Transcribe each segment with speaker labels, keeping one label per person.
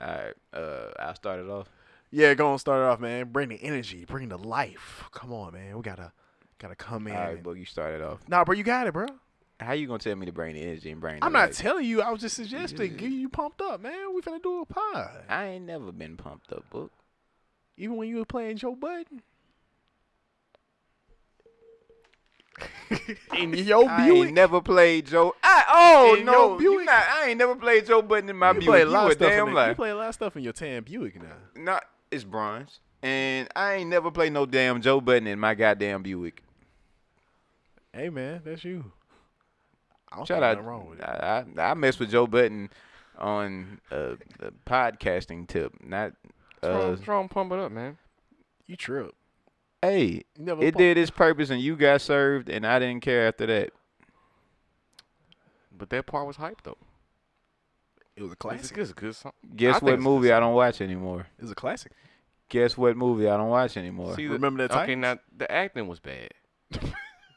Speaker 1: All right, uh, I started off.
Speaker 2: Yeah, go on, start it off, man. Bring the energy, bring the life. Come on, man. We gotta, gotta come in.
Speaker 1: All right,
Speaker 2: and-
Speaker 1: bro, you started off.
Speaker 2: Nah, bro, you got it, bro.
Speaker 1: How you gonna tell me to bring the energy and bring? The
Speaker 2: I'm not
Speaker 1: light?
Speaker 2: telling you. I was just suggesting.
Speaker 1: Yeah.
Speaker 2: Get you pumped up, man. We finna do a pod.
Speaker 1: I ain't never been pumped up, book.
Speaker 2: Even when you were playing Joe Budden. In your
Speaker 1: I ain't
Speaker 2: Buick.
Speaker 1: never played Joe. I, oh
Speaker 2: In
Speaker 1: no,
Speaker 2: your
Speaker 1: you
Speaker 2: Buick.
Speaker 1: not, I ain't never played Joe Button in my
Speaker 2: you
Speaker 1: Buick.
Speaker 2: play a
Speaker 1: You
Speaker 2: lot
Speaker 1: a
Speaker 2: of stuff.
Speaker 1: damn
Speaker 2: In the,
Speaker 1: lie.
Speaker 2: you play a lot of stuff in your tan Buick now.
Speaker 1: Not it's bronze, and I ain't never played no damn Joe Button in my goddamn Buick.
Speaker 2: Hey, man, that's you. I don't
Speaker 1: Shout
Speaker 2: think
Speaker 1: out,
Speaker 2: nothing wrong with it.
Speaker 1: I, I I mess with Joe Button on uh, a podcasting tip, not. Uh,
Speaker 3: Strong, strong pump it up, man.
Speaker 2: You trip.
Speaker 1: hey,
Speaker 2: You never.
Speaker 1: it
Speaker 2: pump-
Speaker 1: did its purpose, and you got served, and I didn't care after that.
Speaker 3: But that part was hype though.
Speaker 2: It was a
Speaker 3: It's a
Speaker 2: classic.
Speaker 3: good, it's a good song. I
Speaker 1: Guess
Speaker 3: think
Speaker 1: what
Speaker 3: it's-
Speaker 1: movie I don't watch anymore?
Speaker 2: It was a classic.
Speaker 1: Guess what movie I don't watch anymore?
Speaker 3: See, the-
Speaker 2: Remember that
Speaker 3: Okay, now the acting was bad.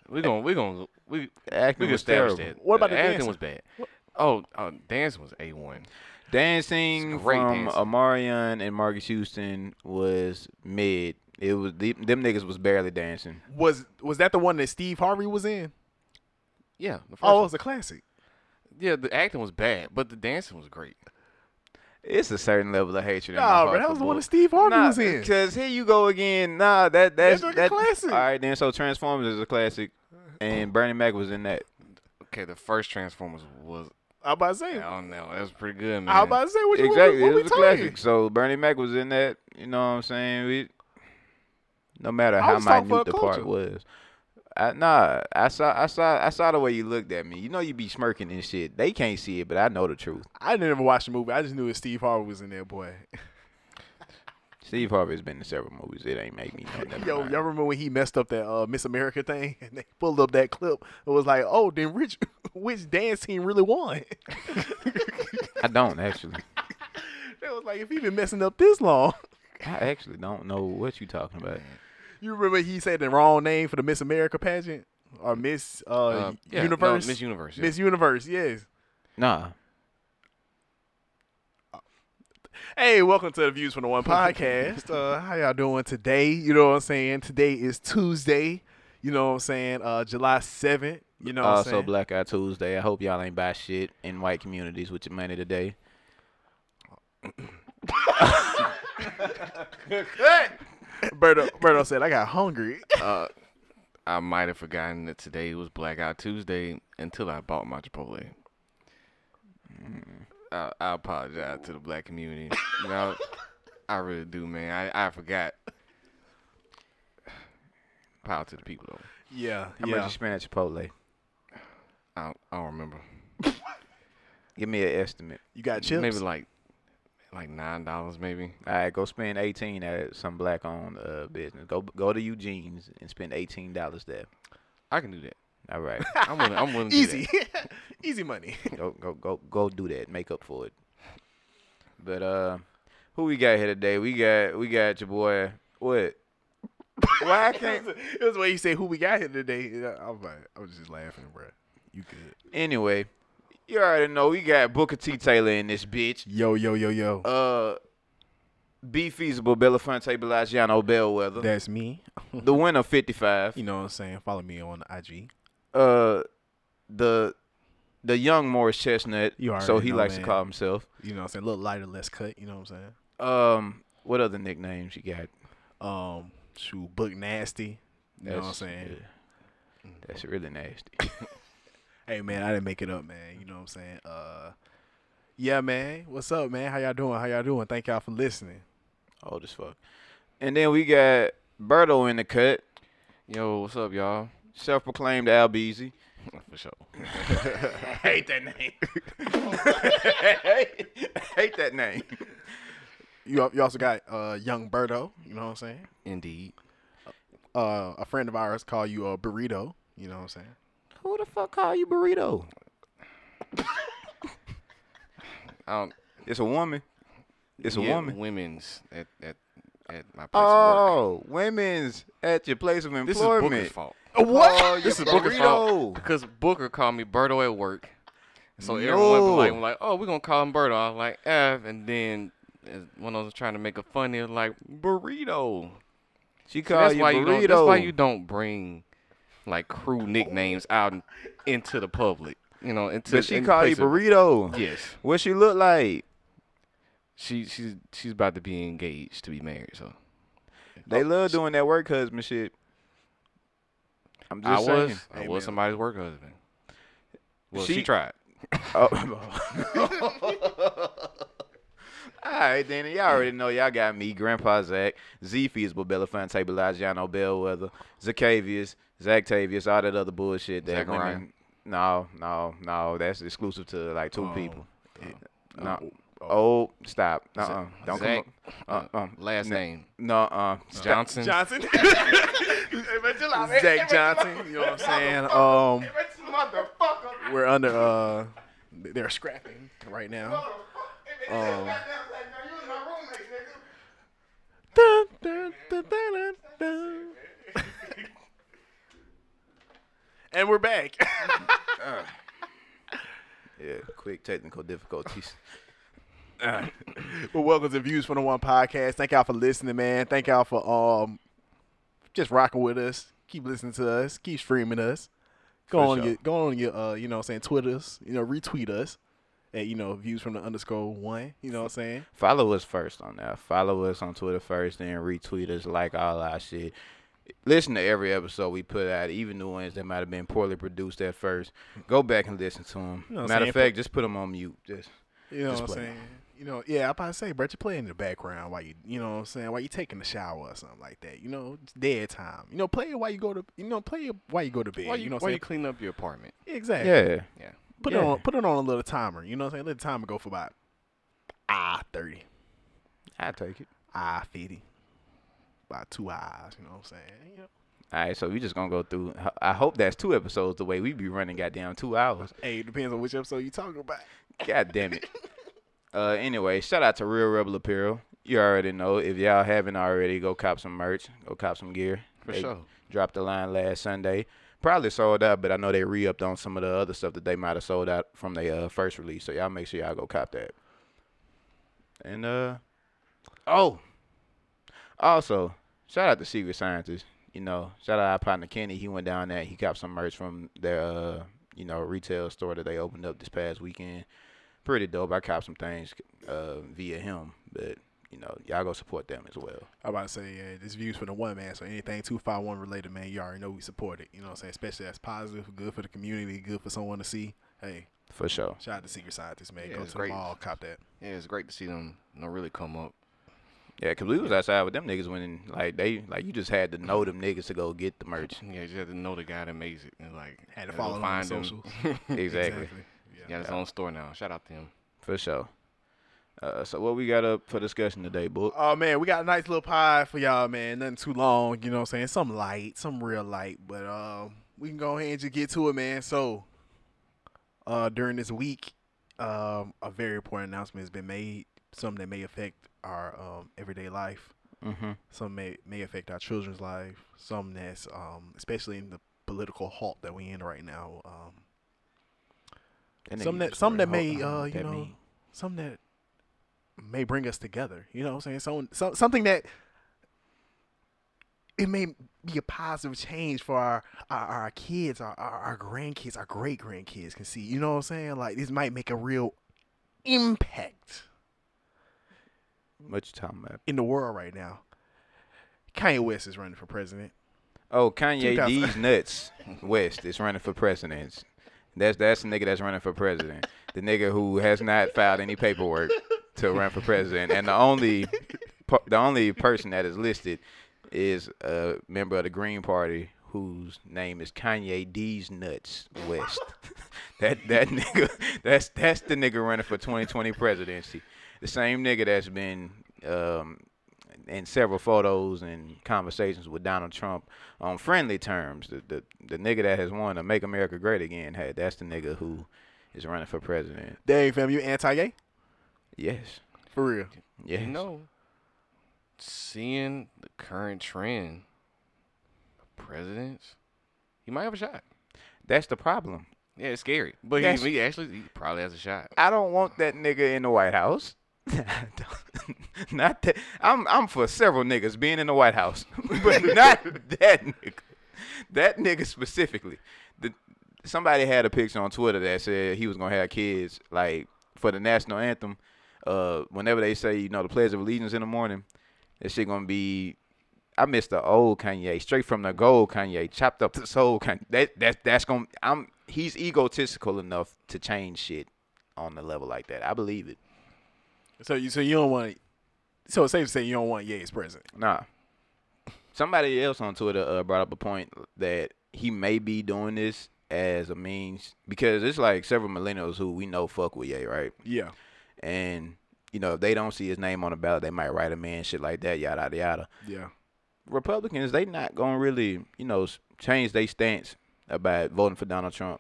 Speaker 3: we gon' we gon' we
Speaker 1: The acting
Speaker 3: we can
Speaker 1: was
Speaker 3: establish
Speaker 1: terrible.
Speaker 3: that.
Speaker 2: What about the
Speaker 3: acting
Speaker 2: dancing?
Speaker 3: was bad?
Speaker 2: What-
Speaker 3: Oh, uh, dancing was a one.
Speaker 1: Dancing
Speaker 3: It's great
Speaker 1: from
Speaker 3: dancing.
Speaker 1: Amarion and Marcus Houston was mid. It was the- them niggas was barely dancing.
Speaker 2: Was was that the one that Steve Harvey was in?
Speaker 3: Yeah, the first
Speaker 2: Oh, it
Speaker 3: one.
Speaker 2: was a classic.
Speaker 3: yeah, the acting was bad, but the dancing was great.
Speaker 1: It's a certain level of hatred. in my
Speaker 2: Nah,
Speaker 1: heart
Speaker 2: but that
Speaker 1: for
Speaker 2: was the one that
Speaker 1: Book.
Speaker 2: Steve Harvey
Speaker 1: Nah,
Speaker 2: was in.
Speaker 1: Cause here you go again. Nah, that that's
Speaker 2: That's like a
Speaker 1: that,
Speaker 2: classic.
Speaker 1: All right, then so Transformers is a classic, and Bernie Mac was in that.
Speaker 3: Okay, the first Transformers was
Speaker 2: I'm about to say.
Speaker 3: I don't know, that was pretty good, man.
Speaker 2: I'm about to say what you
Speaker 1: exactly,
Speaker 2: what,
Speaker 1: it
Speaker 2: we
Speaker 1: was a
Speaker 2: talking?
Speaker 1: classic. So Bernie Mac was in that. You know what I'm saying? We, no matter
Speaker 2: I
Speaker 1: how
Speaker 2: was talking for
Speaker 1: minute the
Speaker 2: the
Speaker 1: part
Speaker 2: culture.
Speaker 1: was. I, nah, I saw, I saw, I saw the way you looked at me. You know, you be smirking and shit. They can't see it, but I know the truth.
Speaker 2: I never watched the movie. I just knew that Steve Harvey was in there, boy.
Speaker 1: Steve Harvey's been in several movies. It ain't make me know nothing.
Speaker 2: Yo,
Speaker 1: about
Speaker 2: y'all
Speaker 1: it.
Speaker 2: remember when he messed up that uh, Miss America thing and they pulled up that clip? It was like, oh, then Rich, which dance team really won?
Speaker 1: I don't actually.
Speaker 2: It was like, if he been messing up this long,
Speaker 1: I actually don't know what you talking about.
Speaker 2: you remember he said the wrong name for the Miss America pageant or Miss uh,
Speaker 3: Uh, yeah, no,
Speaker 2: Universe?
Speaker 3: Miss Universe. yeah.
Speaker 2: Miss Universe, yes.
Speaker 1: Nah,
Speaker 2: Hey, welcome to the Views from the One podcast. Uh, how y'all doing today? You know what I'm saying? Today is Tuesday. You know what I'm saying? Uh, July 7th. You know what
Speaker 3: Oh,
Speaker 2: I'm
Speaker 1: also
Speaker 2: saying?
Speaker 1: Black Eye Tuesday. I hope y'all ain't buy shit in white communities with your money today.
Speaker 2: Berto, Berto said, I got hungry.
Speaker 3: Uh, I might have forgotten that today was Blackout Tuesday until I bought my Chipotle. I, I apologize to the black community. You know, I really do, man. I, I forgot. Power to the people, though.
Speaker 2: Yeah,
Speaker 1: How much
Speaker 2: yeah.
Speaker 1: you spend at Chipotle?
Speaker 3: I don't, I don't remember.
Speaker 1: Give me an estimate.
Speaker 2: You got chips?
Speaker 3: Maybe like like nine dollars, maybe.
Speaker 1: All right, go spend eighteen at some black-owned uh, business. Go go to Eugene's and spend eighteen dollars there.
Speaker 3: I can do that.
Speaker 1: All right,
Speaker 3: I'm willing. I'm willing. To
Speaker 2: Easy.
Speaker 3: Do
Speaker 2: Easy money.
Speaker 1: go go go go do that. Make up for it. But uh, who we got here today? We got we got your boy. What? Why I can't?
Speaker 2: it was the way you said who we got here today. and I I was like, I was just laughing, bro. You good.
Speaker 1: Anyway, you already know we got Booker T. Taylor in this bitch.
Speaker 2: Yo, yo, yo, yo.
Speaker 1: Uh, be feasible, Belafonte Bellagiano Bellwether,
Speaker 2: That's me.
Speaker 1: the winner fifty five.
Speaker 2: You know what I'm saying? Follow me on IG.
Speaker 1: Uh, the the young Morris Chestnut.
Speaker 2: You already
Speaker 1: so he
Speaker 2: know,
Speaker 1: likes
Speaker 2: man.
Speaker 1: to call himself.
Speaker 2: You know what I'm saying? A little lighter, less cut. You know what I'm saying?
Speaker 1: Um, what other nicknames you got?
Speaker 2: Um, shoot, book nasty. You know what I'm
Speaker 1: That's-
Speaker 2: saying?
Speaker 1: yeah.
Speaker 3: Mm.
Speaker 1: That's really nasty.
Speaker 2: Hey man, I didn't make it up, man. You know what I'm saying? Uh, yeah, man. What's up, man? How y'all doing? How y'all doing? Thank y'all for listening.
Speaker 1: Old as fuck. And then we got Berto in the cut,
Speaker 3: that. Yo, what's up, y'all?
Speaker 1: self-proclaimed Albeezy.
Speaker 3: For sure.
Speaker 1: hate that name. hate, that name.
Speaker 2: You al- you also got uh young Birdo. You know what I'm saying?
Speaker 3: Indeed.
Speaker 2: Uh, a friend of ours called you a burrito. You know what I'm saying?
Speaker 1: Who the fuck call you burrito?
Speaker 3: I don't.
Speaker 1: It's a woman. It's a
Speaker 3: yeah,
Speaker 1: woman.
Speaker 3: Women's at at at my place of
Speaker 1: Oh,
Speaker 3: work.
Speaker 1: women's at your place of
Speaker 3: This
Speaker 1: employment.
Speaker 3: is Booker's fault.
Speaker 1: Oh,
Speaker 3: This
Speaker 1: you
Speaker 3: is Booker's fault
Speaker 1: burrito.
Speaker 3: because Booker called me Birdo at work, so everyone was like,
Speaker 1: No.
Speaker 3: like, "Oh, we're gonna call him Birdo." I was like, "F," "Eh," and then is- when I was trying to make a funny, it was like burrito.
Speaker 1: She
Speaker 3: See,
Speaker 1: called you
Speaker 3: why You
Speaker 1: burrito.
Speaker 3: don't, that's why you don't bring like crew nicknames out in- into the public. You know, into
Speaker 1: but she
Speaker 3: in
Speaker 1: called you
Speaker 3: place of-
Speaker 1: burrito.
Speaker 3: Yes,
Speaker 1: What she look like?
Speaker 3: she she's she's about to be engaged to be married. So
Speaker 1: They love doing that work husband shit. I'm
Speaker 3: I
Speaker 1: just
Speaker 3: was
Speaker 1: saying.
Speaker 3: I
Speaker 2: Amen.
Speaker 3: was somebody's work husband. Well, she,
Speaker 1: She-
Speaker 3: tried.
Speaker 1: Oh. All right, then y'all already know y'all got me, Grandpa Zach, Z Feasible, Belafonte, Belagiano, Bellwether, Zacavius, Zactavius, all that other bullshit that
Speaker 3: Zachariah.
Speaker 1: women. No, no, no. That's exclusive to like
Speaker 3: Oh.
Speaker 1: two people. No. Oh, stop. Uh-uh. Don't
Speaker 3: Uh, Zach,
Speaker 1: come up. Uh-uh.
Speaker 3: Last
Speaker 1: No,
Speaker 3: name
Speaker 1: No, uh. Stop.
Speaker 3: Johnson.
Speaker 2: Johnson. Zach Johnson. You know what I'm saying? Um, we're under. Uh, they're scrapping right now. Um, Dun, dun, dun, dun, dun, dun. and we're back.
Speaker 1: Yeah, quick technical difficulties.
Speaker 2: well, welcome to Views from the One podcast. Thank y'all for listening, man. Thank y'all for um just rocking with us. Keep listening to us. Keep streaming us. Go
Speaker 1: For
Speaker 2: on
Speaker 1: sure.
Speaker 2: your go on your uh, you know what I'm saying, Twitters, you know, retweet us at, you know, views from the underscore one. You know what I'm saying?
Speaker 1: Follow us first on that. Follow us on Twitter first, then retweet us, like all our shit. Listen to every episode we put out, even the ones that might have been poorly produced at first. Go back and listen to them.
Speaker 2: know what I'm
Speaker 1: Matter of
Speaker 2: saying?
Speaker 1: fact, just put them on mute. Just
Speaker 2: You know
Speaker 1: Just
Speaker 2: what I'm
Speaker 1: play.
Speaker 2: saying? You know, yeah, I about to say, Brett, you play in the background while you you know what I'm saying, while you taking a shower or something like that. You know, it's dead time. You know, play it while you go to you know, play it while you go to bed.
Speaker 3: Why you,
Speaker 2: you know what
Speaker 3: why
Speaker 2: I'm
Speaker 3: you
Speaker 2: saying?
Speaker 3: clean up your apartment?
Speaker 2: Exactly.
Speaker 1: yeah,
Speaker 3: Yeah.
Speaker 2: Put
Speaker 1: Yeah.
Speaker 2: it on put it on a little timer. You know what I'm saying? Let the timer go for about ah thirty,
Speaker 1: I take it.
Speaker 2: ah fifty, about two hours. You know what I'm saying? You know,
Speaker 1: All right, so we just gonna go through. I hope that's two episodes the way we be running. Goddamn, two hours.
Speaker 2: hey, it depends on which episode you talking about.
Speaker 1: God damn it. Uh, anyway, shout out to Real Rebel Apparel. You already know. If y'all haven't already, go cop some merch. Go cop some gear.
Speaker 3: For sure.
Speaker 1: Dropped the line last Sunday. Probably sold out, but I know they re-upped on some of the other stuff that they might have sold out from their uh, first release. So y'all make sure y'all go cop that. And uh, oh, also shout out to Secret Scientist. You know, shout out our partner Kenny. He went down there. He copped some merch from their uh, you know retail store that they opened up this past weekend pretty dope. I copped some things uh, via him, but you know, y'all go support them as well.
Speaker 2: I'm about to say, yeah, this views for the one man. So anything two five one related, man, you already know we support it. You know what I'm saying? Especially that's positive, good for the community, good for someone to see. Hey,
Speaker 1: For sure.
Speaker 2: shout out to Secret Scientists, man.
Speaker 3: Yeah,
Speaker 2: go
Speaker 3: it's
Speaker 2: to the
Speaker 3: great.
Speaker 2: mall, cop that.
Speaker 3: Yeah, it's great to see them. You know, really come up.
Speaker 1: Yeah, cause we was outside with them niggas when like they like you just had to know them niggas to go get the merch.
Speaker 3: Yeah, you just have to know the guy that makes it. And like,
Speaker 2: Had to
Speaker 3: go
Speaker 2: follow them on
Speaker 3: find
Speaker 2: the
Speaker 3: him.
Speaker 2: socials.
Speaker 1: Exactly.
Speaker 2: Yeah.
Speaker 3: Got his own store now. Shout out to him.
Speaker 1: For sure. Uh, so what we got up for discussion today, book?
Speaker 2: Oh man, we got a nice little pie for y'all, man. Nothing too long, you know what I'm saying? Some light, some real light, but um we can go ahead and just get to it, man. So uh during this week, um a very important announcement has been made, something that may affect our um everyday life,
Speaker 1: Mm-hmm.
Speaker 2: some may may affect our children's life, some that's um especially in the political halt that we in right now. Um some that some that may uh you know some that may bring us together you know what i'm saying so, so something that it may be a positive change for our our, our kids our, our our grandkids our great grandkids can see you know what i'm saying like this might make a real impact
Speaker 1: What you talking about?
Speaker 2: in the world right now kanye west is running for president
Speaker 1: Oh, Kanye
Speaker 2: 2000.
Speaker 1: D's nuts. West is running for president. That's that's the nigga that's running for president. The nigga who has not filed any paperwork to run for president, and the only per- the only person that is listed is a member of the Green Party whose name is Kanye D's nuts West. that that nigga that's that's the nigga running for 2020 presidency. The same nigga that's been um, in several photos and conversations with Donald Trump on friendly terms. The the, the nigga that has won to make America great again, hey, that's the nigga who is running for president.
Speaker 2: dang fam you anti-gay
Speaker 1: Yes.
Speaker 2: for real
Speaker 1: Yes.
Speaker 3: You know, seeing the current trend of presidents, he might have a shot.
Speaker 1: That's the problem.
Speaker 3: Yeah, it's scary. But
Speaker 1: Yes.
Speaker 3: he, he actually he probably has a shot.
Speaker 1: I don't want that nigga in the White House. I don't- not that. I'm I'm for several niggas being in the White House, but not that nigga. That nigga specifically. The, somebody had a picture on Twitter that said he was gonna have kids like for the national anthem. Uh, whenever they say you know the Pledge of Allegiance in the morning, that shit gonna be. I miss the old Kanye, straight from the gold Kanye, chopped up the soul Kanye. That that that's gonna. I'm he's egotistical enough to change shit on the level like that. I believe it.
Speaker 2: So you so you don't want. So it's safe to say you don't want Ye's president.
Speaker 1: Nah. Somebody else on Twitter uh, brought up a point that he may be doing this as a means because it's like several millennials who we know fuck with Ye, right?
Speaker 2: Yeah.
Speaker 1: And you know if they don't see his name on the ballot, they might write him in shit like that, yada yada yada.
Speaker 2: Yeah.
Speaker 1: Republicans they not gonna really you know s- change their stance about voting for Donald Trump,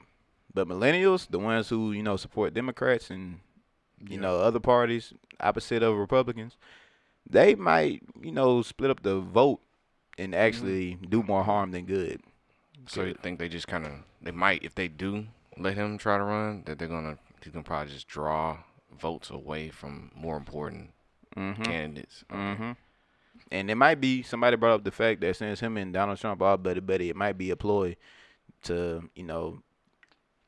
Speaker 1: but millennials, the ones who you know support Democrats and you
Speaker 2: Yeah.
Speaker 1: know other parties opposite of Republicans, they might you know split up the vote and actually do more harm than good.
Speaker 3: So you think they just kind of they might if they do let him try to run that they're gonna he's gonna probably just draw votes away from more important candidates.
Speaker 1: Mm-hmm. And it might be somebody brought up the fact that since him and Donald Trump are buddy buddy, it might be a ploy to you know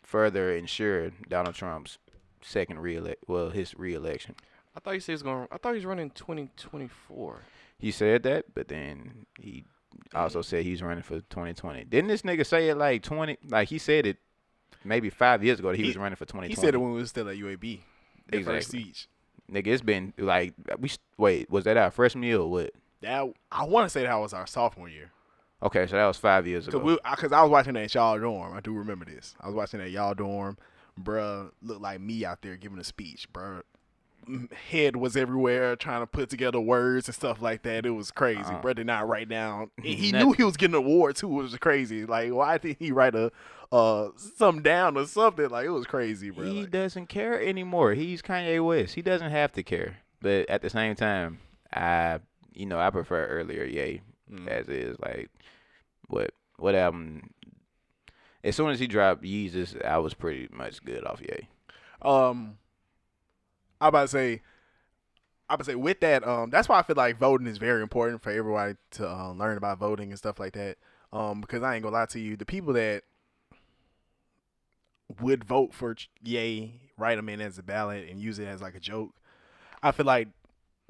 Speaker 1: further ensure Donald Trump's second reelect well his reelection.
Speaker 3: I thought you said he's going. I thought he's running 2024.
Speaker 1: He said that, but then he also said he's running for 2020. Didn't this nigga say it like 20? Like he said it maybe five years ago that he,
Speaker 2: He-
Speaker 1: was running for 2020.
Speaker 2: He said it when we was still at UAB. At First
Speaker 1: Exactly.
Speaker 2: Siege.
Speaker 1: Nigga, it's been like we s- wait. Was that our freshman year or what?
Speaker 2: That I want to say that was our sophomore year.
Speaker 1: Okay, so that was five years ago.
Speaker 2: Cause we, I, cause I was watching that at y'all dorm. I do remember this. I was watching that y'all dorm. Bruh looked like me out there giving a speech. Bruh, M- head was everywhere trying to put together words and stuff like that. It was crazy.
Speaker 1: Uh-uh.
Speaker 2: Bruh did not write down. and he
Speaker 1: Nothing.
Speaker 2: knew he was getting an award too. It was crazy. Like why did he write a uh something down or something? Like it was crazy, bruh.
Speaker 1: he
Speaker 2: Like,
Speaker 1: doesn't care anymore. He's Kanye West. He doesn't have to care. But at the same time, I you know I prefer earlier Yay
Speaker 2: Mm.
Speaker 1: as is. Like what what album? As soon as he dropped Yeezus, I was pretty much good off Yay.
Speaker 2: Um, I about to say, I about to say with that, um, that's why I feel like voting is very important for everybody to uh, learn about voting and stuff like that. Um, because I ain't gonna lie to you, the people that would vote for Ch- Yay, write them in as a ballot and use it as like a joke. I feel like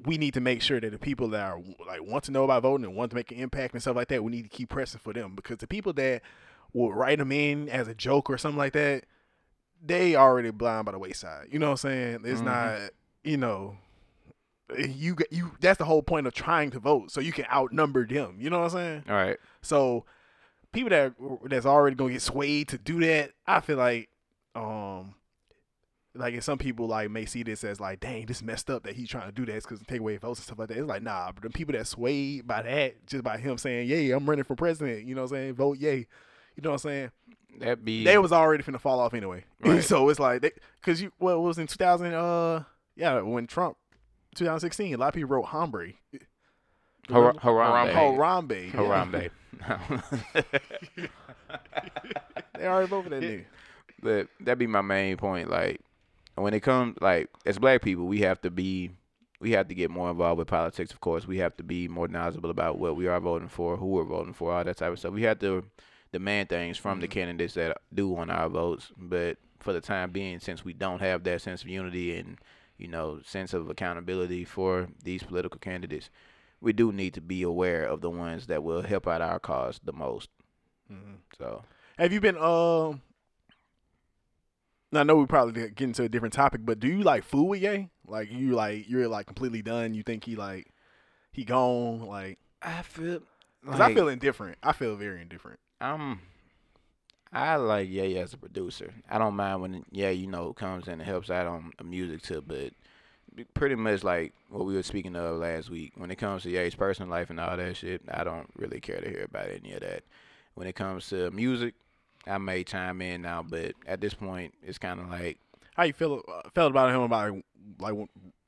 Speaker 2: we need to make sure that the people that are like want to know about voting and want to make an impact and stuff like that, we need to keep pressing for them because the people that will write them in as a joke or something like that, they already blind by the wayside. You know what I'm saying? It's
Speaker 1: Mhm.
Speaker 2: not, you know, you g- you that's the whole point of trying to vote so you can outnumber them. You know what I'm saying?
Speaker 1: All right.
Speaker 2: So people that that's already gonna get swayed to do that, I feel like um like if some people like may see this as like, dang, this messed up that he's trying to do this because take away votes and stuff like that. It's like, nah, but the people that swayed by that, just by him saying, "Yay, I'm running for president," you know what I'm saying? Vote yay, you know what I'm saying?
Speaker 1: That be
Speaker 2: They was already finna fall off anyway.
Speaker 1: Right.
Speaker 2: so it's like, they, cause you, well, it was in 2000, uh, yeah, when Trump, 2016, a lot of people wrote Hombre,
Speaker 1: Har-
Speaker 3: Harambe.
Speaker 1: Harambe.
Speaker 2: Harambe,
Speaker 1: Harambe.
Speaker 2: They already voted that nigga.
Speaker 1: but that be my main point. Like when it comes, like as black people, we have to be, we have to get more involved with politics. Of course, we have to be more knowledgeable about what we are voting for, who we're voting for, all that type of stuff. We have to demand things from the candidates that do win our votes. But for the time being, since we don't have that sense of unity and you know sense of accountability for these political candidates, we do need to be aware of the ones that will help out our cause the most.
Speaker 2: Mm-hmm.
Speaker 1: So
Speaker 2: Have you been um? I know we probably did get into a different topic, but do you like fool with Ye? Like you like you're like completely done. You think he like he gone? Like,
Speaker 1: I feel.
Speaker 2: 'cause I feel indifferent. I feel very indifferent.
Speaker 1: I'm I like Ye as a producer. I don't mind when yeah, you know, comes in and helps out on the music too, but be- pretty much like what we were speaking of last week. When it comes to Ye's personal life and all that shit, I don't really care to hear about any of that. When it comes to music, I may chime in now, but at this point, it's kind of like
Speaker 2: How you feel uh, felt about him about like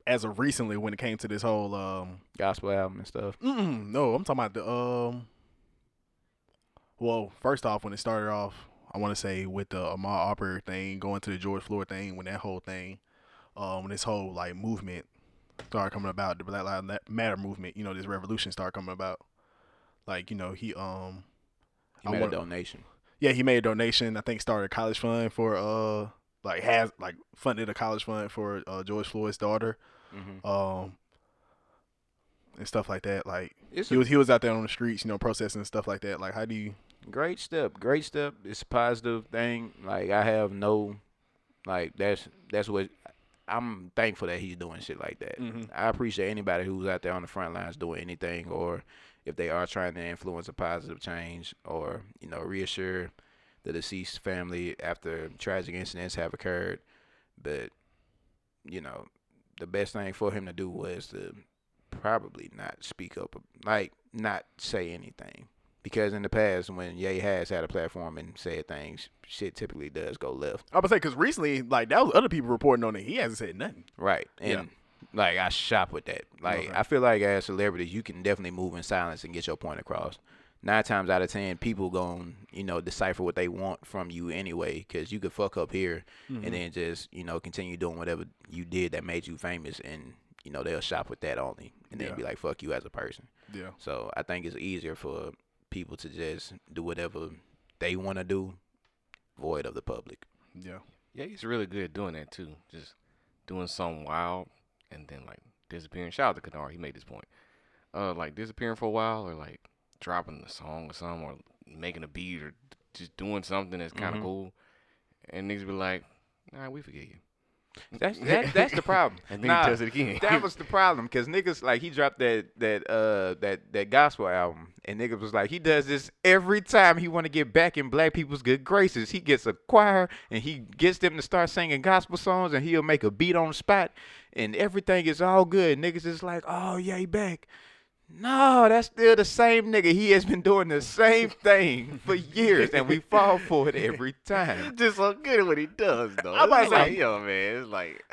Speaker 2: as of recently when it came to this whole um?
Speaker 1: gospel album and stuff.
Speaker 2: Mm-mm, no, I'm talking about the um. Well, first off, when it started off, I want to say with the Ahmaud Arbery thing, going to the George Floyd thing, when that whole thing, um, this whole like movement started coming about, the Black Lives Matter movement, you know, this revolution started coming about. Like, you know, he um
Speaker 1: He
Speaker 2: I
Speaker 1: made
Speaker 2: want-
Speaker 1: a donation.
Speaker 2: yeah, he made a donation, I think started a college fund for uh like has like funded a college fund for uh George Floyd's daughter.
Speaker 1: Mm-hmm.
Speaker 2: Um and stuff like that. Like
Speaker 1: It's
Speaker 2: he
Speaker 1: a
Speaker 2: was he was out there on the streets, you know, protesting and stuff like that. Like how do you
Speaker 1: great step. Great step. It's a positive thing. Like I have no, like that's that's what I'm thankful that he's doing shit like that. I appreciate anybody who's out there on the front lines doing anything, or if they are trying to influence a positive change, or you know reassure the deceased family after tragic incidents have occurred. But you know, the best thing for him to do was to probably not speak up, like not say anything. Because in the past, when Ye has had a platform and said things, shit typically does go left.
Speaker 2: I would say because recently, like that was other people reporting on it. He hasn't said nothing.
Speaker 1: Right. And
Speaker 2: Yeah.
Speaker 1: like I shop with that. Like
Speaker 2: Okay.
Speaker 1: I feel like as celebrities, you can definitely move in silence and get your point across. Nine times out of ten, people gon' you know decipher what they want from you anyway, because you could fuck up here
Speaker 2: Mm-hmm.
Speaker 1: and then just you know continue doing whatever you did that made you famous, and you know they'll shop with that only, and then
Speaker 2: Yeah.
Speaker 1: be like fuck you as a person.
Speaker 2: Yeah,
Speaker 1: So I think it's easier for people to just do whatever they want to do, void of the public.
Speaker 2: yeah.
Speaker 3: Yeah, he's really good at doing that too. Just doing something wild and then like disappearing. Shout out to Kadar, he made this point. Uh, like disappearing for a while or like dropping a song or something or making a beat or just doing something that's kind of
Speaker 1: Mhm.
Speaker 3: cool. And niggas be like, nah, we forget you.
Speaker 2: Mm,
Speaker 1: That's that, that's the problem.
Speaker 3: And then
Speaker 1: Nah.
Speaker 3: he does it again.
Speaker 1: that was the problem because niggas like he dropped that that uh that that gospel album and niggas was like he does this every time he want to get back in black people's good graces he gets a choir and he gets them to start singing gospel songs and he'll make a beat on the spot and everything is all good niggas is like oh yeah he back no that's still the same nigga he has been doing the same thing for years and we fall for it every time
Speaker 3: just so good at what he does, though.
Speaker 1: I'm about
Speaker 3: It's
Speaker 1: to say-
Speaker 3: like, yo, man, it's like,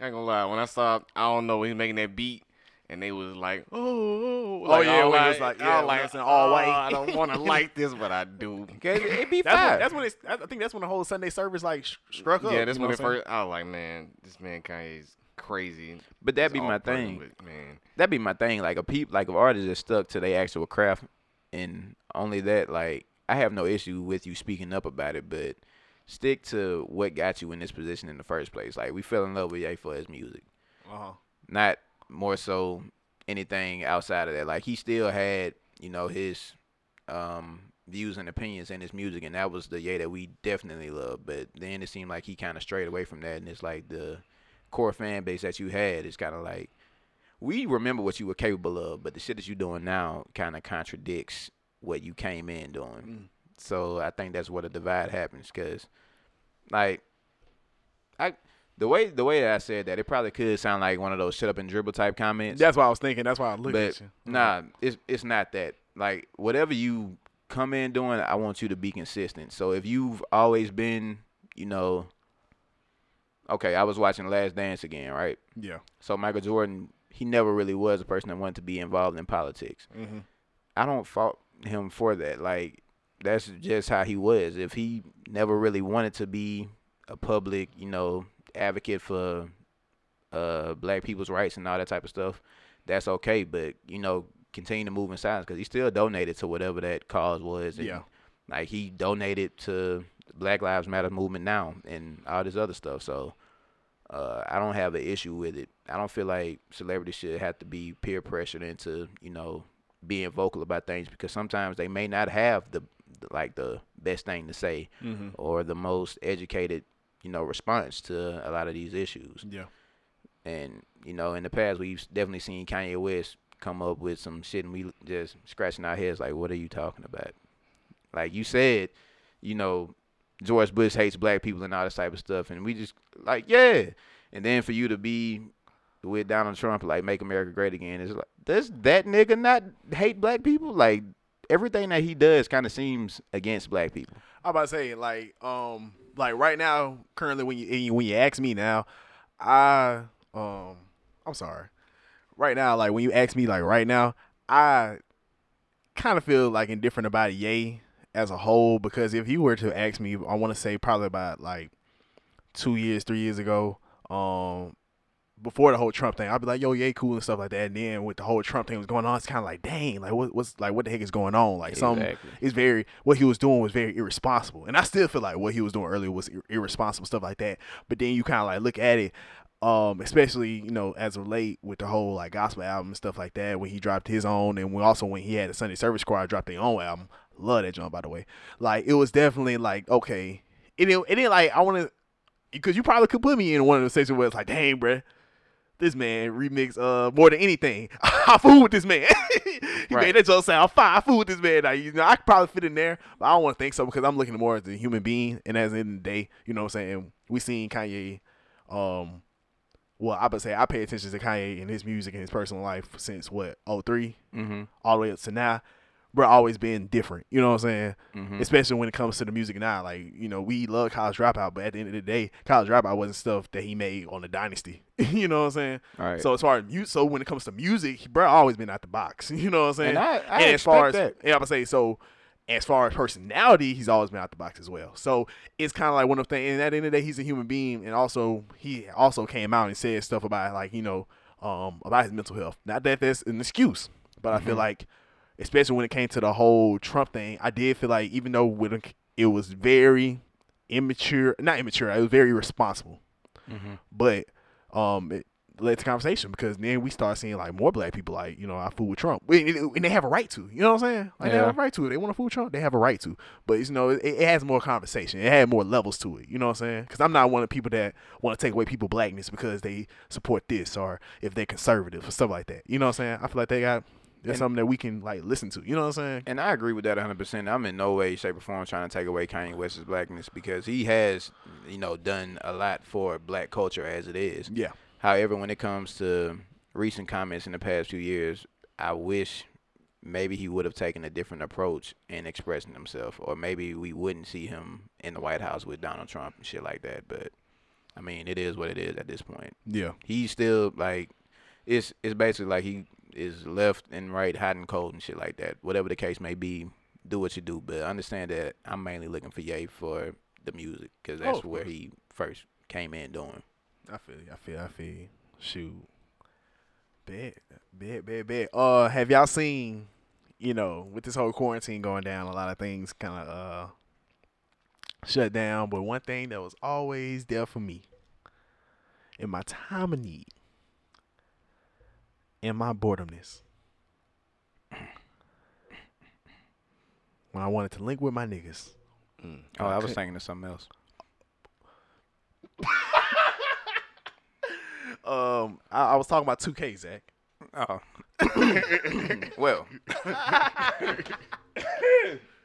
Speaker 3: I ain't gonna lie. When I saw, I don't know, he was making that beat, and they was like, oh,
Speaker 2: Oh, yeah,
Speaker 3: all
Speaker 2: when he was
Speaker 3: white.
Speaker 2: like,
Speaker 3: I
Speaker 2: yeah,
Speaker 3: was
Speaker 2: when
Speaker 3: like,
Speaker 2: it's in all
Speaker 3: oh,
Speaker 2: white.
Speaker 3: I don't want to like this, but I do.
Speaker 1: okay it be
Speaker 2: That's
Speaker 1: fine
Speaker 2: when, that's when it's, I I think that's when the whole Sunday service like sh- struck up.
Speaker 3: Yeah, that's
Speaker 2: you know
Speaker 3: when it
Speaker 2: what I'm saying?
Speaker 3: first. I was like, man, this man Kanye's crazy.
Speaker 1: but that
Speaker 3: It's
Speaker 1: be
Speaker 3: all
Speaker 1: my
Speaker 3: part of
Speaker 1: thing
Speaker 3: it, man.
Speaker 1: that be my thing. Like a peep, like if artists are stuck to their actual craft, and only that. Like I have no issue with you speaking up about it, but stick to what got you in this position in the first place. Like we fell in love with Ye for his music,
Speaker 2: Uh-huh.
Speaker 1: not more so anything outside of that. Like he still had, you know, his um views and opinions in his music, and that was the Ye that we definitely loved. But then it seemed like he kind of strayed away from that, and it's like the core fan base that you had is kind of like we remember what you were capable of, but the shit that you're doing now kind of contradicts what you came in doing. So I think that's where the divide happens, cause like I the way the way that I said that, it probably could sound like one of those shut up and dribble type comments.
Speaker 2: That's why I was thinking. That's why I looked
Speaker 1: but
Speaker 2: at you.
Speaker 1: nah, it's it's not that. Like whatever you come in doing, I want you to be consistent. So if you've always been, you know, okay, I was watching Last Dance again, right?
Speaker 2: Yeah.
Speaker 1: So Michael Jordan, he never really was a person that wanted to be involved in politics.
Speaker 2: Mhm.
Speaker 1: I don't fault him for that. Like that's just how he was. If he never really wanted to be a public, you know, advocate for uh black people's rights and all that type of stuff, that's okay. But you know, continue to move in silence because he still donated to whatever that cause was. and,
Speaker 2: Yeah.
Speaker 1: Like he donated to Black Lives Matter movement now and all this other stuff. So uh, I don't have an issue with it. I don't feel like celebrities should have to be peer pressured into you know being vocal about things because sometimes they may not have the the- like the best thing to say
Speaker 2: Mhm.
Speaker 1: or the most educated you know response to a lot of these issues.
Speaker 2: Yeah.
Speaker 1: And you know, in the past, we've definitely seen Kanye West come up with some shit, and we just scratching our heads like, "What are you talking about?" Like you said, you know, George Bush hates black people and all this type of stuff, and we just like, yeah. And then for you to be with Donald Trump, like "Make America Great Again," is like, does that nigga not hate black people? Like everything that he does kind of seems against black people.
Speaker 2: I about to say like um like right now currently when you when you ask me now I um I'm sorry right now like when you ask me like right now I kind of feel like indifferent about Ye as a whole because if you were to ask me I want to say probably about like two years three years ago um before the whole Trump thing, I'd be like, "Yo, yeah, cool" and stuff like that. And then with the whole Trump thing was going on, it's kind of like, "Dang, like what, what's like what the heck is going on?" Like some,
Speaker 1: Exactly.
Speaker 2: it's very what he was doing was very irresponsible, and I still feel like what he was doing earlier was ir- irresponsible stuff like that. But then you kind of like look at it, um, especially you know as of late with the whole like gospel album and stuff like that when he dropped his own, and when also when he had the Sunday Service Choir drop their own album. Love that joint by the way. Like it was definitely like okay, it didn't, it didn't like I want to because you probably could put me in one of those situations where it's like, dang, bruh, this man remix uh more than anything. I fool with this man. he
Speaker 3: Right.
Speaker 2: made that joke sound fine. I fool with this man. Like, you know, I could probably fit in there, but I don't want to think so because I'm looking more as a human being. And as in the day, you know what I'm saying? We seen Kanye, um, well, I would say I pay attention to Kanye and his music and his personal life since what, 03?
Speaker 1: Mm-hmm.
Speaker 2: all the way up to now, bro, always been different. You know what I'm saying?
Speaker 1: Mhm.
Speaker 2: Especially when it comes to the music now. Like, you know, we love College Dropout, but at the end of the day, College Dropout wasn't stuff that he made on the Dynasty. you know what I'm saying?
Speaker 1: All right.
Speaker 2: So as far as mu- so when it comes to music, bro, always been out the box. You know what I'm saying?
Speaker 1: And I- I
Speaker 2: as far as
Speaker 1: expect that.
Speaker 2: yeah, I'm gonna say so. As far as personality, he's always been out the box as well. So it's kind of like one of the things. And at the end of the day, he's a human being, and also he also came out and said stuff about like you know um, about his mental health. Not that that's an excuse, but I feel
Speaker 1: Mm-hmm.
Speaker 2: like, especially when it came to the whole Trump thing, I did feel like even though with it- it was very immature, not immature, it was very responsible but um it led to conversation because then we start seeing like more black people like you know I fool with Trump and, and- and they have a right to you know what I'm saying like they
Speaker 1: Yeah.
Speaker 2: have a right to it they want to fool with Trump they have a right to but it's, you know it, it has more conversation it had more levels to it you know what I'm saying because I'm not one of the people that want to take away people blackness because they support this or if they're conservative or stuff like that you know what I'm saying I feel like they got that's something that we can like listen to you know what I'm saying
Speaker 1: And I agree with that 100%. I'm in no way, shape, or form trying to take away Kanye West's blackness because he has, you know, done a lot for black culture as it is.
Speaker 2: yeah
Speaker 1: However, when it comes to recent comments in the past few years, I wish maybe he would have taken a different approach in expressing himself, or maybe we wouldn't see him in the White House with Donald Trump and shit like that. But I mean, it is what it is at this point
Speaker 2: yeah
Speaker 1: he's still like it's it's basically like he is left and right hot and cold and shit like that whatever the case may be do what you do but understand that i'm mainly looking for ye for the music because
Speaker 2: Oh,
Speaker 1: that's
Speaker 2: of
Speaker 1: where
Speaker 2: course.
Speaker 1: he first came in doing
Speaker 2: I feel you. I feel. I feel. you. Shoot. Bad. Bad. Bad. Bad. Uh, have y'all seen? You know, with this whole quarantine going down, a lot of things kind of uh shut down. But one thing that was always there for me in my time of need, in my boredomness, when I wanted to link with my niggas.
Speaker 3: Mm.
Speaker 1: oh i was thinking of something else
Speaker 2: Um, I, I was talking about 2K, Zach.
Speaker 1: oh well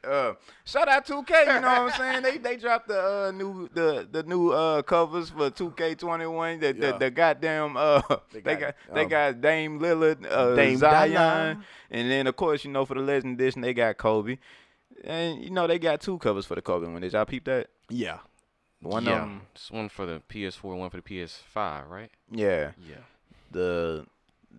Speaker 1: uh shout out 2k you know what i'm saying they they dropped the uh new the the new uh covers for 2k21 the
Speaker 2: Yeah.
Speaker 1: the, the goddamn uh they got they got,
Speaker 2: got, um,
Speaker 1: dame lillard uh
Speaker 2: Dame
Speaker 1: zion
Speaker 2: Zion.
Speaker 1: and then of course you know for the legend edition they got kobe and you know they got two covers for the kobe one did y'all peep that
Speaker 2: Yeah.
Speaker 1: one
Speaker 3: yeah.
Speaker 1: of them
Speaker 3: It's one for the PS4, one for the PS5, right?
Speaker 1: yeah
Speaker 3: Yeah.
Speaker 1: the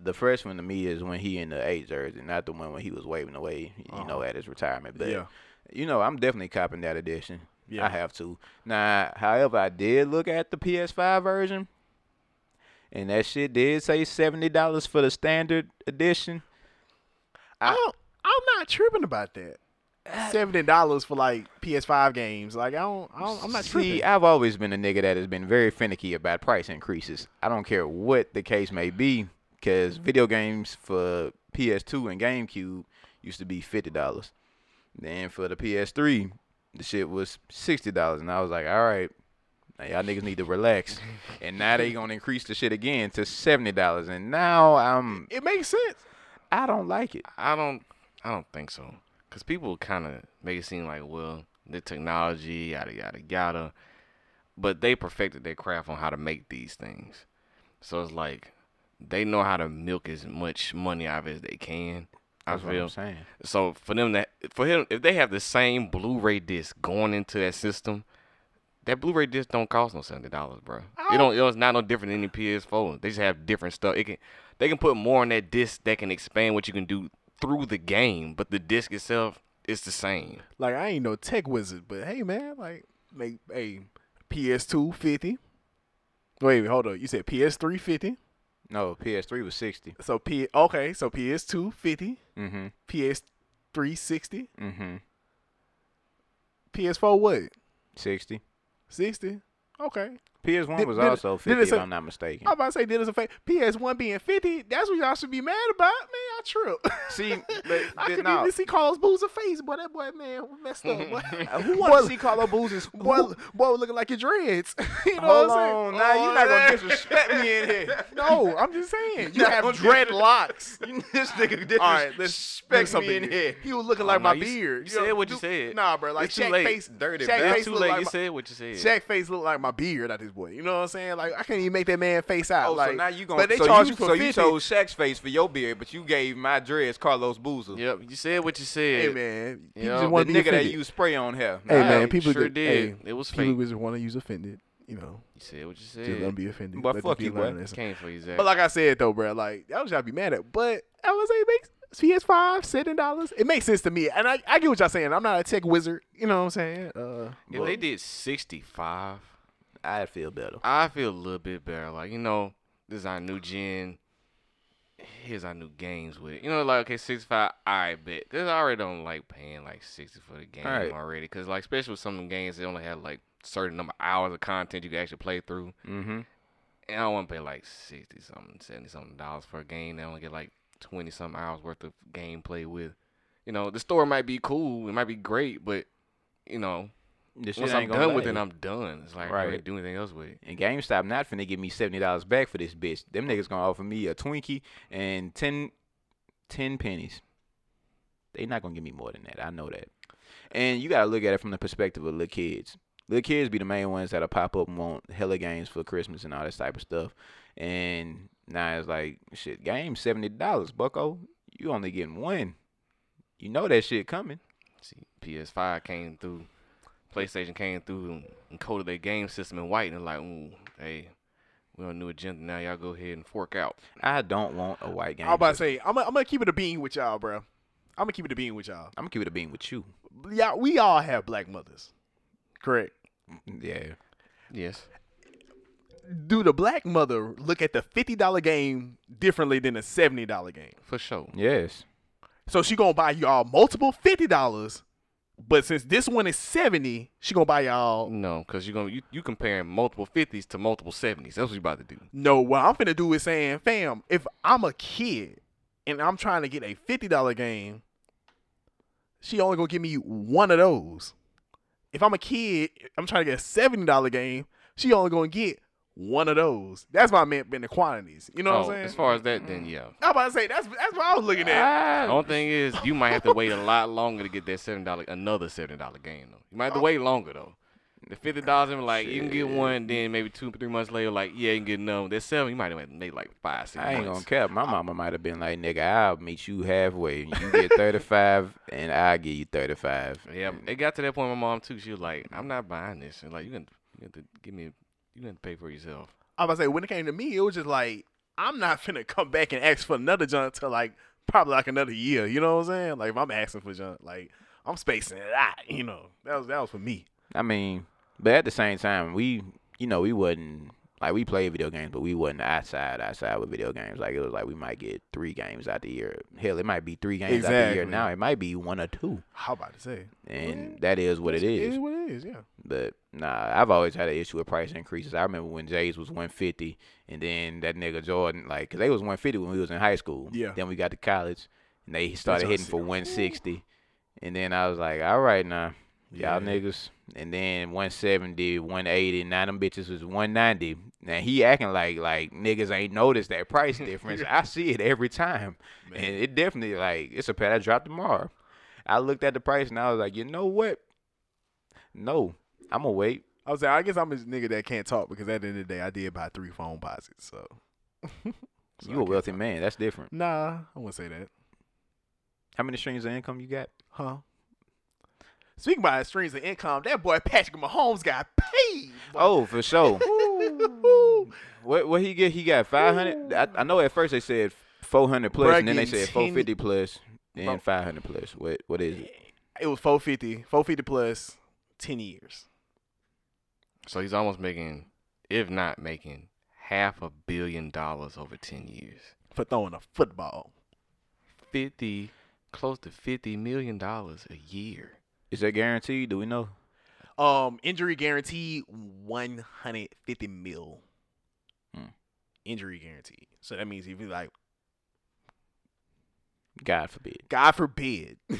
Speaker 1: the first one to me is when he in the eight jersey, not the one when he was waving away, you
Speaker 2: Uh-huh.
Speaker 1: know, at his retirement. But
Speaker 2: Yeah.
Speaker 1: you know, I'm definitely copping that edition.
Speaker 2: Yeah.
Speaker 1: I have to. Now, however, I did look at the PS5 version, and that shit did say seventy dollars for the standard edition.
Speaker 2: I don't, I'm not tripping about that. Seventy dollars for like PS5 games. Like I don't, I don't I'm not
Speaker 1: See,
Speaker 2: tripping.
Speaker 1: I've always been a nigga that has been very finicky about price increases. I don't care what the case may be,
Speaker 2: Mm-hmm.
Speaker 1: because video games for PS2 and GameCube used to be fifty dollars. Then for the PS3, the shit was sixty dollars, and I was like, all right. Now y'all niggas need to relax, and now they gonna increase the shit again to seventy dollars, and now I'm
Speaker 2: it makes sense.
Speaker 1: I don't like it.
Speaker 3: I don't I don't think so. Cause people kind of make it seem like, well, the technology, yada yada yada, but they perfected their craft on how to make these things. So it's like they know how to milk as much money out of it as they can. I
Speaker 1: That's what I'm
Speaker 3: feel
Speaker 1: saying.
Speaker 3: so for them that for him if they have the same Blu-ray disc going into that system, that Blu-ray disc don't cost no seventy dollars, bro. It don't. It's not no different than any PS4. They just have different stuff. It can they can put more on that disc that can expand what you can do through the game, but the disc itself is the same.
Speaker 2: Like I ain't no tech wizard, but hey man, like make a PS2 fifty. Wait, wait, hold on. You said PS3 fifty.
Speaker 1: No, PS3 was 60.
Speaker 2: So P okay, so PS2 50,
Speaker 1: Mm-hmm.
Speaker 2: PS3 60,
Speaker 1: Mm-hmm.
Speaker 2: PS4 what?
Speaker 1: 60.
Speaker 2: 60. Okay.
Speaker 1: PS1
Speaker 2: Did-
Speaker 1: was
Speaker 2: did-
Speaker 1: also
Speaker 2: did it
Speaker 1: 50, if
Speaker 2: say-
Speaker 1: I'm not mistaken.
Speaker 2: I'm about to say did us a favor. PS1 being 50, that's what y'all should be mad about. Man, I trip.
Speaker 1: See,
Speaker 2: I
Speaker 1: but,
Speaker 2: couldn't
Speaker 1: no.
Speaker 2: even see Carlos Boozer face, boy. That boy, man, messed up. Boy.
Speaker 1: Uh, Who wants
Speaker 2: Boy-
Speaker 1: to see Carlo Booze's?
Speaker 2: Boy, boy looking like your dreads. you know
Speaker 1: Hold
Speaker 2: what I'm
Speaker 1: on,
Speaker 2: saying?
Speaker 1: now you're not gonna disrespect me in here.
Speaker 2: No, I'm just saying. You
Speaker 1: Not
Speaker 2: have
Speaker 1: gonna
Speaker 2: dreadlocks.
Speaker 1: this nigga
Speaker 2: All right, let's
Speaker 1: disrespect
Speaker 2: do
Speaker 1: me in
Speaker 2: something
Speaker 1: here.
Speaker 2: He was looking
Speaker 3: Oh,
Speaker 2: like
Speaker 3: no,
Speaker 2: my
Speaker 3: you s-
Speaker 2: beard.
Speaker 3: you said
Speaker 2: know,
Speaker 3: what you
Speaker 2: do-
Speaker 3: said.
Speaker 2: Nah, bro. Like
Speaker 3: It's too
Speaker 2: Shaq
Speaker 3: late.
Speaker 2: face,
Speaker 1: Dirty,
Speaker 2: Shaq
Speaker 1: bro.
Speaker 3: It's
Speaker 2: face
Speaker 3: too
Speaker 2: look
Speaker 3: late.
Speaker 2: like
Speaker 3: you
Speaker 2: my-
Speaker 3: said what you said.
Speaker 2: Shaq face look like my beard at this boy. You know what I'm saying? Like I can't even make that man face out.
Speaker 1: Oh,
Speaker 2: like,
Speaker 1: so now you gonna
Speaker 2: but they
Speaker 1: so
Speaker 2: charge
Speaker 1: you,
Speaker 2: you for
Speaker 1: so
Speaker 2: 50.
Speaker 1: you told Shaq's face for your beard, but you gave my dreads Carlos Boozer,
Speaker 3: Yep, you said what you said.
Speaker 2: hey man, people
Speaker 3: Yeah,
Speaker 2: just
Speaker 1: the
Speaker 2: want to be
Speaker 1: nigga that
Speaker 2: offended.
Speaker 1: you spray on hair.
Speaker 2: hey
Speaker 1: Nah,
Speaker 2: man,
Speaker 3: Hey,
Speaker 2: people
Speaker 3: sure
Speaker 2: just-
Speaker 3: did.
Speaker 2: hey,
Speaker 3: it was fake.
Speaker 2: people just want to use offended. You know,
Speaker 3: you said what you
Speaker 2: just
Speaker 3: said.
Speaker 2: don't be offended.
Speaker 1: But
Speaker 2: Let them
Speaker 1: fuck
Speaker 2: be
Speaker 1: you, boy.
Speaker 2: learning this.
Speaker 3: Came for you, Zach.
Speaker 2: But like I said though, bro, like that was y'all be mad at. But I was say it makes PS Five seven dollars. It makes sense to me, and I, I get what y'all saying. I'm not a tech wizard. You know what I'm saying? Uh,
Speaker 3: if they did 65,
Speaker 1: I'd feel better.
Speaker 3: I feel a little bit better. Like, you know, this is our new gen. Here's our new games with it. You know, like, okay, 65, I bet. Because I already don't like paying like 60 for the game
Speaker 1: Right.
Speaker 3: already. Because, like, especially with some games, they only have like certain number of hours of content you can actually play through.
Speaker 1: Mm-hmm.
Speaker 3: And I don't want to pay like 60 something, 70 something dollars for a game. They only get like 20 something hours worth of gameplay with. You know, the story might be cool. It might be great, but, you know,
Speaker 1: This shit
Speaker 3: once I'm
Speaker 1: ain't gonna
Speaker 3: done with it,
Speaker 1: last.
Speaker 3: I'm done. It's like, I
Speaker 1: Right.
Speaker 3: can't do anything else with it.
Speaker 1: And GameStop not finna give me seventy dollars back for this bitch. Them niggas gonna offer me a Twinkie and 10, 10 pennies. They not gonna give me more than that. I know that. And you gotta look at it from the perspective of little kids. Little kids be the main ones that'll pop up and want hella games for Christmas and all that type of stuff. And now it's like shit, game seventy dollars, Bucko. You only getting one. You know that shit coming.
Speaker 3: See, PS5 came through, PlayStation came through and, and coded their game system in white, and they're like, Ooh, hey, we on a new agenda now. Y'all go ahead and fork out.
Speaker 1: I don't want a white game.
Speaker 2: I'm about to say I'm gonna I'm gonna keep it a bean with y'all, bro. I'm gonna keep it a bean with y'all.
Speaker 1: I'm gonna keep it a bean with you.
Speaker 2: Yeah, we all have black mothers. Correct.
Speaker 1: Yeah.
Speaker 3: Yes,
Speaker 2: do the black mother look at the fifty dollar game differently than the seventy dollar game?
Speaker 3: for sure.
Speaker 1: Yes.
Speaker 2: So she gonna buy y'all multiple fifty dollars, but since this one is seventy, she gonna buy y'all.
Speaker 3: No, because you're gonna you, you comparing multiple fifties to multiple seventies. That's what you about to do.
Speaker 2: No, what I'm finna do is saying, fam, if I'm a kid and I'm trying to get a fifty dollar game, she only gonna give me one of those. If I'm a kid, I'm trying to get a seventy dollar game, she only gonna get one of those. That's my meant been the quantities. You know
Speaker 3: oh,
Speaker 2: what I'm saying?
Speaker 3: as far Ah, as that, then yeah.
Speaker 2: I'm about to say that's that's what I was looking at.
Speaker 3: The only thing is, you might have to wait a lot longer to get that seven dollar another seven dollar game though. You might have
Speaker 2: Oh.
Speaker 3: to wait longer though. The fifty dollars, I'm like, you can get one, then maybe two, three months later, like, yeah, you can get another. one. That seven, you might have made like five, six
Speaker 1: I ain't
Speaker 3: months.
Speaker 1: gonna cap. My mama might have been like, "Nigga, I'll meet you halfway. and You get 35, and I give you 35."
Speaker 3: Yeah, it got to that point. My mom too. She was like, "I'm not buying this." And like, you can, you have to give me, you have to pay for yourself.
Speaker 2: I was like, when it came to me, it was just like, I'm not finna come back and ask for another junk till like probably like another year. You know what I'm saying? Like if I'm asking for junk, like I'm spacing it out. You know, that was that was for me.
Speaker 1: I mean, but at the same time, we, you know, we wasn't like we played video games, but we wasn't outside outside with video games. Like it was like we might get three games out the year. Hell, it might be three games out the year
Speaker 2: Exactly.
Speaker 1: now. It might be one or two,
Speaker 2: How about to say?
Speaker 1: and
Speaker 2: Well,
Speaker 1: that is what it
Speaker 2: It
Speaker 1: is.
Speaker 2: is what it is. Yeah.
Speaker 1: But nah, I've always had an issue with price increases. I remember when Jay's was 150, and then that nigga Jordan, like, 'cause they was 150 when we was in high school.
Speaker 2: Yeah.
Speaker 1: Then we got to college, and they started
Speaker 2: what I
Speaker 1: hitting for
Speaker 2: see.
Speaker 1: 160, and then I was like, all right, nah,
Speaker 2: Yeah.
Speaker 1: y'all niggas. And then 170, 180, now them bitches was 190. Now he acting like like niggas ain't noticed that price difference. I see it every time, and it definitely like it's a pet I dropped tomorrow. I looked at the price and I was like, you know what? No, I'm gonna wait.
Speaker 2: I was like, I guess I'm a nigga that can't talk because at the end of the day, I did buy three phone posits. So So I
Speaker 1: you a
Speaker 2: guess
Speaker 1: wealthy man. That's different.
Speaker 2: nah, I wouldn't say that,
Speaker 1: How many streams of income you got?
Speaker 2: huh? Speaking about streams of income, that boy Patrick Mahomes got paid. boy.
Speaker 1: Oh, for sure.
Speaker 2: Ooh.
Speaker 1: what what he get? He got five hundred. I, I know at first they said four hundred plus, and then they
Speaker 2: Bruh,
Speaker 1: said
Speaker 2: getting
Speaker 1: four fifty plus,
Speaker 2: Bro.
Speaker 1: then five hundred plus. What what is it?
Speaker 2: It was 450, 450 plus 10 years.
Speaker 3: So he's almost making, if not making, half a billion dollars over ten years.
Speaker 2: for throwing a football.
Speaker 3: Fifty, close to fifty million dollars a year.
Speaker 1: Is that guaranteed? Do we know?
Speaker 2: Um, injury guaranteed one hundred fifty mil.
Speaker 1: Hmm.
Speaker 2: Injury guaranteed. So that means if you like,
Speaker 1: God forbid.
Speaker 2: God forbid,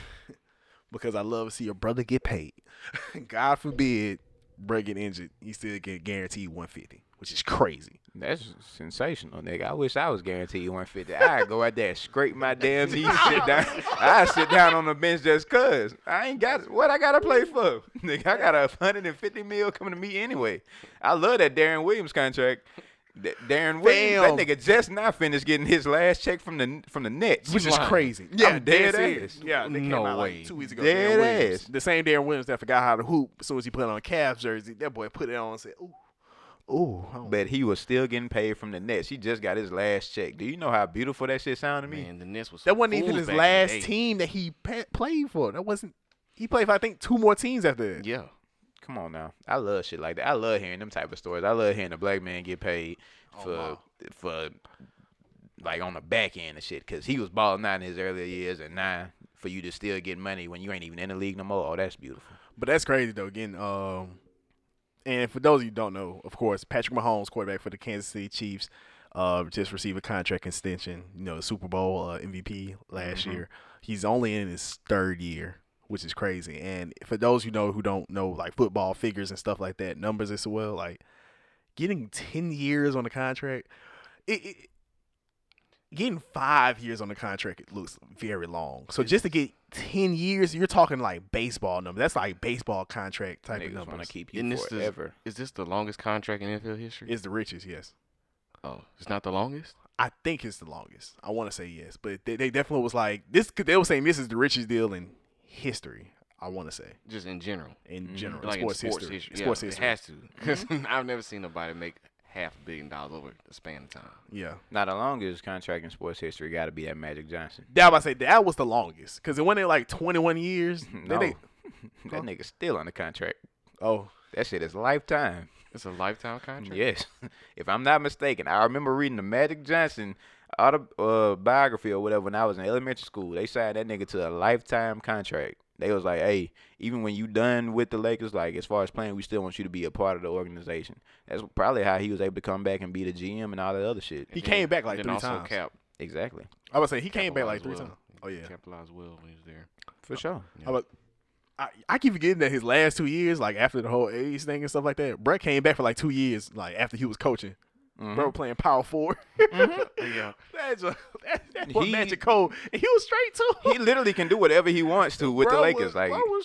Speaker 2: because I love to see your brother get paid. God forbid, bro get injured, you still get guaranteed one fifty, which is crazy.
Speaker 1: That's sensational, nigga. I wish I was guaranteed 150. I'd go out there, and scrape my damn knees, sit down. I sit down on the bench just cause I ain't got what I gotta play for. Nigga, I got a 150 mil coming to me anyway. I love that Darren Williams contract. Da- Darren Williams,
Speaker 2: Damn.
Speaker 1: that nigga just not finished getting his last check from the from the Nets.
Speaker 2: Which is
Speaker 3: lying.
Speaker 2: crazy.
Speaker 1: Yeah,
Speaker 2: I'm
Speaker 1: dead
Speaker 2: serious.
Speaker 1: ass.
Speaker 2: Yeah, they
Speaker 3: No
Speaker 2: came out
Speaker 3: way.
Speaker 2: like two weeks ago.
Speaker 1: Dead
Speaker 2: Darren Williams.
Speaker 1: ass.
Speaker 2: The same Darren Williams that forgot how to hoop. As soon as he put on a Cavs jersey, that boy put it on and said, "Ooh, ooh." I don't
Speaker 1: But he was still getting paid from the Nets. He just got his last check. Do you know how beautiful that shit sounded to me?
Speaker 3: Man, the Nets was
Speaker 2: That wasn't even his
Speaker 3: fools back in the
Speaker 2: last
Speaker 3: day.
Speaker 2: team that he pa- played for. That wasn't. He played for I think two more teams after that.
Speaker 3: Yeah,
Speaker 1: Come on now. I love shit like that. I love hearing them type of stories. I love hearing a black man get paid for
Speaker 3: wow.
Speaker 1: for like on the back end and shit cuz he was balling out in his earlier years and now for you to still get money when you ain't even in the league no more. Oh, that's beautiful.
Speaker 2: But that's crazy though. Again, um, and for those of you who don't know, of course, Patrick Mahomes, quarterback for the Kansas City Chiefs, uh, just received a contract extension. You know, Super Bowl uh, MVP last year. He's only in his third year, which is crazy. And for those you know who don't know like football figures and stuff like that, numbers as well, like getting ten years on a contract, it. it Getting five years on the contract it looks very long. So just to get ten years, you're talking like baseball numbers. That's like baseball contract type of
Speaker 1: Niggas want
Speaker 2: numbers.
Speaker 1: to keep
Speaker 3: And
Speaker 1: you
Speaker 3: this is-
Speaker 1: forever.
Speaker 3: is this the longest contract in NFL history?
Speaker 2: It's the richest, yes.
Speaker 3: oh, it's not the longest.
Speaker 2: I think it's the longest. I want to say yes, but they, they definitely was like this. Cause they were saying this is the richest deal in history. I want to say
Speaker 3: Just in general,
Speaker 2: in general,
Speaker 3: Mm-hmm. like
Speaker 2: sports,
Speaker 3: in
Speaker 2: history,
Speaker 3: yeah,
Speaker 2: sports
Speaker 3: it
Speaker 2: history.
Speaker 3: has to. 'Cause I've never seen nobody make half a billion dollars over the span of time.
Speaker 2: Yeah,
Speaker 1: Now the longest contract in sports history got to be that Magic Johnson.
Speaker 2: that I say that was the longest because it went in like 21 years. Then
Speaker 1: No.
Speaker 2: they-
Speaker 1: that nigga still under contract.
Speaker 2: oh,
Speaker 1: That shit is lifetime.
Speaker 3: It's a lifetime contract.
Speaker 1: Yes, if I'm not mistaken, I remember reading the Magic Johnson autobiography or whatever when I was in elementary school. They signed that nigga to a lifetime contract. They was like, "Hey, even when you done with the Lakers, like as far as playing, we still want you to be a part of the organization." That's probably how he was able to come back and be the GM and all that other shit.
Speaker 2: He came back like
Speaker 3: and
Speaker 2: three
Speaker 3: also
Speaker 2: times.
Speaker 3: Cap,
Speaker 1: Exactly,
Speaker 2: I was say he came back like
Speaker 3: capitalized
Speaker 2: three
Speaker 3: well.
Speaker 2: times. Oh yeah,
Speaker 3: Capitalized well when he was there.
Speaker 1: for sure.
Speaker 2: How about- I, I keep forgetting that his last two years, like after the whole age thing and stuff like that, Brett came back for like two years, like after he was coaching.
Speaker 3: Mm-hmm.
Speaker 2: Bro playing power forward.
Speaker 3: Yeah.
Speaker 2: That's a, that, that's what
Speaker 1: He-
Speaker 2: Magic Cole. And he was straight too.
Speaker 1: He literally can do whatever he wants to with
Speaker 2: Bro
Speaker 1: the Lakers.
Speaker 2: was-
Speaker 1: like,
Speaker 2: bro was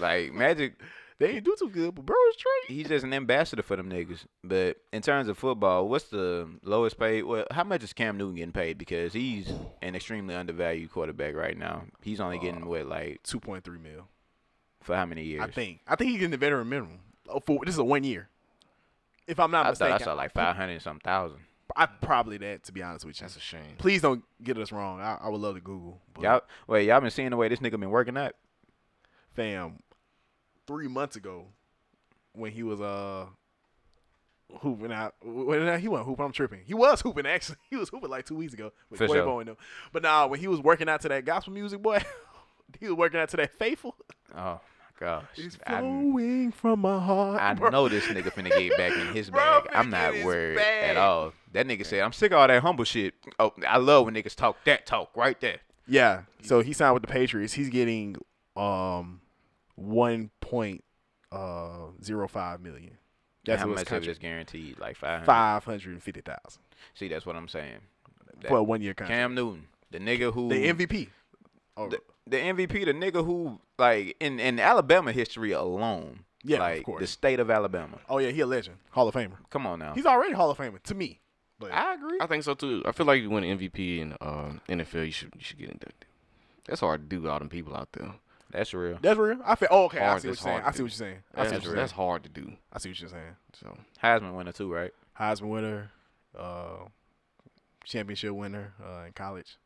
Speaker 1: like Magic
Speaker 2: they didn't do too good, but bro was straight.
Speaker 1: he's just an ambassador for them niggas. But in terms of football, what's the lowest paid? Well, how much is Cam Newton getting paid? Because he's an extremely undervalued quarterback right now. He's only getting what like
Speaker 2: Two point three mil,
Speaker 1: for how many years?
Speaker 2: Uh, I think. I think he's getting the veteran minimum. Oh, for this is a one year. If I'm not
Speaker 1: I thought
Speaker 2: mistaken,
Speaker 1: I saw like five hundred some thousand.
Speaker 2: I probably that to be honest with you.
Speaker 3: That's a shame.
Speaker 2: Please don't get us wrong. I, I would love to Google. But
Speaker 1: Y'all, wait, y'all been seeing the way this nigga been working out?
Speaker 2: fam, three months ago, when he was uh hooping out, when he wasn't hooping, I'm tripping. He was hooping actually. He was hooping like two weeks ago with
Speaker 1: For
Speaker 2: Quavo
Speaker 1: sure.
Speaker 2: and them. But nah, when he was working out to that gospel music, boy, he was working out to that faithful.
Speaker 1: Oh my gosh,
Speaker 2: It's
Speaker 1: I,
Speaker 2: flowing from my heart.
Speaker 1: I
Speaker 2: bro.
Speaker 1: know this nigga finna get back in his
Speaker 2: Bro,
Speaker 1: bag.
Speaker 2: finna
Speaker 1: I'm
Speaker 2: get
Speaker 1: not
Speaker 2: his
Speaker 1: worried
Speaker 2: bag.
Speaker 1: at all. That nigga said, "I'm sick of all that humble shit." Oh, I love when niggas talk that talk right there.
Speaker 2: Yeah. So he signed with the Patriots. He's getting um one point uh zero five million. That's
Speaker 1: how
Speaker 2: what his
Speaker 1: much of it is
Speaker 2: contract-
Speaker 1: guaranteed? Like five hundred.
Speaker 2: Five hundred and fifty thousand
Speaker 1: See, that's what I'm saying. That-
Speaker 2: for a one year contract.
Speaker 1: Cam Newton, the nigga who
Speaker 2: the MVP. Oh,
Speaker 1: the, the MVP, the nigga who like in in Alabama history alone,
Speaker 2: Yeah, of
Speaker 1: like the
Speaker 2: course.
Speaker 1: state of Alabama.
Speaker 2: oh yeah, he a legend, Hall of Famer.
Speaker 1: Come on now,
Speaker 2: He's already Hall of Famer to me. But
Speaker 1: I agree.
Speaker 3: I think so too. I feel like you win an MVP in uh, NFL, you should you should get inducted. That's hard to do, with all them people out there.
Speaker 1: That's real.
Speaker 2: that's real. I feel. Oh, okay. I
Speaker 3: Hard,
Speaker 2: see what you're
Speaker 3: that's
Speaker 2: saying.
Speaker 3: hard
Speaker 2: I
Speaker 3: to
Speaker 2: see what you're saying. I
Speaker 3: That's,
Speaker 2: see what
Speaker 3: that's,
Speaker 2: you're saying.
Speaker 3: hard to do.
Speaker 2: I see what you're saying.
Speaker 3: So
Speaker 1: Heisman winner too, right?
Speaker 2: Heisman winner, uh, championship winner uh, in college.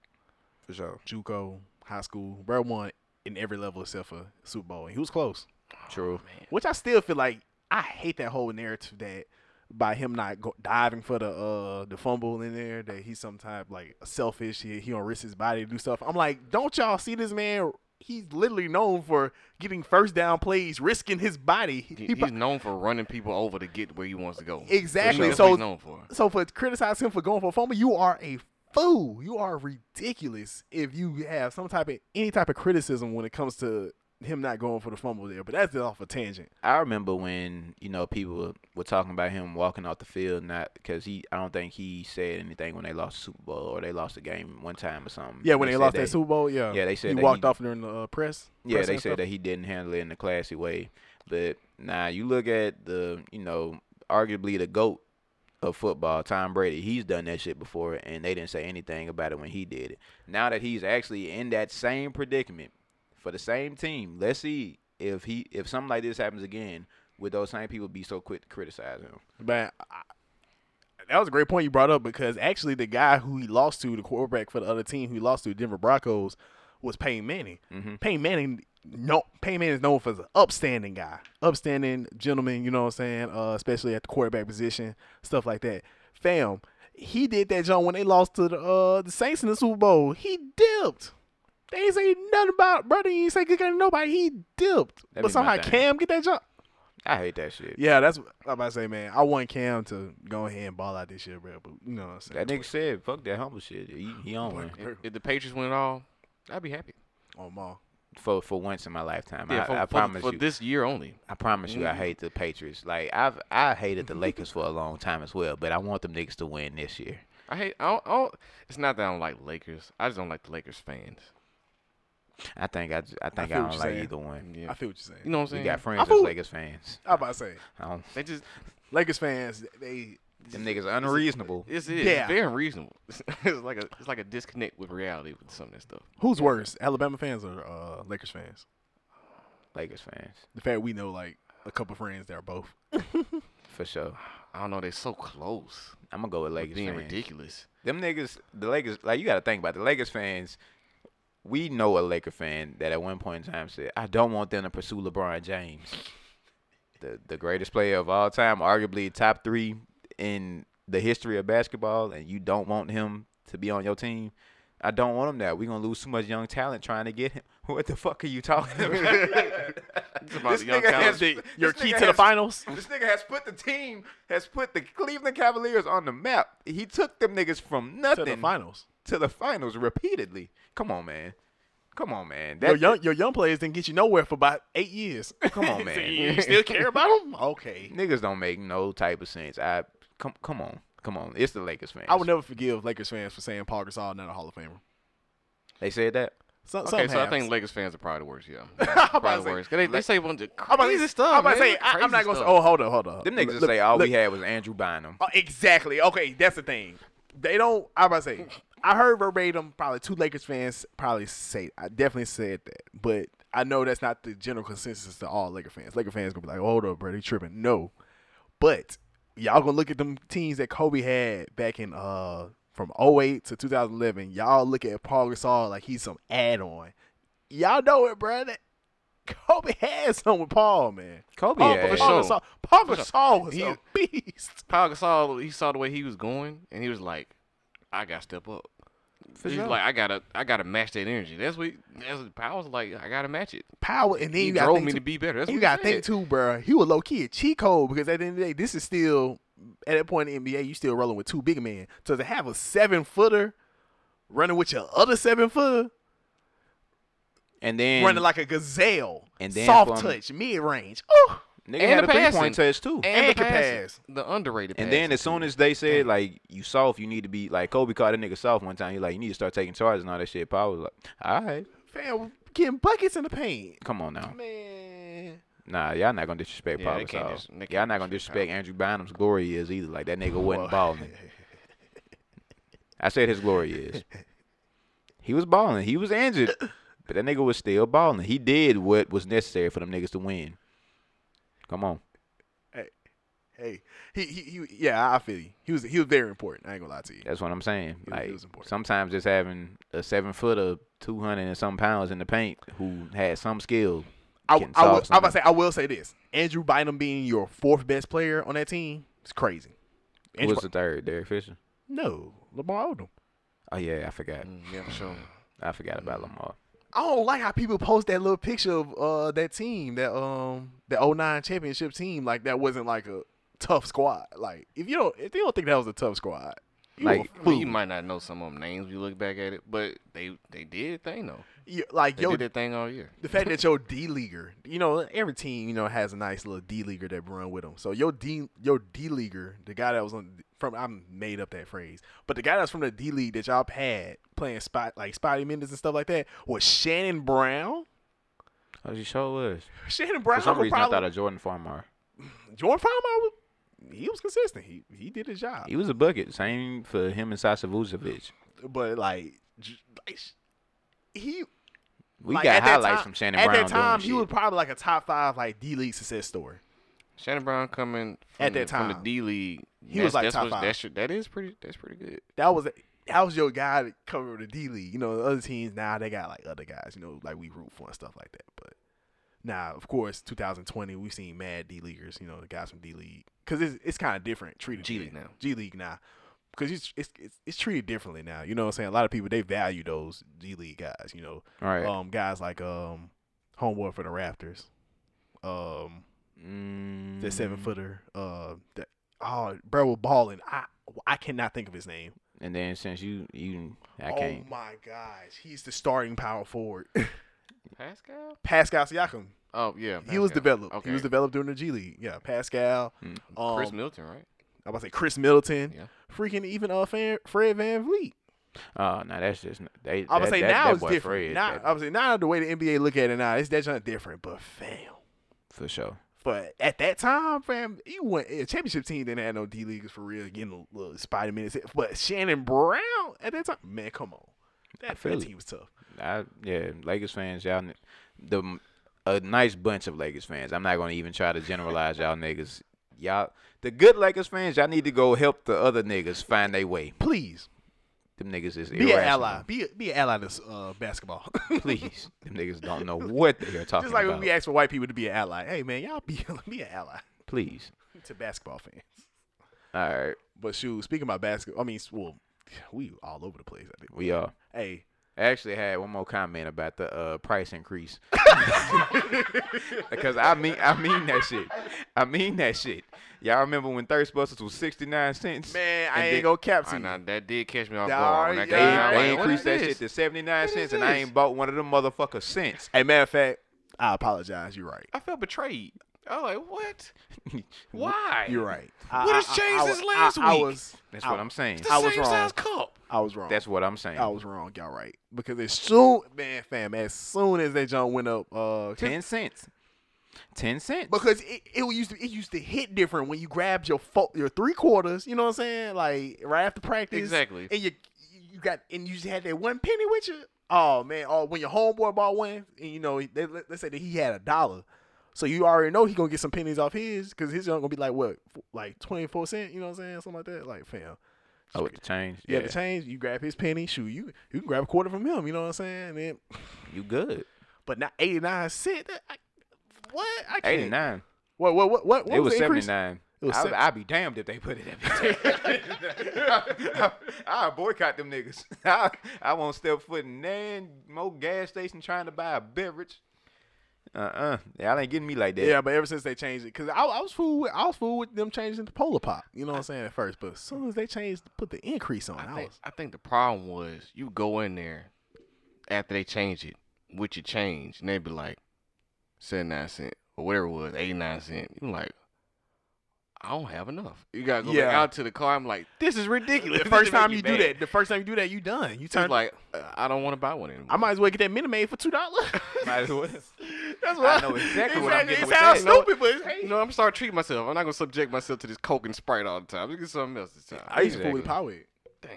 Speaker 1: For sure.
Speaker 2: JUCO, high school. Bro won in every level except for Super Bowl, and he was close.
Speaker 1: True.
Speaker 2: Which I still feel like I hate that whole narrative that by him not go- diving for the uh the fumble in there that he's some type like selfish. He he don't risk his body to do stuff. I'm like, don't y'all see this man? He's literally known for getting first down plays, risking his body. He-
Speaker 3: He-
Speaker 2: he
Speaker 3: he's known for running people over to get where he wants to go.
Speaker 2: Exactly,
Speaker 3: That's what
Speaker 2: so-
Speaker 3: he's known for.
Speaker 2: So for criticizing him for going for a fumble, you are a fool. You are ridiculous if you have some type of any type of criticism when it comes to him not going for the fumble there. But that's off a tangent.
Speaker 1: I remember when you know people were talking about him walking off the field, not because he. I don't think he said anything when they lost the Super Bowl or they lost the game one time or something.
Speaker 2: Yeah, when they,
Speaker 1: said
Speaker 2: lost
Speaker 1: um, they-
Speaker 2: that Super Bowl, yeah,
Speaker 1: Yeah, they said
Speaker 2: he
Speaker 1: that
Speaker 2: walked
Speaker 1: he-
Speaker 2: off during the uh, press.
Speaker 1: Yeah,
Speaker 2: press
Speaker 1: they
Speaker 2: and
Speaker 1: said
Speaker 2: stuff.
Speaker 1: that he didn't handle it in a classy way. But now nah, you look at the, you know, arguably the GOAT of football, Tom Brady. He's done that shit before and they didn't say anything about it when he did it. Now that he's actually in that same predicament for the same team, let's see if he if something like this happens again, would those same people be so quick to criticize him?
Speaker 2: But I, that was a great point you brought up because actually the guy who he lost to, the quarterback for the other team who he lost to, Denver Broncos, was Payne Manning.
Speaker 1: Mm-hmm.
Speaker 2: Payne Manning, no, Payne Manning is known for as an upstanding guy, upstanding gentleman. You know what I'm saying? Uh, especially at the quarterback position, stuff like that. Fam, he did that, John, when they lost to the uh, the Saints in the Super Bowl. He dipped. They ain't say nothing about brother. He ain't say good game to nobody. He dipped,
Speaker 1: That
Speaker 2: but
Speaker 1: be my
Speaker 2: somehow
Speaker 1: thing.
Speaker 2: Cam get that jump.
Speaker 1: I hate that shit.
Speaker 2: Yeah, that's what I'm about to say, man. I want Cam to go ahead and ball out this year, bro. But you know what I'm saying?
Speaker 1: That nigga said, fuck that humble shit. He, he on one.
Speaker 3: If, if the Patriots win it all, I'd be happy.
Speaker 2: on Ma.
Speaker 1: For for once in my lifetime.
Speaker 3: Yeah,
Speaker 1: I,
Speaker 3: for,
Speaker 1: I
Speaker 3: for-
Speaker 1: promise
Speaker 3: for
Speaker 1: you.
Speaker 3: this year only.
Speaker 1: I promise you, I hate the Patriots. Like I've I hated the Lakers for a long time as well, but I want them niggas to win this year.
Speaker 3: I hate. I don't, I don't, it's not that I don't like Lakers. I just don't like the Lakers fans.
Speaker 1: I think I, j- I think I,
Speaker 2: feel what
Speaker 1: don't like
Speaker 2: you're saying.
Speaker 1: either one.
Speaker 3: Yeah.
Speaker 2: I feel what you're
Speaker 3: you
Speaker 2: saying.
Speaker 3: know what I'm
Speaker 1: We
Speaker 3: saying?
Speaker 1: got friends as
Speaker 2: feel-
Speaker 1: Lakers fans.
Speaker 2: I'm about to say,
Speaker 1: I don't,
Speaker 3: They just
Speaker 2: Lakers fans, they
Speaker 1: them niggas are unreasonable.
Speaker 3: it's, it's
Speaker 2: Yeah.
Speaker 3: very unreasonable. It's, like a it's like a disconnect with reality with some of that stuff.
Speaker 2: who's worse, Alabama fans or uh, Lakers fans?
Speaker 1: Lakers fans
Speaker 2: The fact we know like a couple friends that are both.
Speaker 1: for sure.
Speaker 3: I don't know. They're so close.
Speaker 1: I'm gonna go with
Speaker 3: Like
Speaker 1: Lakers
Speaker 3: being
Speaker 1: fans.
Speaker 3: ridiculous.
Speaker 1: Them niggas, the Lakers. Like you got to think about it. the Lakers fans. We know a Laker fan that at one point in time said, "I don't want them to pursue LeBron James, the the greatest player of all time, arguably top three in the history of basketball, and you don't want him to be on your team." I don't want him that. We're gonna lose too much young talent trying to get him. What the fuck are you talking about?
Speaker 3: about
Speaker 1: This
Speaker 3: the young
Speaker 1: nigga
Speaker 3: talent.
Speaker 1: has-
Speaker 3: This
Speaker 2: Your
Speaker 1: this
Speaker 2: key
Speaker 1: nigga
Speaker 2: to the
Speaker 1: has-
Speaker 2: finals.
Speaker 1: this nigga has put the team, has put the Cleveland Cavaliers on the map. He took them niggas from
Speaker 2: To
Speaker 1: nothing
Speaker 2: the finals.
Speaker 1: to the finals repeatedly. Come on, man. Come on, man.
Speaker 2: Your
Speaker 1: That
Speaker 2: young your young players didn't get you nowhere for about eight years.
Speaker 1: come on,
Speaker 2: So
Speaker 1: man.
Speaker 2: you, you still care about them? Okay.
Speaker 1: Niggas don't make no type of sense. I come come on. Come on. It's the Lakers fans.
Speaker 2: I would never forgive Lakers fans for saying Paul Gasol not a Hall of Famer.
Speaker 1: They said that.
Speaker 2: Some,
Speaker 3: Okay,
Speaker 2: some
Speaker 3: so I
Speaker 2: haves.
Speaker 3: think Lakers fans are probably the worst. Yeah, Yeah,
Speaker 2: I'm about to
Speaker 3: probably
Speaker 2: say,
Speaker 3: the worst. 'Cause They, they say a bunch of
Speaker 2: I'm about to
Speaker 3: crazy
Speaker 2: say-
Speaker 3: stuff.
Speaker 2: I'm about to
Speaker 3: man.
Speaker 2: say I, am
Speaker 3: Crazy
Speaker 2: not gonna. Say,
Speaker 3: stuff.
Speaker 2: oh, hold up, hold up.
Speaker 1: Them niggas
Speaker 2: Look,
Speaker 1: say
Speaker 3: "Oh,
Speaker 1: all
Speaker 2: look,
Speaker 1: we had was Andrew Bynum.
Speaker 2: Oh, exactly. Okay, that's the thing. They don't. I'm about to say. I heard verbatim. Probably two Lakers fans probably say. I definitely said that, but I know that's not the general consensus to all Laker fans. Laker fans gonna be like, "Hold up, bro, they tripping." No, but y'all gonna look at them teams that Kobe had back in uh from 08 to 2011. Y'all look at Paul Gasol like he's some add-on. Y'all know it, bro. That Kobe had some with Paul, man.
Speaker 1: Kobe
Speaker 2: Paul,
Speaker 1: had-
Speaker 2: Paul,
Speaker 3: sure.
Speaker 2: Gasol, Paul Gasol was
Speaker 3: He-
Speaker 2: a beast.
Speaker 3: Pau Gasol, he saw the way he was going, and he was like, "I gotta step up." He's
Speaker 1: sure.
Speaker 3: like, "I gotta, I gotta match that energy." That's what. He, that's what Powell's like. I gotta match it.
Speaker 2: power, and then
Speaker 3: He
Speaker 2: you gotta
Speaker 3: drove
Speaker 2: think
Speaker 3: me
Speaker 2: too-
Speaker 3: to be better. That's
Speaker 2: you
Speaker 3: what he
Speaker 2: gotta
Speaker 3: said.
Speaker 2: think too, bro. He was low key a cheat code because at the end of the day, this is still at that point in the NBA, you still rolling with two big men. So to have a seven footer running with your other seven footer,
Speaker 1: And then
Speaker 2: running like a gazelle,
Speaker 1: and then
Speaker 2: soft
Speaker 1: from-
Speaker 2: touch, mid range, oh,
Speaker 1: nigga
Speaker 3: and
Speaker 1: had
Speaker 3: the
Speaker 1: a three point
Speaker 3: passing.
Speaker 1: touch too. And,
Speaker 3: and,
Speaker 2: and
Speaker 3: the
Speaker 2: can
Speaker 3: passes.
Speaker 2: pass.
Speaker 3: the underrated.
Speaker 1: then as
Speaker 3: passes,
Speaker 1: soon
Speaker 3: too.
Speaker 1: as they said like you soft, you need to be like Kobe called a nigga soft one time. He like you need to start taking charges and all that shit. Paul was like, all right,
Speaker 2: fam, getting buckets in the paint,
Speaker 1: come on now.
Speaker 2: man.
Speaker 1: Nah, y'all not gonna disrespect
Speaker 3: Yeah,
Speaker 1: Paul
Speaker 3: they can't
Speaker 1: Gasol.
Speaker 3: dis- they can't
Speaker 1: y'all not gonna
Speaker 3: disrespect
Speaker 1: disrespect Andrew Bynum's glory years either. Like that nigga wasn't balling. I said his glory years. He was balling. He was injured, but that nigga was still balling. He did what was necessary for them niggas to win. Come on,
Speaker 2: Hey, he, he, he, yeah, I- I feel you. He was, he was very important. I ain't gonna lie to you.
Speaker 1: that's what I'm saying.
Speaker 2: It was- it
Speaker 1: Like
Speaker 2: was important.
Speaker 1: sometimes just having a seven footer, two hundred and some pounds in the paint, who had some skill.
Speaker 2: I,
Speaker 1: can
Speaker 2: I, will,
Speaker 1: solve
Speaker 2: I'm about to
Speaker 1: something.
Speaker 2: say, I will say this: Andrew Bynum being your fourth best player on that team It's crazy.
Speaker 1: Who
Speaker 2: And
Speaker 1: was the third? Derek Fisher.
Speaker 2: No, Lamar Odom.
Speaker 1: Oh yeah, I forgot.
Speaker 3: Mm, yeah, for sure.
Speaker 1: I forgot
Speaker 2: Mm.
Speaker 1: about Lamar.
Speaker 2: I don't like how people post that little picture of uh, that team, that um, that 09 championship team. Like that wasn't like a tough squad. Like if you don't, if they don't think that was a tough squad, you
Speaker 1: Like-
Speaker 2: like
Speaker 3: I mean, you might not know some of them names. You look back at it, but they they did their thing though.
Speaker 2: you, like
Speaker 3: They
Speaker 2: yo,
Speaker 3: did their thing all year.
Speaker 2: the fact that your D leaguer, you know, every team you know has a nice little D leaguer that run with them. So your D, your D leaguer, the guy that was on from, I'm made up that phrase, but the guy that's from the D league that y'all had playing spot like Spotty Mendes and stuff like that was Shannon Brown.
Speaker 1: Oh, she sure was. For
Speaker 2: Shannon Brown.
Speaker 1: some
Speaker 2: would
Speaker 1: reason, I
Speaker 2: probably-
Speaker 1: thought of Jordan Farmar.
Speaker 2: Jordan Farmer, was- he was consistent. He he did his job.
Speaker 1: He was a bucket. Same for him and Sasa Vucevic.
Speaker 2: But like, j- like, sh- he
Speaker 1: We
Speaker 2: like,
Speaker 1: got
Speaker 2: at that
Speaker 1: highlights
Speaker 2: time-
Speaker 1: from Shannon
Speaker 2: at
Speaker 1: Brown.
Speaker 2: that time.
Speaker 1: doing
Speaker 2: He
Speaker 1: shit.
Speaker 2: was probably like a top five like D league success story.
Speaker 3: Shannon Brown coming from
Speaker 2: At that
Speaker 3: the, from the
Speaker 2: time,
Speaker 3: D League.
Speaker 2: he was, like,
Speaker 3: that's
Speaker 2: top
Speaker 3: what-
Speaker 2: five.
Speaker 3: That's, your- that is pretty. That's pretty good.
Speaker 2: That was that was your guy that covered the D league. You know, the other teams now they got like other guys. You know, like we root for and stuff like that. But now, of course, 2020, we've seen mad D leaguers. You know, the guys from D league because it's it's kind of different treated
Speaker 3: G
Speaker 2: then.
Speaker 3: League now.
Speaker 2: G League now. Because it's, it's it's it's treated differently now. You know what I'm saying? A lot of people they value those G League guys. You know,
Speaker 1: right.
Speaker 2: um guys like um homeboy for the Raptors, um the seven
Speaker 3: Mm-hmm.
Speaker 1: Mm,
Speaker 2: footer, uh the, oh bro was balling. I I cannot think of his name.
Speaker 1: And then since you you I can't.
Speaker 2: Oh my gosh, he's the starting power forward.
Speaker 3: Pascal.
Speaker 2: Pascal Siakam.
Speaker 3: Oh yeah,
Speaker 2: He was
Speaker 3: Pascal.
Speaker 2: developed.
Speaker 3: Okay.
Speaker 2: He was developed during the G League. Yeah, Pascal.
Speaker 1: Mm.
Speaker 2: Um,
Speaker 3: Chris Milton, right?
Speaker 2: I about to say Chris Middleton.
Speaker 3: Yeah.
Speaker 2: Freaking even uh Fan, Fred Van Vliet.
Speaker 1: Oh no, that's just they.
Speaker 2: I
Speaker 1: that,
Speaker 2: would say
Speaker 1: that,
Speaker 2: now
Speaker 1: that
Speaker 2: it's
Speaker 1: boy
Speaker 2: different.
Speaker 1: Fred,
Speaker 2: now
Speaker 1: that-
Speaker 2: I would say now the way the NBA look at it now, it's that joint different. But fam,
Speaker 1: for sure.
Speaker 2: But at that time, fam, you went a championship team didn't have no D leaguers for real, getting a little Spider Man. But Shannon Brown at that time, man, come on, that,
Speaker 1: feel
Speaker 2: that
Speaker 1: it.
Speaker 2: team was tough.
Speaker 1: I yeah, Lakers fans, y'all, n- the a nice bunch of Lakers fans. I'm not gonna even try to generalize y'all niggas. Y'all, the good Lakers fans, y'all need to go help the other niggas find their way.
Speaker 2: Please
Speaker 1: Them niggas is
Speaker 2: be
Speaker 1: irrational.
Speaker 2: an ally, be a, be an ally to uh, basketball.
Speaker 1: Please, them niggas don't know what they are talking
Speaker 2: Just like
Speaker 1: about.
Speaker 2: when we ask for white people to be an ally. Hey man, y'all be be an ally
Speaker 1: Please,
Speaker 2: to basketball fans.
Speaker 1: all right,
Speaker 2: But shoot, speaking about basketball, I mean, well, we all over the place. I think.
Speaker 1: we are.
Speaker 2: Hey,
Speaker 1: I actually had one more comment about the uh, price increase because I mean I mean that shit. I mean that shit. Y'all remember when Thirstbusters was sixty nine cents?
Speaker 2: man, I
Speaker 1: And
Speaker 2: ain't
Speaker 1: then-
Speaker 2: gonna cap to
Speaker 3: I
Speaker 2: you.
Speaker 3: know that did catch me off
Speaker 2: Nah,
Speaker 3: guard. When
Speaker 2: yeah.
Speaker 1: They,
Speaker 3: that came out,
Speaker 1: they
Speaker 3: like, what
Speaker 1: increased
Speaker 3: is
Speaker 1: that
Speaker 3: this?
Speaker 1: shit to 79
Speaker 3: What is
Speaker 1: cents, and I
Speaker 3: this?
Speaker 1: ain't bought one of them motherfuckers since.
Speaker 2: Hey, matter of fact, I apologize. You're right.
Speaker 3: I felt betrayed. I was like, what? Why?
Speaker 2: You're right.
Speaker 3: What has changed
Speaker 2: was-
Speaker 3: since last
Speaker 2: I,
Speaker 3: week?
Speaker 2: I was,
Speaker 1: That's what I'm saying.
Speaker 3: It's the
Speaker 2: I was
Speaker 3: same
Speaker 2: wrong.
Speaker 3: size cup.
Speaker 2: I was wrong.
Speaker 1: That's what I'm saying.
Speaker 2: I was wrong. Y'all right. Because as soon, man, fam, as soon as that jump went up, uh,
Speaker 1: 10 cents. 10 cents.
Speaker 2: because it, it used to it used to hit different when you grabbed your fo- your three quarters. You know what I'm saying? Like right after practice,
Speaker 3: Exactly.
Speaker 2: And you you got and you just had that one penny with you. Oh man! Oh, when your homeboy bought one, and you know, they, let, us say that he had a dollar, so you already know he gonna get some pennies off his because his junk gonna be like what, f- like twenty four cent? You know what I'm saying? Something like that. Like fam,
Speaker 1: oh, with the change.
Speaker 2: you
Speaker 1: Yeah,
Speaker 2: have to change. You grab his penny. Shoot, you you can grab a quarter from him. You know what I'm saying? And then,
Speaker 1: you good.
Speaker 2: but not eighty nine cent. that- I, what? I can't.
Speaker 1: 89.
Speaker 2: What? What? What? What? what
Speaker 1: it was,
Speaker 2: the increase?
Speaker 1: 79.
Speaker 2: It was
Speaker 1: I,
Speaker 2: seven-
Speaker 1: I'd be damned if they put it at me. I, I, boycott them niggas. I, I won't step foot in that more gas station trying to buy a beverage. Uh-uh. Y'all ain't getting me like that.
Speaker 2: Yeah, but ever since they changed it, because I, I was fooled with I was fooled with them changing the Polar Pop. You know what I'm saying at first, but as soon as they changed, put the increase on, I,
Speaker 3: I think,
Speaker 2: was
Speaker 3: I think the problem was you go in there after they change it with your change, and they'd be like, 79 cent or whatever it was, 89 cent. You're like, I don't have enough. You gotta go back
Speaker 2: Yeah.
Speaker 3: out to the car. I'm like, this is ridiculous.
Speaker 2: the
Speaker 3: This
Speaker 2: first
Speaker 3: should make
Speaker 2: time you do
Speaker 3: mad.
Speaker 2: that. The first time you do that, you done. You
Speaker 3: It's just
Speaker 2: turn like
Speaker 3: like, uh, I don't want to buy one anymore.
Speaker 2: I might as well get that Minute Maid for two dollars.
Speaker 1: Might as well.
Speaker 2: That's
Speaker 1: I know exactly what I'm getting
Speaker 2: It
Speaker 1: with
Speaker 2: sounds
Speaker 1: that.
Speaker 2: stupid, but it's,
Speaker 3: You know, I'm starting to treat myself. I'm not gonna subject myself to this Coke and Sprite all the time. Let's get something else this time.
Speaker 2: I used to fool with
Speaker 1: Exactly.
Speaker 2: Powerade.
Speaker 3: Dang.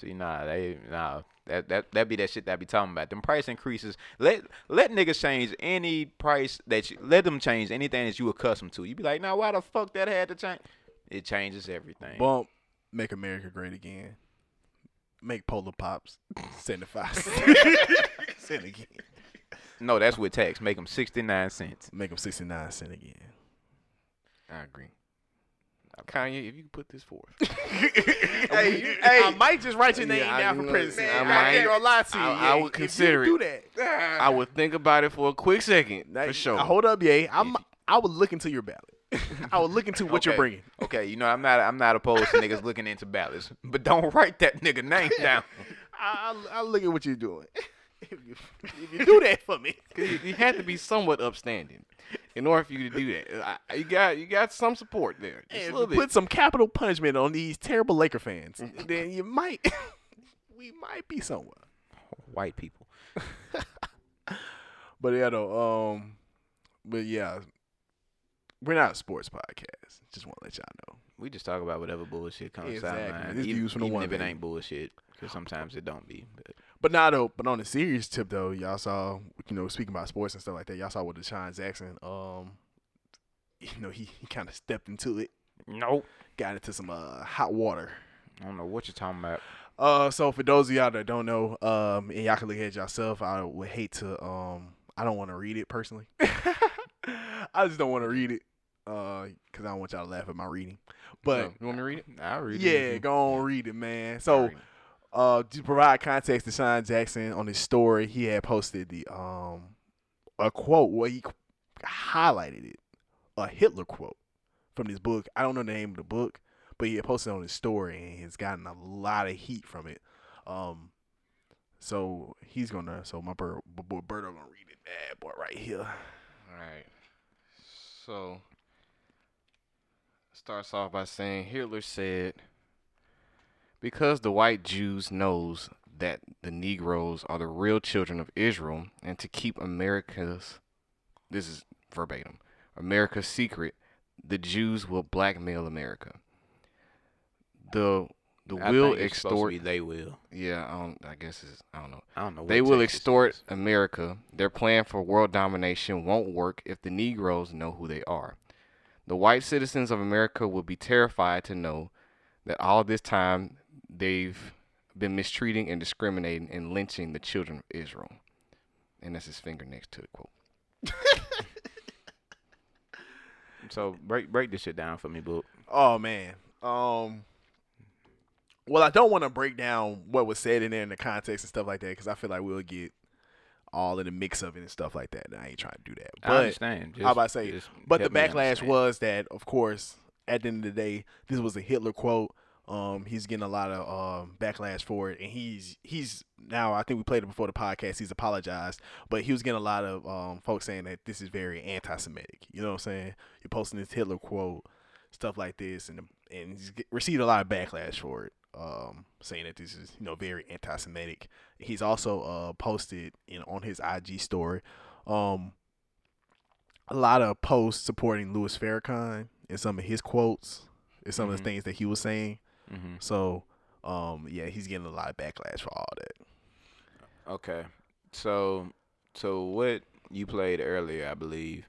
Speaker 1: See, nah, they nah. That that that be that shit that I be talking about. Them price increases. Let let niggas change any price that you let them change anything that you accustomed to. You be like, nah, why the fuck that had to change? It changes everything.
Speaker 2: Bump, make America great again. Make Polar Pops seventy five. cent again.
Speaker 1: no, that's with tax. Make them sixty nine cents.
Speaker 2: Make them sixty nine cent again.
Speaker 3: I agree.
Speaker 1: I
Speaker 3: Kanye, if you could put this forth.
Speaker 2: hey,
Speaker 3: you-
Speaker 2: hey,
Speaker 3: I might just write your name
Speaker 2: Yeah, I
Speaker 3: down for
Speaker 2: know.
Speaker 3: president.
Speaker 2: Man,
Speaker 3: I,
Speaker 2: I ain't
Speaker 3: might.
Speaker 2: gonna lie to you.
Speaker 3: I- I
Speaker 2: yeah,
Speaker 3: would
Speaker 2: if
Speaker 3: consider
Speaker 2: you
Speaker 3: it.
Speaker 2: do that.
Speaker 3: I would think about it for a quick second,
Speaker 2: That-
Speaker 3: for sure.
Speaker 2: uh, Hold up, yay. I'm.
Speaker 3: If-
Speaker 2: I would look into your ballot. I would look into what you're
Speaker 1: Okay.
Speaker 2: bringing.
Speaker 1: Okay, you know I'm not I'm not opposed to niggas looking into ballots, but don't write that nigga name down.
Speaker 2: I, I, I look at what you're doing. if, you, if you do that for me,
Speaker 3: 'Cause you, you had to be somewhat upstanding in order for you to do that. I, you got you got some support there, just
Speaker 2: if
Speaker 3: a
Speaker 2: you
Speaker 3: little
Speaker 2: put
Speaker 3: bit.
Speaker 2: some capital punishment on these terrible Laker fans, then you might. we might be somewhere.
Speaker 1: White people.
Speaker 2: But yeah, though. Um, but yeah, we're not a sports podcast. Just want to let y'all know.
Speaker 1: We just talk about whatever bullshit comes out.
Speaker 2: Exactly.
Speaker 1: Man.
Speaker 2: This
Speaker 1: even
Speaker 2: views from the
Speaker 1: even
Speaker 2: one,
Speaker 1: if it
Speaker 2: man.
Speaker 1: ain't bullshit, because sometimes it don't be. But
Speaker 2: But nah, though. But on a serious tip, though, y'all saw. You know, speaking about sports and stuff like that, y'all saw with Deshaun Jackson. Um, you know, he, he kind of stepped into it,
Speaker 1: nope.
Speaker 2: got into some uh hot water.
Speaker 1: I don't know what you're talking about.
Speaker 2: Uh, so for those of y'all that don't know, um, and y'all can look at it yourself. I would hate to. Um, I don't want to read it personally. I just don't want to read it. Uh, cause I don't want y'all to laugh at my reading. But
Speaker 3: No, you want me to read it?
Speaker 1: I read it.
Speaker 2: yeah, go on read it, man. So, uh, to provide context to Sean Jackson on his story, he had posted the um a quote where he highlighted it, a Hitler quote from this book. I don't know the name of the book, but he had posted it on his story and he's gotten a lot of heat from it. Um, so he's gonna. So my bird, my boy Birdo gonna read it. Bad boy, right here.
Speaker 3: All right. So starts off by saying Hitler said because the white Jews knows that the Negroes are the real children of Israel and to keep America's this is verbatim America's secret the Jews will blackmail America. The the
Speaker 1: I
Speaker 3: will
Speaker 1: think it's supposed to
Speaker 3: extort
Speaker 1: be they will.
Speaker 3: yeah, I, don't, I guess it's I don't know.
Speaker 1: I don't know.
Speaker 3: They
Speaker 1: what
Speaker 3: will
Speaker 1: Texas
Speaker 3: extort
Speaker 1: is.
Speaker 3: America. Their plan for world domination won't work if the Negroes know who they are. The white citizens of America will be terrified to know that all this time they've been mistreating and discriminating and lynching the children of Israel. And that's his finger next to the quote.
Speaker 1: So break break this shit down for me, book.
Speaker 2: Oh man. Um. Well, I don't want to break down what was said in there in the context and stuff like that because I feel like we'll get all in the mix of it and stuff like that. And I ain't trying to do that.
Speaker 1: I
Speaker 2: But
Speaker 1: understand. Just,
Speaker 2: how about I say,
Speaker 1: just
Speaker 2: but the
Speaker 1: help me
Speaker 2: backlash
Speaker 1: understand.
Speaker 2: was that, of course, at the end of the day, this was a Hitler quote. Um, he's getting a lot of um, backlash for it, and he's he's now. I think we played it before the podcast. He's apologized, but he was getting a lot of um, folks saying that this is very anti-Semitic. You know what I'm saying? You're posting this Hitler quote, stuff like this, and and he's get- received a lot of backlash for it. Um, saying that this is you know very anti-Semitic. He's also uh posted in on his IG story, um, a lot of posts supporting Louis Farrakhan and some of his quotes and some of
Speaker 1: Mhm.
Speaker 2: the things that he was saying.
Speaker 1: Mhm.
Speaker 2: So, um, yeah, he's getting a lot of backlash for all that.
Speaker 1: Okay. So so what you played earlier, I believe,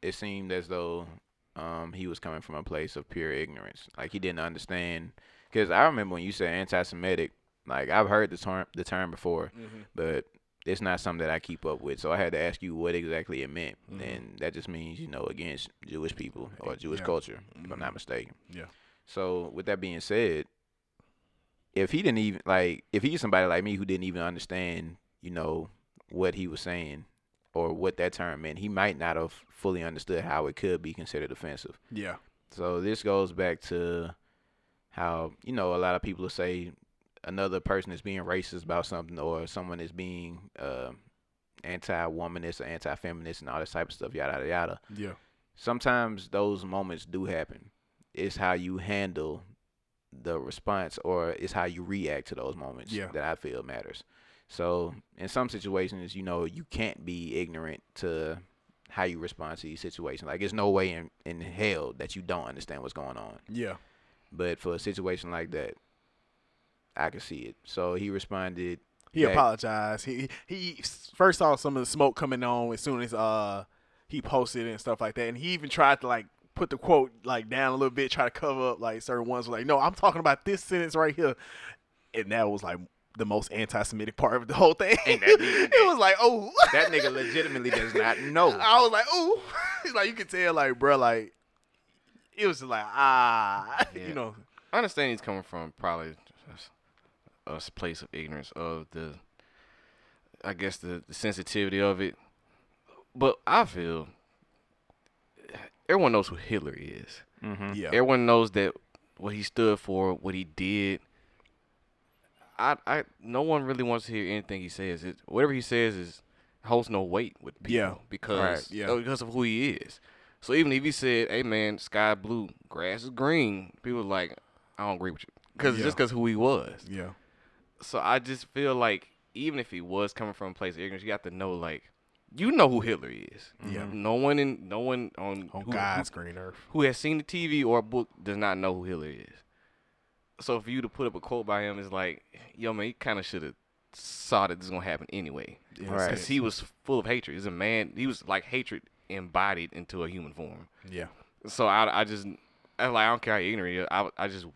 Speaker 1: it seemed as though um he was coming from a place of pure ignorance. Like he didn't understand cuz I remember when you said anti-semitic, like I've heard the term the term before, but it's not something that I keep up with. So I had to ask you what exactly it meant.
Speaker 2: Mhm.
Speaker 1: And that just means, you know, against Jewish people or Jewish
Speaker 2: Yeah.
Speaker 1: culture, if I'm
Speaker 2: Mhm.
Speaker 1: not mistaken.
Speaker 2: Yeah.
Speaker 1: So with that being said, if he didn't even like if he's somebody like me who didn't even understand, you know, what he was saying or what that term meant, he might not have fully understood how it could be considered offensive.
Speaker 2: Yeah,
Speaker 1: So this goes back to how, you know, a lot of people say another person is being racist about something or someone is being uh, anti-womanist or anti-feminist and all this type of stuff, yada, yada, yada
Speaker 2: yeah,
Speaker 1: sometimes those moments do happen. It's how you handle the response or it's how you react to those moments
Speaker 2: Yeah.
Speaker 1: that I feel matters. So in some situations, you know, you can't be ignorant to how you respond to these situations. Like there's no way in, in hell that you don't understand what's going on.
Speaker 2: yeah,
Speaker 1: But for a situation like that, I could see it. So he responded
Speaker 2: He
Speaker 1: Yeah.
Speaker 2: apologized. He he first saw some of the smoke coming on as soon as uh he posted it and stuff like that, and he even tried to like put the quote like down a little bit, try to cover up like certain ones. Like, no, I'm talking about this sentence right here, and that was like the most anti-Semitic part of the whole thing.
Speaker 1: Ain't that deep?
Speaker 2: it was like, oh,
Speaker 1: that nigga oh. legitimately does not know.
Speaker 2: I was like, ooh, It's like you could tell, like, bro, like it was like ah,
Speaker 3: Yeah.
Speaker 2: you know,
Speaker 3: I understand he's coming from probably a s- place of ignorance of the, I guess the, the sensitivity of it, but I feel everyone knows who Hitler is.
Speaker 1: Mm-hmm.
Speaker 2: yeah,
Speaker 3: Everyone knows that what he stood for, what he did. I, I, no one really wants to hear anything he says. It, whatever he says is holds no weight with people
Speaker 2: Yeah.
Speaker 3: because
Speaker 1: Right,
Speaker 2: yeah.
Speaker 3: oh, because of who he is. So even if he said, "Hey man, sky blue, grass is green," people are like, "I don't agree with you," because
Speaker 2: Yeah.
Speaker 3: just because who he was.
Speaker 2: yeah,
Speaker 3: So I just feel like even if he was coming from a place of ignorance, you got to know like you know who Hitler is.
Speaker 2: Yeah.
Speaker 3: No one in no one on
Speaker 2: on
Speaker 3: who-
Speaker 2: God's green earth.
Speaker 3: who has seen the TV or a book does not know who Hitler is. So for you to put up a quote by him is like, yo man, you kind of should have saw that this is gonna happen anyway,
Speaker 2: Yeah,
Speaker 1: Right.
Speaker 3: because he was full of hatred. He's a man. He was like hatred embodied into a human form.
Speaker 2: Yeah,
Speaker 3: So I, I just, I like, I don't care how ignorant. you are, I, I just,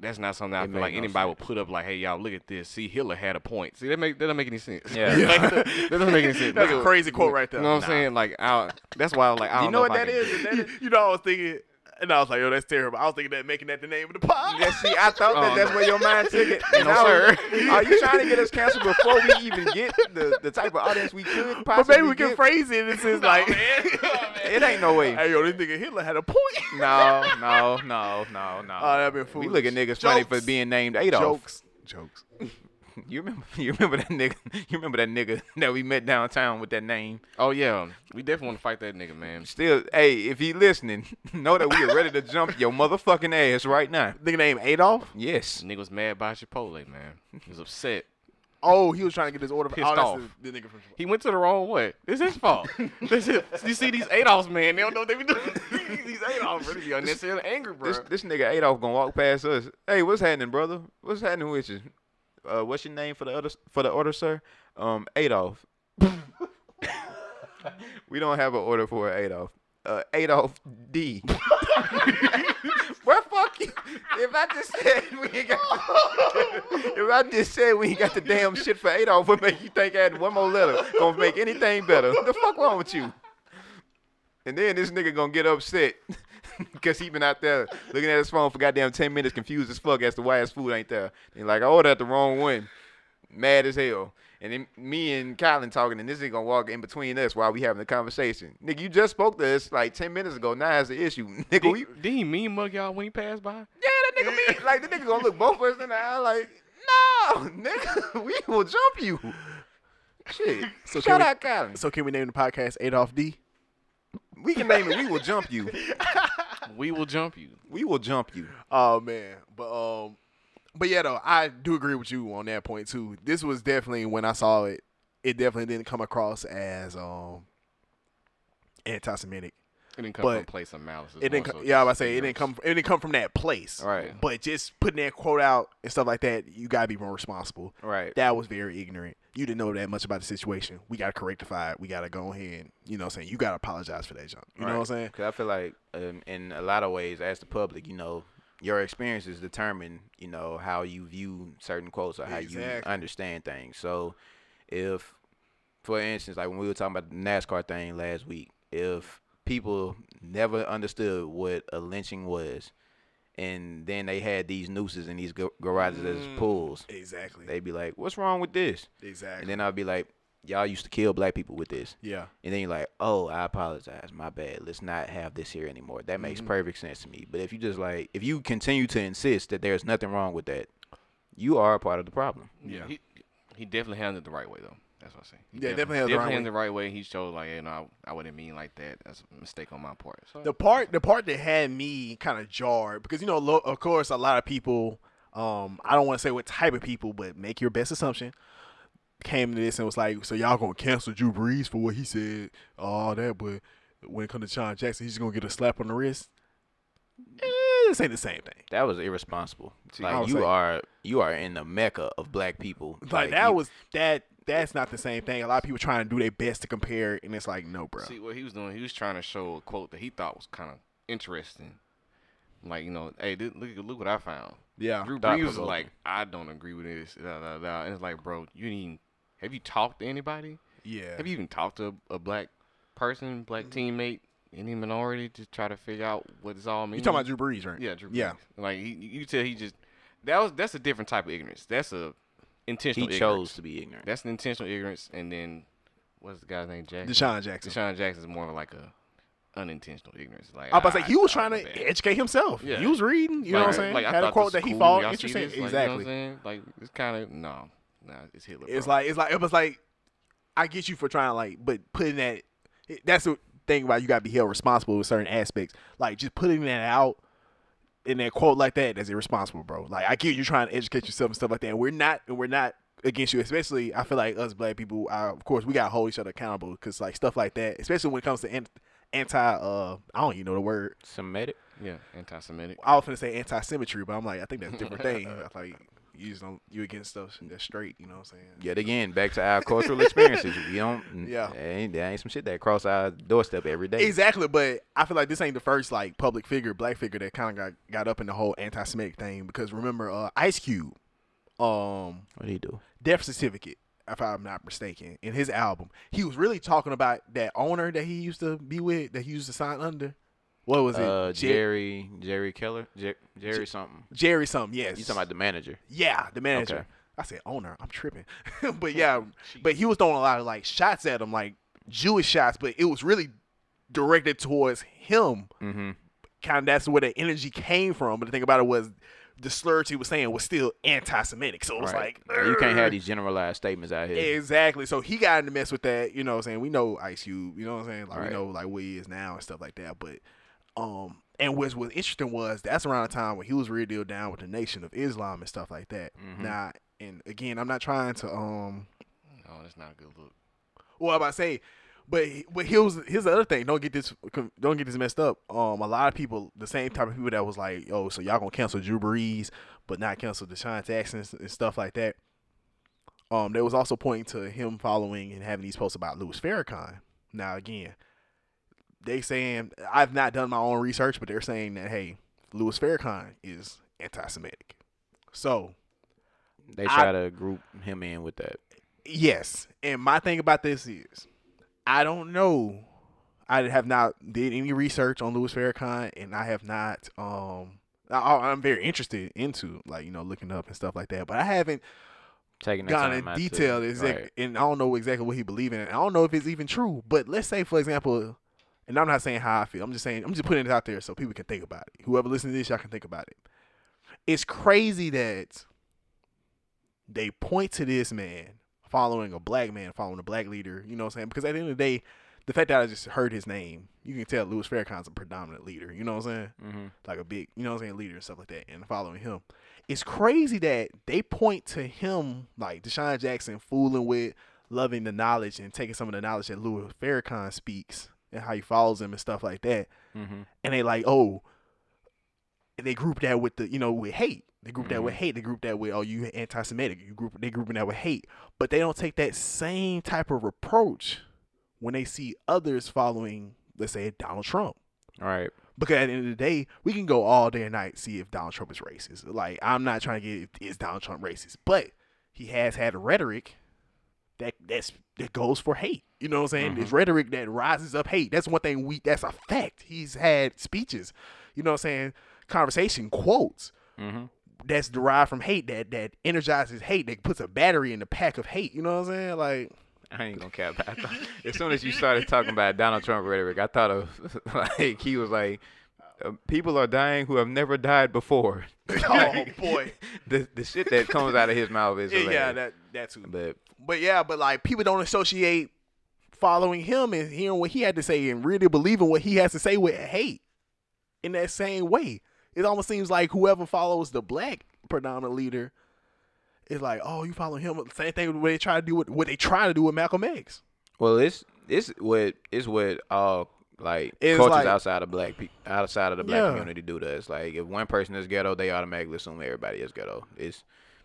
Speaker 3: that's not something I
Speaker 1: It
Speaker 3: feel
Speaker 1: made
Speaker 3: like
Speaker 1: no
Speaker 3: anybody would put up. Like, hey y'all, look at this. See, Hitler had a point. See, that make that doesn't make any sense.
Speaker 1: Yeah.
Speaker 2: Yeah.
Speaker 3: Like, that doesn't make any sense.
Speaker 2: that's a
Speaker 3: Like,
Speaker 2: crazy quote right there.
Speaker 3: You know what
Speaker 2: Nah.
Speaker 3: I'm saying? Like, I, that's why. I was Like, I
Speaker 1: You
Speaker 3: don't
Speaker 1: know what
Speaker 3: if I
Speaker 1: that
Speaker 3: can-
Speaker 1: is? That is
Speaker 2: You know, I was thinking, and I was like, yo, that's terrible. I was thinking that making that the name of the pod.
Speaker 1: Yeah, see, I thought that
Speaker 3: Oh,
Speaker 1: that's
Speaker 3: no.
Speaker 1: where your mind took it. And
Speaker 3: No,
Speaker 1: I was-
Speaker 3: sir.
Speaker 1: Are you trying to get us canceled before we even get the, the type of audience we could possibly
Speaker 2: but maybe we can
Speaker 1: get?
Speaker 2: phrase it. This is like,
Speaker 1: it ain't no way.
Speaker 2: hey, yo, this nigga Hitler had a point.
Speaker 1: No, no, no, no, no.
Speaker 2: Oh, that'd been
Speaker 1: we look
Speaker 2: foolish.
Speaker 1: at niggas funny for
Speaker 2: Jokes.
Speaker 1: being named Adolf.
Speaker 2: Jokes, jokes.
Speaker 1: You remember? You remember that nigga? You remember that nigga that we met downtown with that name?
Speaker 3: Oh yeah, we definitely want to fight that nigga, man.
Speaker 1: Still, hey, if he listening, know that we are ready to jump your motherfucking ass right now.
Speaker 2: Nigga named Adolf.
Speaker 1: Yes.
Speaker 3: Nigga was mad about Chipotle, man. He was upset.
Speaker 2: Oh, he was trying to get his order.
Speaker 3: Pissed
Speaker 2: oh, that's
Speaker 3: off.
Speaker 2: The, the nigga from.
Speaker 3: He went to the wrong way. It's his fault. This is- you see these Adolfs, man. They don't know what they be doing. these Adolfs really be unnecessarily angry, bro.
Speaker 1: This this nigga Adolf gonna walk past us. Hey, what's happening, brother? What's happening with you? Uh, what's your name for the other for the order, sir? Um, Adolf. we don't have an order for Adolf. Uh, Adolf D. Where fuck you? If I just said we ain't got, if I just said we ain't got the damn shit for Adolf, what make you think adding one more letter gonna make anything better? The fuck wrong with you? And then this nigga gonna get upset because he been out there looking at his phone for goddamn ten minutes, confused as fuck as to why his food ain't there. And like I ordered the wrong one, mad as hell. And then me and Colin talking, and this nigga gonna walk in between us while we having the conversation. Nigga, you just spoke to us like ten minutes ago. Now is the issue, nigga. We, yeah,
Speaker 3: did, did he mean mug y'all when he passed by?
Speaker 1: that nigga mean like the nigga gonna look both of us in the eye like, no, nigga, we will jump you. Shit.
Speaker 2: So
Speaker 1: Shout
Speaker 2: can we-
Speaker 1: out Colin.
Speaker 2: So can we name the podcast Adolf D?
Speaker 1: We can name it. We will jump you.
Speaker 3: We will jump you.
Speaker 1: We will jump you.
Speaker 2: Oh man, but um, but yeah, though I do agree with you on that point too. This was definitely when I saw it. It definitely didn't come across as um anti-Semitic.
Speaker 3: It didn't come
Speaker 2: But
Speaker 3: from a place of malice. It's
Speaker 2: It didn't.
Speaker 3: more
Speaker 2: co-
Speaker 3: so
Speaker 2: yeah, I was about to
Speaker 3: just
Speaker 2: say it didn't
Speaker 3: ignorance.
Speaker 2: come. It didn't come from that place.
Speaker 1: Right.
Speaker 2: But just putting that quote out and stuff like that, you gotta be more responsible.
Speaker 1: Right.
Speaker 2: That was very ignorant. You didn't know that much about the situation. We gotta rectify it. We gotta go ahead. You know, what I'm saying you gotta apologize for that junk. You know what I'm saying?
Speaker 1: Because I feel like um, in a lot of ways, as the public, you know, your experiences determine, you know, how you view certain quotes or how you
Speaker 2: Exactly.
Speaker 1: understand things. So, if, for instance, like when we were talking about the NASCAR thing last week, if people never understood what a lynching was, and then they had these nooses in these ga- garages
Speaker 2: Mm.
Speaker 1: as pulls,
Speaker 2: Exactly.
Speaker 1: they'd be like, "What's wrong with this?" And
Speaker 2: exactly.
Speaker 1: then I'd be like, "Y'all used to kill black people with this."
Speaker 2: yeah.
Speaker 1: And then you're like, oh, I apologize. My bad. Let's not have this here anymore. That makes
Speaker 2: Mm-hmm.
Speaker 1: perfect sense to me. But if you just like, if you continue to insist that there's nothing wrong with that, you are a part of the problem.
Speaker 3: Yeah. He, he definitely handled it the right way though. That's what I say. He
Speaker 2: Yeah, definitely handled it the right
Speaker 3: handled it the right way. He showed like, you know, I, I wouldn't mean like that. That's a mistake on my part. So,
Speaker 2: the part the part that had me kind of jarred because you know lo- of course a lot of people um i don't want to say what type of people but make your best assumption came to this and was like so y'all gonna cancel drew brees for what he said all that but when it comes to Sean Jackson, he's gonna get a slap on the wrist. Eh, this ain't the same thing.
Speaker 1: That was irresponsible.
Speaker 2: I
Speaker 1: Like
Speaker 2: was
Speaker 1: you
Speaker 2: like-
Speaker 1: are, you are in the mecca of black people.
Speaker 2: Like, that
Speaker 1: you-
Speaker 2: was that. That's not the same thing. A lot of people trying to do their best to compare, it, and it's like, no, bro.
Speaker 3: See what he was doing. He was trying to show a quote that he thought was kind of interesting. Like you know, hey, this, look look what I found.
Speaker 2: yeah,
Speaker 3: Drew
Speaker 1: Thought
Speaker 3: Brees was
Speaker 1: provoking.
Speaker 3: like, I don't agree with this. Da, da, da. And it's like, bro, you didn't. even- Have you talked to anybody?
Speaker 2: yeah. Mm-hmm.
Speaker 3: Have you even talked to a, a black person, black teammate? any minority to try to figure out what this all
Speaker 2: You
Speaker 3: means.
Speaker 2: talking about Drew Brees, right?
Speaker 3: Mm-hmm. Yeah, Drew.
Speaker 2: Yeah.
Speaker 3: Brees. Like he, you tell he just that was that's a different type of ignorance. That's a
Speaker 1: He
Speaker 3: intentional. ignorance.
Speaker 1: chose to be ignorant.
Speaker 3: That's an intentional ignorance, and then what's the guy's name? Jackson.
Speaker 2: Deshaun Jackson.
Speaker 3: Deshaun Jackson is more of like a unintentional ignorance. Like
Speaker 2: I was about to
Speaker 3: "Ah,
Speaker 2: say he was
Speaker 3: ah,
Speaker 2: trying
Speaker 3: my
Speaker 2: to
Speaker 3: bad."
Speaker 2: educate himself.
Speaker 3: Yeah.
Speaker 2: He was reading. You know what I'm saying?
Speaker 3: I
Speaker 2: Had a
Speaker 3: thought
Speaker 2: quote
Speaker 3: this
Speaker 2: that he
Speaker 3: cool,
Speaker 2: thought
Speaker 3: y'all see
Speaker 2: interesting.
Speaker 3: this? Like,
Speaker 2: exactly.
Speaker 3: You know what I'm saying? Like it's kind of no, nah, it's Hitler.
Speaker 2: it's
Speaker 3: bro.
Speaker 2: like it's like it was like I get you for trying to like, but putting that that's the thing about you got to be held responsible with certain aspects. Like just putting that out in that quote like that that's irresponsible, bro. Like I get you trying to educate yourself and stuff like that. And we're not and we're not against you, especially I feel like us black people. Uh, of course, we gotta hold each other accountable because like stuff like that, especially when it comes to anti, anti uh I don't even know the word.
Speaker 1: Semitic.
Speaker 3: yeah, anti-Semitic.
Speaker 2: I was gonna say anti-symmetry, but I'm like, I think that's a different thing. I was Like, you just don't you against stuff that's straight. You know what I'm saying?
Speaker 1: Yet again, back to our cultural experiences. We don't.
Speaker 2: Yeah.
Speaker 1: Yeah. Ain't, that ain't some shit that cross our doorstep every day.
Speaker 2: Exactly, but I feel like this ain't the first like public figure, black figure that kind of got got up in the whole anti-Semitic thing because remember, uh, Ice Cube, um,
Speaker 1: What do you do?
Speaker 2: death certificate, if I'm not mistaken, in his album. He was really talking about that owner that he used to be with, that he used to sign under. What was it?
Speaker 1: Uh,
Speaker 2: Jer-
Speaker 1: Jerry. Jerry Keller. Jer- Jerry something.
Speaker 2: Jerry something, yes.
Speaker 1: You talking about the manager?
Speaker 2: yeah, the manager.
Speaker 1: Okay.
Speaker 2: I said owner. I'm tripping. but yeah, but he was throwing a lot of like shots at him, like Jewish shots, but it was really directed towards him.
Speaker 1: Mm-hmm.
Speaker 2: kind of that's where the energy came from. But the thing about it was the slurs he was saying was still anti-Semitic. So it was like
Speaker 1: you can't
Speaker 2: "Ugh."
Speaker 1: have these generalized statements out here.
Speaker 2: Exactly. So he got in the mess with that. You know what I'm saying? We know Ice Cube. You know what I'm saying? Like
Speaker 1: Right.
Speaker 2: we know like what he is now and stuff like that. But um, and what was interesting was that's around the time when he was real deal down with the Nation of Islam and stuff like that.
Speaker 1: Mhm.
Speaker 2: Now, and again, I'm not trying to um.
Speaker 3: No, that's not a good look.
Speaker 2: Well, I'm about to say, but but he was here's the other thing. Don't get this don't get this messed up. Um, a lot of people, the same type of people that was like, oh, so y'all gonna cancel Drew Brees, but not cancel Deshaun Jackson and s- and stuff like that. Um, they was also pointing to him following and having these posts about Louis Farrakhan. Now again, they saying I've not done my own research, but they're saying that hey, Louis Farrakhan is anti-Semitic. So
Speaker 1: They
Speaker 2: I-
Speaker 1: try to group him in with that.
Speaker 2: Yes, and my thing about this is, I don't know. I have not did any research on Louis Farrakhan, and I have not. Um, I, I'm very interested into like you know looking up and stuff like that, but I haven't
Speaker 1: Taking that
Speaker 2: gone
Speaker 1: time
Speaker 2: in
Speaker 1: out to-
Speaker 2: detail. Is
Speaker 1: right.
Speaker 2: and I don't know exactly what he believe in. And I don't know if it's even true. But let's say, for example, and I'm not saying how I feel. I'm just saying I'm just putting it out there so people can think about it. Whoever listens to this, y'all can think about it. It's crazy that they point to this man following a black man, following a black leader. You know what I'm saying? Because at the end of the day, the fact that I just heard his name, you can tell Louis Farrakhan's a predominant leader. You know what I'm saying?
Speaker 1: Mhm.
Speaker 2: like a big, you know what I'm saying, leader and stuff like that, and following him. It's crazy that they point to him, like Deshaun Jackson, fooling with, loving the knowledge and taking some of the knowledge that Louis Farrakhan speaks and how he follows him and stuff like that.
Speaker 1: Mhm.
Speaker 2: And they like, oh, and they group that with the, you know, with hate. They group that with hate. They group that with, oh, you anti-Semitic. You group, they grouping that with hate, but they don't take that same type of approach when they see others following, let's say, Donald Trump.
Speaker 1: All right.
Speaker 2: Because at the end of the day, we can go all day and night see if Donald Trump is racist. Like I'm not trying to get is Donald Trump racist, but he has had a rhetoric that that's that goes for hate. You know what I'm saying? It's rhetoric that rises up hate. That's one thing we that's a fact. He's had speeches, you know what I'm saying, conversation quotes
Speaker 1: Mhm.
Speaker 2: that's derived from hate that that energizes hate that puts a battery in the pack of hate. You know what I'm saying? Like
Speaker 1: I ain't gonna cap. I thought, as soon as you started talking about Donald Trump rhetoric, I thought of like he was like, uh, "People are dying who have never died before."
Speaker 2: oh boy,
Speaker 1: the the shit that comes out of his mouth is hilarious.
Speaker 2: yeah, that that too.
Speaker 1: But
Speaker 2: But yeah, but like people don't associate following him and hearing what he had to say and really believing what he has to say with hate in that same way. It almost seems like whoever follows the black predominant leader is like, oh, you follow him. Same thing with what they try to do with what they try to do with Malcolm X.
Speaker 1: well, it's it's what it's what all like
Speaker 2: It's
Speaker 1: cultures
Speaker 2: like-
Speaker 1: outside of black people outside of the black
Speaker 2: Yeah.
Speaker 1: community do to us. Like if one person is ghetto, they automatically assume everybody is ghetto. It's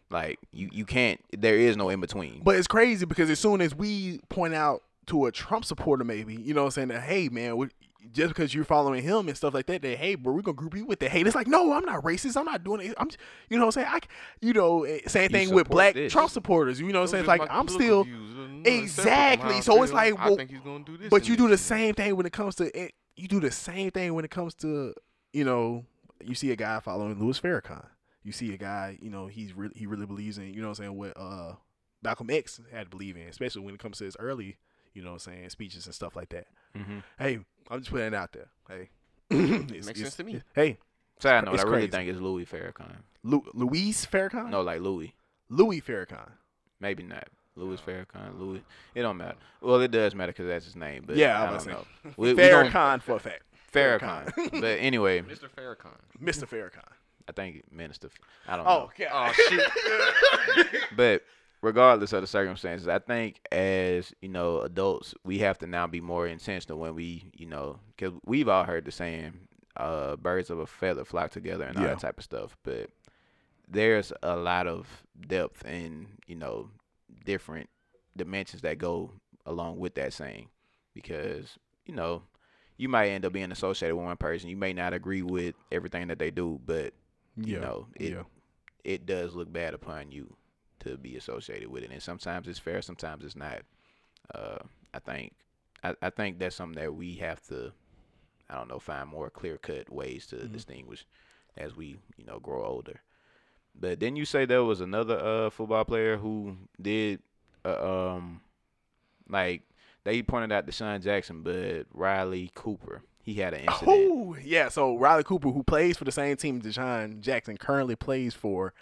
Speaker 1: like you you can't. There is no in between.
Speaker 2: But it's crazy because as soon as we point out to a Trump supporter, maybe you know, what I'm saying that, hey, man, we, just because you're following him and stuff like that, that hey, bro, we're gonna group you with the hate. It's like, no, I'm not racist. I'm not doing it. I'm, you know, what I'm saying, I, c- you know, eh, same thing with
Speaker 1: support
Speaker 2: black
Speaker 1: this.
Speaker 2: Trump supporters. You know, what I'm saying, it's like I'm still, Exactly. So it's like, well,
Speaker 3: well,
Speaker 2: but you do the same thing when it comes to eh, you do the same thing when it comes to you know you see a guy following Louis Farrakhan. You see a guy, you know, he's really he really believes in, you know what I'm saying, what uh Malcolm X had to believe in, especially when it comes to his early, you know what I'm saying, speeches and stuff like that.
Speaker 1: Mm-hmm.
Speaker 2: Hey, I'm just putting it out there. Hey. It's-
Speaker 3: Makes
Speaker 2: it's-
Speaker 3: sense to me.
Speaker 2: Hey,
Speaker 1: Side note,
Speaker 2: It's
Speaker 1: I really
Speaker 2: crazy.
Speaker 1: think it's Louis Farrakhan.
Speaker 2: Lu- Louise Farrakhan?
Speaker 1: No, like Louis.
Speaker 2: Louis Farrakhan.
Speaker 1: Maybe not. Louis Farrakhan. Louis. It don't matter. Well, it does matter because that's his name. But
Speaker 2: Yeah, I
Speaker 1: I,
Speaker 2: was
Speaker 1: don't
Speaker 2: gonna
Speaker 1: know. We, we don't-
Speaker 2: Farrakhan for a fact.
Speaker 1: Farrakhan. but anyway,
Speaker 3: Mr. Farrakhan.
Speaker 2: Mr. Farrakhan.
Speaker 1: I think Minister. I don't know.
Speaker 2: Oh, God. Oh, shit.
Speaker 1: But regardless of the circumstances, I think as you know, adults, we have to now be more intentional when we, you know, because we've all heard the saying, uh, "Birds of a feather flock together" and all
Speaker 2: Yeah.
Speaker 1: that type of stuff. But there's a lot of depth and you know different dimensions that go along with that saying, because you know you might end up being associated with one person. You may not agree with everything that they do, but you know it
Speaker 2: yeah.
Speaker 1: it does look bad upon you to be associated with it. And sometimes it's fair, sometimes it's not. Uh, I think I, I think that's something that we have to I don't know, find more clear cut ways to
Speaker 2: Mm-hmm.
Speaker 1: distinguish as we, you know, grow older. But then you say there was another uh football player who did uh, um like they pointed out Deshaun Jackson, but Riley Cooper, he had an incident.
Speaker 2: Oh, yeah. So Riley Cooper, who plays for the same team Deshaun Jackson currently plays for,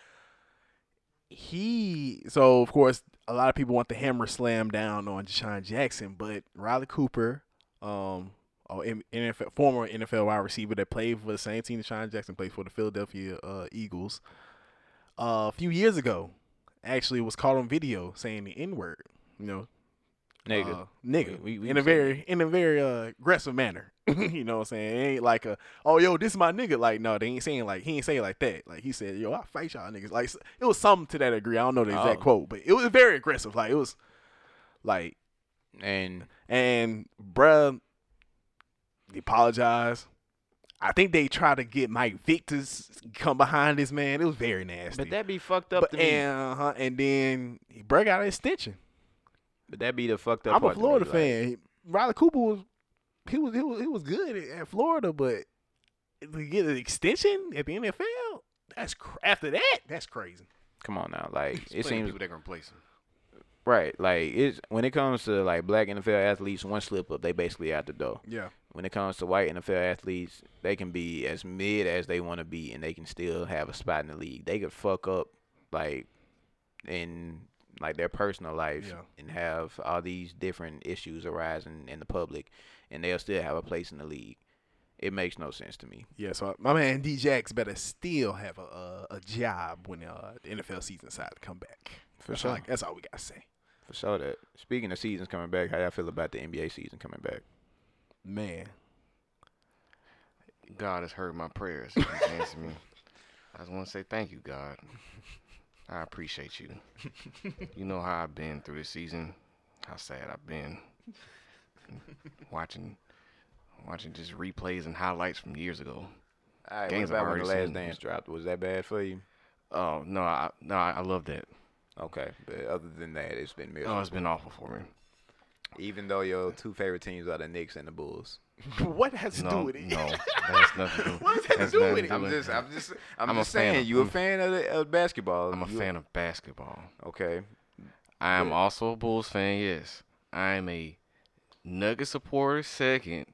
Speaker 2: he. So of course, a lot of people want the hammer slam down on Deshaun Jackson, but Riley Cooper, um, oh, N- NFL, former NFL wide receiver that played for the same team Deshaun Jackson played for the Philadelphia uh, Eagles, uh, a few years ago, actually was caught on video saying the N word. You know,
Speaker 1: Nigga.
Speaker 2: uh, nigga,
Speaker 1: We- we- we
Speaker 2: in a
Speaker 1: say
Speaker 2: very in a very uh, aggressive manner. you know what I'm saying? It ain't like a oh yo, this my nigga. Like no, they ain't saying like he ain't saying like that. Like he said yo, I fight y'all niggas. Like it was something to that degree. I don't know the exact
Speaker 1: Oh.
Speaker 2: quote, but it was very aggressive. Like it was like
Speaker 1: and
Speaker 2: and bruh, they apologize. I think they tried to get Mike Vick to s- come behind this man. It was very nasty.
Speaker 1: but that be fucked up
Speaker 2: But-
Speaker 1: to me.
Speaker 2: and, uh-huh, and then he bruh got an extension.
Speaker 1: but that be the fucked up
Speaker 2: I'm a
Speaker 1: part to me,
Speaker 2: Florida
Speaker 1: like-
Speaker 2: fan. Riley Cooper was he was he was he was good at, at Florida, but to get an extension at the NFL, that's cr- after that, that's crazy.
Speaker 1: Come on now, like
Speaker 3: He's
Speaker 1: it
Speaker 3: playing
Speaker 1: seems
Speaker 3: people that can replace him.
Speaker 1: right. Like it's when it comes to like black NFL athletes, one slip up, they basically out the door.
Speaker 2: Yeah,
Speaker 1: When it comes to white NFL athletes, they can be as mid as they want to be, and they can still have a spot in the league. They could fuck up like in like their personal life
Speaker 2: Yeah.
Speaker 1: and have all these different issues arising in the public, and they'll still have a place in the league. It makes no sense to me.
Speaker 2: yeah. So my man D Jax better still have a a, a job when uh, the NFL season side to come back.
Speaker 1: For
Speaker 2: that's
Speaker 1: sure.
Speaker 2: all, I- that's all we gotta say.
Speaker 1: For sure. That speaking of seasons coming back, how y'all feel about the NBA season coming back?
Speaker 2: Man,
Speaker 3: God has heard my prayers. He's answered me. I just want to say thank you, God. I appreciate you. You know how I've been through this season, how sad I've been. Watching, watching just replays and highlights from years ago.
Speaker 1: All right,
Speaker 3: Games
Speaker 1: what
Speaker 3: I've
Speaker 1: about when the
Speaker 3: already
Speaker 1: last
Speaker 3: seen.
Speaker 1: dance dropped? Was that bad for you?
Speaker 3: Oh no, I no, I, I love that.
Speaker 1: Okay, but other than that, it's been miserable.
Speaker 3: Oh, it's been awful for me.
Speaker 1: Even though your two favorite teams are the Knicks and the Bulls.
Speaker 2: what has to do
Speaker 3: No,
Speaker 2: with it?
Speaker 3: no, that's nothing. to do-
Speaker 2: What does that
Speaker 3: that's
Speaker 2: do
Speaker 3: nothing
Speaker 2: with it?
Speaker 3: to
Speaker 1: I'm
Speaker 3: do
Speaker 1: just, I'm just, I'm,
Speaker 3: I'm a
Speaker 1: just
Speaker 3: fan
Speaker 1: saying.
Speaker 3: of-
Speaker 1: you a
Speaker 3: I'm-
Speaker 1: fan of, the, of basketball?
Speaker 3: I'm a
Speaker 1: You-
Speaker 3: fan of basketball.
Speaker 1: Okay,
Speaker 3: I am also a Bulls fan. Yes, I am a Nugget supporter. Second,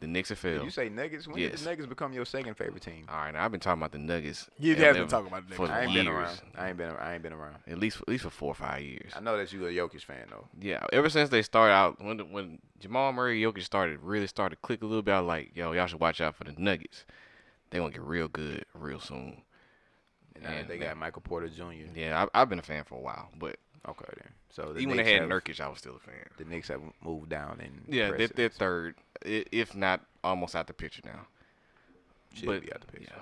Speaker 3: the Knicks are failed.
Speaker 1: you say Nuggets. When did
Speaker 3: Yes.
Speaker 1: the Nuggets become your second favorite team?
Speaker 3: All right, now I've been talking about the Nuggets.
Speaker 2: You
Speaker 3: at
Speaker 2: have been
Speaker 3: level
Speaker 2: talking about the
Speaker 3: for
Speaker 2: Nuggets.
Speaker 1: I ain't
Speaker 3: years.
Speaker 1: been around. I ain't been. I ain't been around.
Speaker 3: At least, at least for four or five years.
Speaker 1: I know that you a Jokic fan though.
Speaker 3: Yeah, ever since they started out, when when Jamal Murray, Jokic started really started to click a little bit. I was like, yo, y'all should watch out for the Nuggets. They gonna get real good real soon.
Speaker 1: And now that
Speaker 3: And
Speaker 1: they
Speaker 3: that-
Speaker 1: got Michael Porter Jr.
Speaker 3: Yeah, I, I've been a fan for a while, but
Speaker 1: Okay, then. So the
Speaker 3: even when
Speaker 1: Knicks
Speaker 3: they had
Speaker 1: have,
Speaker 3: Nurkic, I was still a fan.
Speaker 1: the Knicks have moved down and
Speaker 3: Yeah, they're, they're third, i- if not almost out the picture now.
Speaker 1: should
Speaker 3: but-
Speaker 1: be out the picture.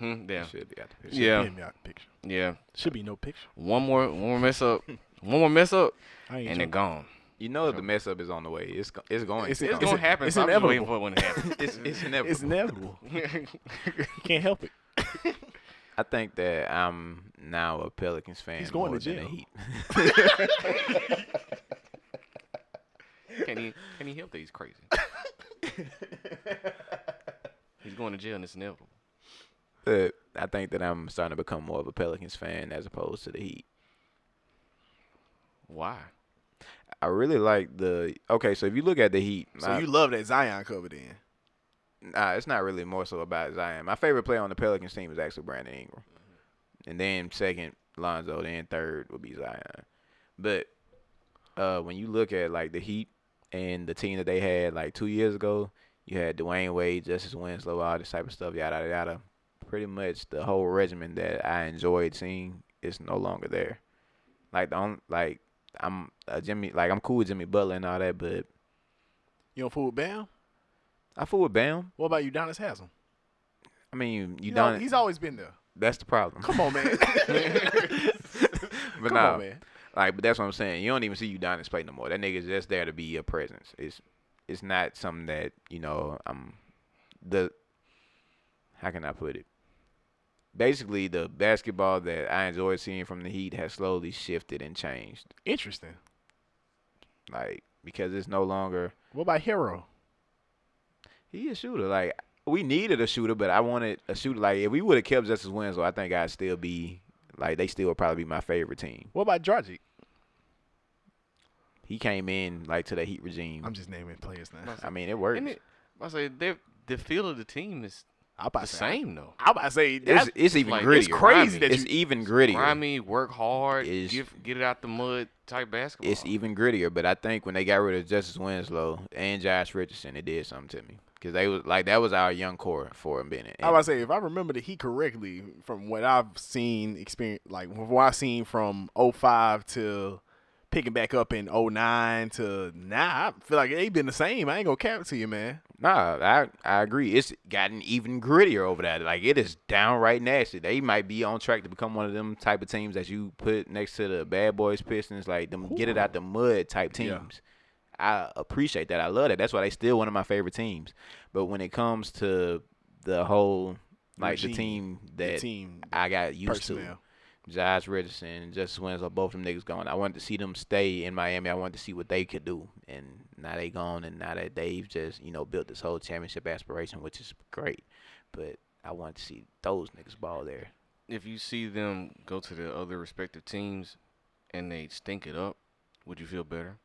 Speaker 3: Yeah, hmm, yeah,
Speaker 1: Should be out the picture.
Speaker 3: yeah,
Speaker 2: Damn, y'all picture.
Speaker 3: yeah.
Speaker 2: Should be no picture.
Speaker 3: One more, one more mess up, one more mess up,
Speaker 2: I ain't
Speaker 3: and they're
Speaker 2: joking.
Speaker 3: gone.
Speaker 1: You know the mess up is on the way. It's go- it's going.
Speaker 2: It's-
Speaker 1: to
Speaker 3: It's
Speaker 1: come.
Speaker 3: gonna happen.
Speaker 2: it's
Speaker 3: so I'm just waiting
Speaker 2: inevitable.
Speaker 3: for it when it happens.
Speaker 1: It's, it's inevitable.
Speaker 2: it's inevitable. you can't help it.
Speaker 1: I think that I'm now a Pelicans fan.
Speaker 2: He's going
Speaker 1: more
Speaker 2: to
Speaker 1: than a
Speaker 2: jail.
Speaker 1: Heat.
Speaker 3: Can he? Can he help that he's crazy? He's going to jail and it's inevitable.
Speaker 1: But I think that I'm starting to become more of a Pelicans fan as opposed to the Heat.
Speaker 3: Why?
Speaker 1: I really like the okay. So if you look at the Heat,
Speaker 2: So
Speaker 1: I-
Speaker 2: you love that Zion cover then?
Speaker 1: nah, it's not really more so about Zion. My favorite player on the Pelicans team is actually Brandon Ingram, and then second Lonzo, then third would be Zion. But uh, when you look at like the Heat and the team that they had like two years ago, you had Dwayne Wade, Justice Winslow, all this type of stuff, yada yada yada. Pretty much the whole regimen that I enjoyed seeing is no longer there. Like the only, like I'm uh, Jimmy, like I'm cool with Jimmy Butler and all that, but
Speaker 2: You don't fool with Bam?
Speaker 1: I fool with Bam.
Speaker 2: What about Udonis Haslam?
Speaker 1: I mean, you
Speaker 2: He's al-
Speaker 1: don't.
Speaker 2: He's always been there.
Speaker 1: that's the problem.
Speaker 2: Come on, man.
Speaker 1: but
Speaker 2: Come
Speaker 1: nah,
Speaker 2: on, man.
Speaker 1: like, but that's what I'm saying. You don't even see Udonis play no more. That nigga's just there to be a presence. It's, it's not something that you know. I'm, the, how can I put it? Basically, the basketball that I enjoyed seeing from the Heat has slowly shifted and changed.
Speaker 2: Interesting.
Speaker 1: Like because it's no longer
Speaker 2: What about Hero?
Speaker 1: he a shooter. Like we needed a shooter, but I wanted a shooter. Like if we would have kept Justice Winslow, I think I'd still be like they still would probably be my favorite team.
Speaker 2: What about Dragic?
Speaker 1: He came in like to the Heat regime.
Speaker 2: I'm just naming players now.
Speaker 1: I mean, it works.
Speaker 3: Isn't it? I say they're- the feel of the team is
Speaker 2: I'm about
Speaker 3: the
Speaker 2: to say,
Speaker 3: same though.
Speaker 2: I'm about to say
Speaker 1: it's,
Speaker 2: that's
Speaker 1: it's even
Speaker 3: like,
Speaker 1: grittier.
Speaker 3: it's crazy
Speaker 2: that
Speaker 1: it's
Speaker 2: you-
Speaker 1: even grittier.
Speaker 3: Grimy, work hard,
Speaker 1: Is-
Speaker 3: give, get it out the mud type basketball.
Speaker 1: It's even grittier. But I think when they got rid of Justice Winslow and Josh Richardson, it did something to me because they was like that was our young core for a minute.
Speaker 2: I was about to say, if I remember the Heat correctly, from what I've seen, experience like from what I've seen from 05 to picking back up in 09 to now, I feel like they've been the same. I ain't gonna cap it to you, man.
Speaker 1: nah, I I agree. It's gotten even grittier over that. Like it is downright nasty. They might be on track to become one of them type of teams that you put next to the Bad Boys Pistons, like them get it out the mud type teams.
Speaker 2: Yeah.
Speaker 1: I appreciate that. I love that. That's why they still one of my favorite teams. But when it comes to the whole like the
Speaker 2: Regime.
Speaker 1: team
Speaker 2: the
Speaker 1: that
Speaker 2: team
Speaker 1: I got used
Speaker 2: personnel.
Speaker 1: to. Josh Richardson and Justice Winslow, both them niggas gone. I wanted to see them stay in Miami. I wanted to see what they could do. And now they gone and now that they've just, you know, built this whole championship aspiration, which is great. But I wanted to see those niggas ball there.
Speaker 3: if you see them go to the other respective teams and they stink it up, would you feel better?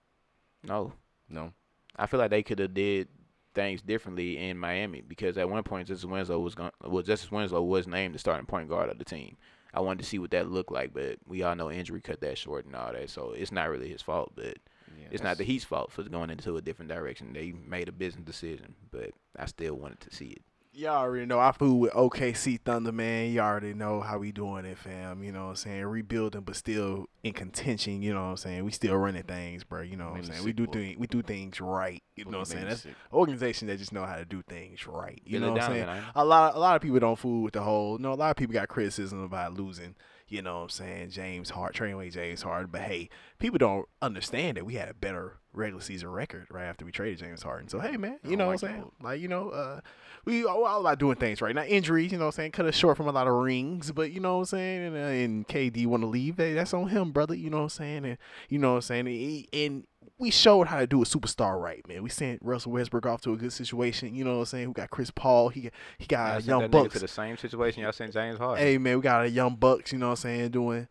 Speaker 1: No.
Speaker 3: No.
Speaker 1: I feel like they could have did things differently in Miami because at one point Justice Winslow was going well Justice Winslow was named the starting point guard of the team. I wanted to see what that looked like, but we all know injury cut that short and all that, so it's not really his fault, but
Speaker 3: Yeah,
Speaker 1: it's
Speaker 3: that's-
Speaker 1: not the Heat's fault for going into a different direction. They made a business decision, but I still wanted to see it.
Speaker 2: Y'all already know I fool with OKC Thunder, man. You all already know how we doing it, fam. You know what I'm saying? Rebuilding, but still in contention. You know what I'm saying? We still running things, bro. You know what I'm
Speaker 3: Made me
Speaker 2: saying? We
Speaker 3: sick,
Speaker 2: do
Speaker 3: boy.
Speaker 2: things. We do things right. You
Speaker 3: Boy,
Speaker 2: know
Speaker 3: you
Speaker 2: what I'm
Speaker 3: made
Speaker 2: saying?
Speaker 3: me
Speaker 2: That's
Speaker 3: sick.
Speaker 2: organization that just know how to do things right. You
Speaker 1: Billy
Speaker 2: know what I'm
Speaker 1: Donovan,
Speaker 2: saying? Uh,
Speaker 1: I-
Speaker 2: A lot, a lot of people don't fool with the whole. No, a lot of people got criticism about losing. You know what I'm saying? James Hart, Trainway James Harden. But hey, people don't understand that we had a better regular season record right after we traded James Harden. So hey, man,
Speaker 3: I
Speaker 2: you
Speaker 3: don't
Speaker 2: know
Speaker 3: like
Speaker 2: what I'm
Speaker 3: that.
Speaker 2: saying? Like you know, uh, we all all about doing things right. Now injuries, you know what I'm saying? Cut us short from a lot of rings, but you know what I'm saying? And, uh, and KD want to leave, hey, that's on him, brother. You know what I'm saying? And you know what I'm saying? And, he- and we showed how to do a superstar right, man. We sent Russell Westbrook off to a good situation. You know what I'm saying? We got Chris Paul. He he
Speaker 1: I
Speaker 2: got
Speaker 1: sent
Speaker 2: young
Speaker 1: that nigga
Speaker 2: bucks.
Speaker 1: to the same situation y'all sent James Harden.
Speaker 2: Hey man, we got a young bucks. You know what I'm saying? Doing,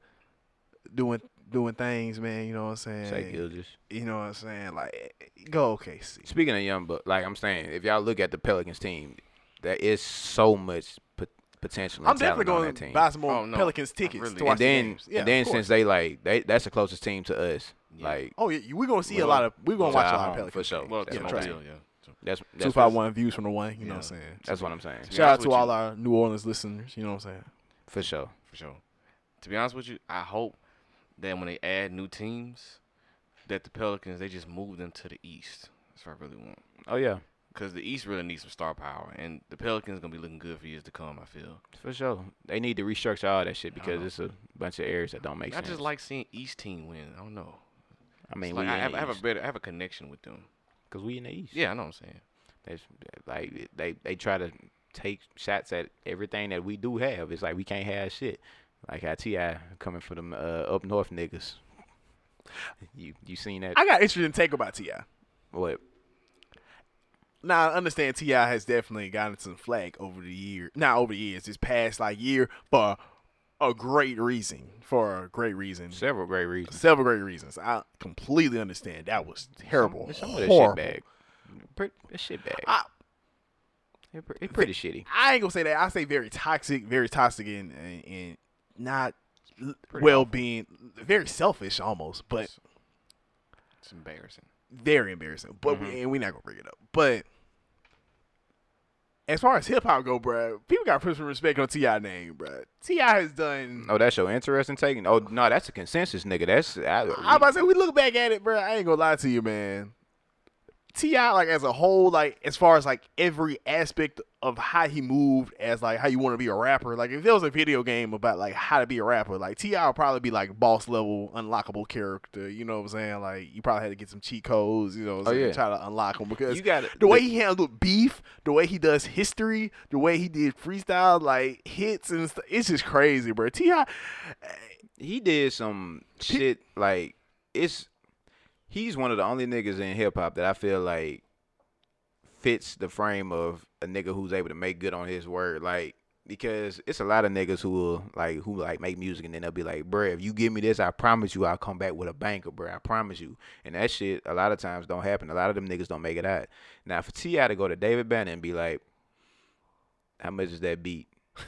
Speaker 2: doing, doing things, man. You know what I'm saying?
Speaker 1: Shai Gilgeous.
Speaker 2: You know what I'm saying? Like, go OKC.
Speaker 1: Speaking of young, but like I'm saying, if y'all look at the Pelicans team, there is so much pot- potential. And
Speaker 2: I'm definitely
Speaker 1: talent on
Speaker 2: going
Speaker 1: that team.
Speaker 2: to buy some more
Speaker 3: Oh, no.
Speaker 2: Pelicans
Speaker 3: I
Speaker 2: tickets
Speaker 3: really-
Speaker 2: to
Speaker 3: And
Speaker 1: and
Speaker 2: watch the
Speaker 1: then
Speaker 2: games. Yeah,
Speaker 1: and then
Speaker 2: of course.
Speaker 1: since they like they that's the closest team to us.
Speaker 3: Yeah.
Speaker 1: Like
Speaker 2: oh yeah, we're gonna see a
Speaker 1: Well,
Speaker 2: lot of we're gonna
Speaker 1: to
Speaker 2: watch a
Speaker 1: our
Speaker 2: lot of
Speaker 1: home,
Speaker 2: Pelicans
Speaker 1: for sure.
Speaker 2: games.
Speaker 3: Well,
Speaker 1: that's
Speaker 2: yeah,
Speaker 3: to no
Speaker 1: what
Speaker 2: try
Speaker 1: I'm
Speaker 2: it.
Speaker 1: saying.
Speaker 3: deal, yeah.
Speaker 1: That's, that's
Speaker 2: Two five one views from the one. You know what I'm saying?
Speaker 1: That's what I'm saying.
Speaker 3: To be
Speaker 2: Shout out
Speaker 3: honest
Speaker 2: to
Speaker 3: with
Speaker 2: all
Speaker 3: you,
Speaker 2: our New Orleans listeners. You know what I'm saying?
Speaker 1: For sure.
Speaker 3: for sure. To be honest with you, I hope that when they add new teams, that the Pelicans they just move them to the East. That's what I really want.
Speaker 1: Oh yeah.
Speaker 3: Because the East really needs some star power, and the Pelicans gonna be looking good for years to come. I feel.
Speaker 1: For sure. They need to restructure all that shit because
Speaker 3: Uh-huh.
Speaker 1: it's a bunch of areas that don't make
Speaker 3: I
Speaker 1: sense.
Speaker 3: just like seeing East team win. I don't know.
Speaker 1: I mean,
Speaker 3: It's like,
Speaker 1: we
Speaker 3: I,
Speaker 1: in
Speaker 3: have, I
Speaker 1: the
Speaker 3: have a
Speaker 1: East.
Speaker 3: better, I have a connection with them.
Speaker 1: Cause we in the East.
Speaker 3: Yeah, I know what I'm saying.
Speaker 1: That's like they they try to take shots at everything that we do have. It's like we can't have shit. Like how Ti coming for them uh, up north niggas. You you seen that?
Speaker 2: I got an interesting take about Ti.
Speaker 1: what?
Speaker 2: Now I understand Ti has definitely gotten some flack over the year, not over the years, this past like year, but a great reason for a great reason,
Speaker 1: Several great reasons.
Speaker 2: several great reasons. I completely understand. That was terrible,
Speaker 1: Some of that shit
Speaker 2: horrible.
Speaker 1: bag. Pretty, that shit bag.
Speaker 2: I,
Speaker 1: It pre- it pretty shitty.
Speaker 2: I ain't gonna say that. I say very toxic, very toxic, and and, and not
Speaker 3: Pretty
Speaker 2: well being, very selfish almost, but
Speaker 3: It's- It's embarrassing.
Speaker 2: very embarrassing. But
Speaker 1: Mm-hmm.
Speaker 2: we, and we're not gonna bring it up. But as far as hip hop go, bruh, people got to put some respect on Ti name, bruh. Ti has done.
Speaker 1: Oh, that's your interesting take. Oh no, that's a consensus, nigga. That's I,
Speaker 2: I'm about to say we look back at it, bruh. I ain't gonna lie to you, man. Ti like as a whole, like as far as like every aspect of how he moved, as like how you want to be a rapper. Like if there was a video game about like how to be a rapper, like Ti would probably be like boss level unlockable character. You know what I'm saying? Like you probably had to get some cheat codes. You know, what I'm
Speaker 1: Oh,
Speaker 2: saying,
Speaker 1: yeah.
Speaker 2: try to unlock them because
Speaker 1: you got it.
Speaker 2: the way he handled beef, the way he does history, the way he did freestyle like hits and stuff. It's just crazy, bro. Ti,
Speaker 1: he did some shit like it's he's one of the only niggas in hip hop that I feel like fits the frame of a nigga who's able to make good on his word like because it's a lot of niggas who will like who like make music and then they'll be like, bruh, if you give me this, I promise you I'll come back with a banker, bruh. I promise you. And that shit a lot of times don't happen. A lot of them niggas don't make it out. Now for T I to go to David Banner and be like, How much is that beat?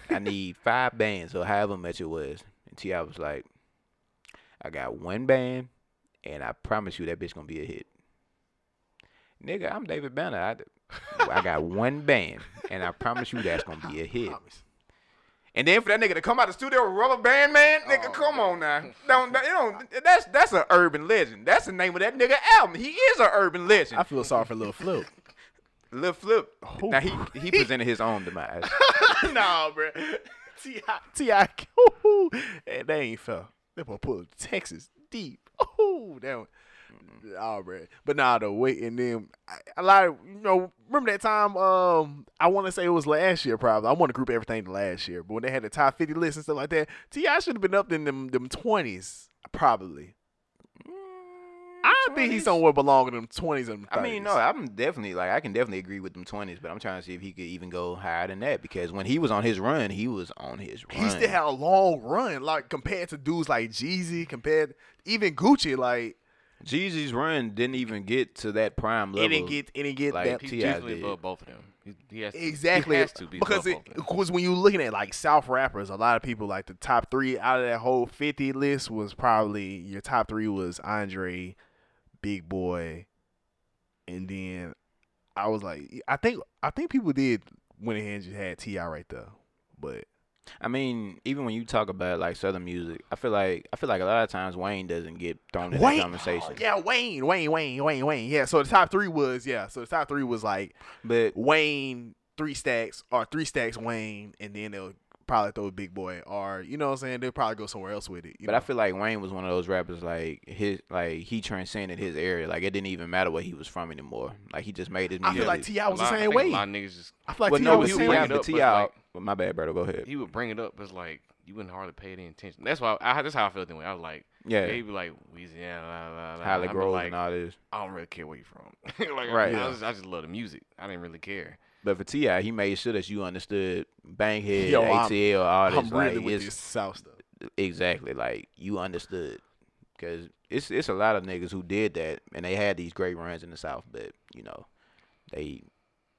Speaker 1: I need five bands or however much it was. And T.I. was like, I got one band, and I promise you that bitch gonna be a hit. Nigga, I'm David Banner. I, I got one band, and I promise you that's gonna be a hit. And then for that nigga to come out the studio with rubber band man, nigga, come on now. Don't, you know, that's that's an urban legend. That's the name of that nigga album. He is an urban legend.
Speaker 2: I feel sorry for Lil Flip.
Speaker 1: Lil Flip. Now he he presented his own demise.
Speaker 2: no, bro. Ti, Ti, woo-hoo. Hey, that ain't fair. That boy pulled Texas deep. Oh, that one.
Speaker 1: Mm-hmm.
Speaker 2: Oh, bro. But nah, though, wait, and then I- a lot of you know. Remember that time? Um, I want to say it was last year, probably. I want to group everything to last year, but when they had the top fifty list and stuff like that, Ti should have been up in them them twenties, probably. I think he's
Speaker 1: 20s?
Speaker 2: somewhere belonging in them twenties and. 30s.
Speaker 1: I mean, no, I'm definitely like I can definitely agree with them twenties, but I'm trying to see if he could even go higher than that because when he was on his run, he was on his run.
Speaker 2: he still had a long run, like compared to dudes like Jeezy, compared even Gucci, like
Speaker 1: Jeezy's run didn't even get to that prime level.
Speaker 2: it didn't get it didn't get
Speaker 1: like,
Speaker 2: that
Speaker 1: T-
Speaker 3: He's
Speaker 1: T.I.
Speaker 3: definitely
Speaker 1: did.
Speaker 3: above both of them. He, he has to,
Speaker 2: exactly
Speaker 3: He has to be
Speaker 2: because
Speaker 3: above
Speaker 2: it
Speaker 3: both of them.
Speaker 2: because when you looking at like South rappers, a lot of people like the top three out of that whole fifty list was probably your top three was Andre, Big Boy, and then I was like, I think I think people did went ahead and just had Ti right there, but
Speaker 1: I mean, even when you talk about like southern music, I feel like I feel like a lot of times Wayne doesn't get thrown in that conversation.
Speaker 2: Oh, yeah, Wayne, Wayne, Wayne, Wayne, Wayne. Yeah. So the top three was yeah. So the top three was like
Speaker 1: But
Speaker 2: Wayne, three stacks, or three stacks Wayne, and then they'll probably throw a big boy, or you know what I'm saying? They'll probably go somewhere else with it. you
Speaker 1: but
Speaker 2: know?
Speaker 1: I feel like Wayne was one of those rappers like his like he transcended his area. Like it didn't even matter where he was from anymore. Like he just made his
Speaker 2: I
Speaker 1: music.
Speaker 2: feel like Ti was
Speaker 3: a
Speaker 2: the
Speaker 3: lot, I
Speaker 2: same
Speaker 3: think
Speaker 2: way.
Speaker 3: A lot of niggas just
Speaker 2: I feel like
Speaker 1: well,
Speaker 2: Ti
Speaker 1: no,
Speaker 2: was
Speaker 1: but
Speaker 2: the
Speaker 3: he
Speaker 1: T.I.
Speaker 2: same.
Speaker 3: bring it
Speaker 1: but
Speaker 3: up, but
Speaker 1: T.I.
Speaker 3: like-
Speaker 1: well, my bad, brother. Go ahead.
Speaker 3: he would bring it up, but it's like you wouldn't hardly pay any attention. That's why I, that's how I felt anyway. I was like,
Speaker 1: Yeah.
Speaker 3: he'd be like Louisiana, blah, blah,
Speaker 2: uh,
Speaker 3: blah.
Speaker 1: Holly
Speaker 3: I'd be
Speaker 1: Grove
Speaker 3: like,
Speaker 1: and all this.
Speaker 3: I don't really care where you from. like,
Speaker 1: Right.
Speaker 3: I,
Speaker 2: Yeah.
Speaker 3: just, I just love the music. I didn't really care.
Speaker 1: But for Ti, he made sure that you understood Bankhead,
Speaker 2: Yo, I'm-
Speaker 1: ATL, all this.
Speaker 2: I'm really
Speaker 1: like,
Speaker 2: with
Speaker 1: it's-
Speaker 2: this South stuff.
Speaker 1: Exactly, like you understood, because it's it's a lot of niggas who did that, and they had these great runs in the South, but you know, they,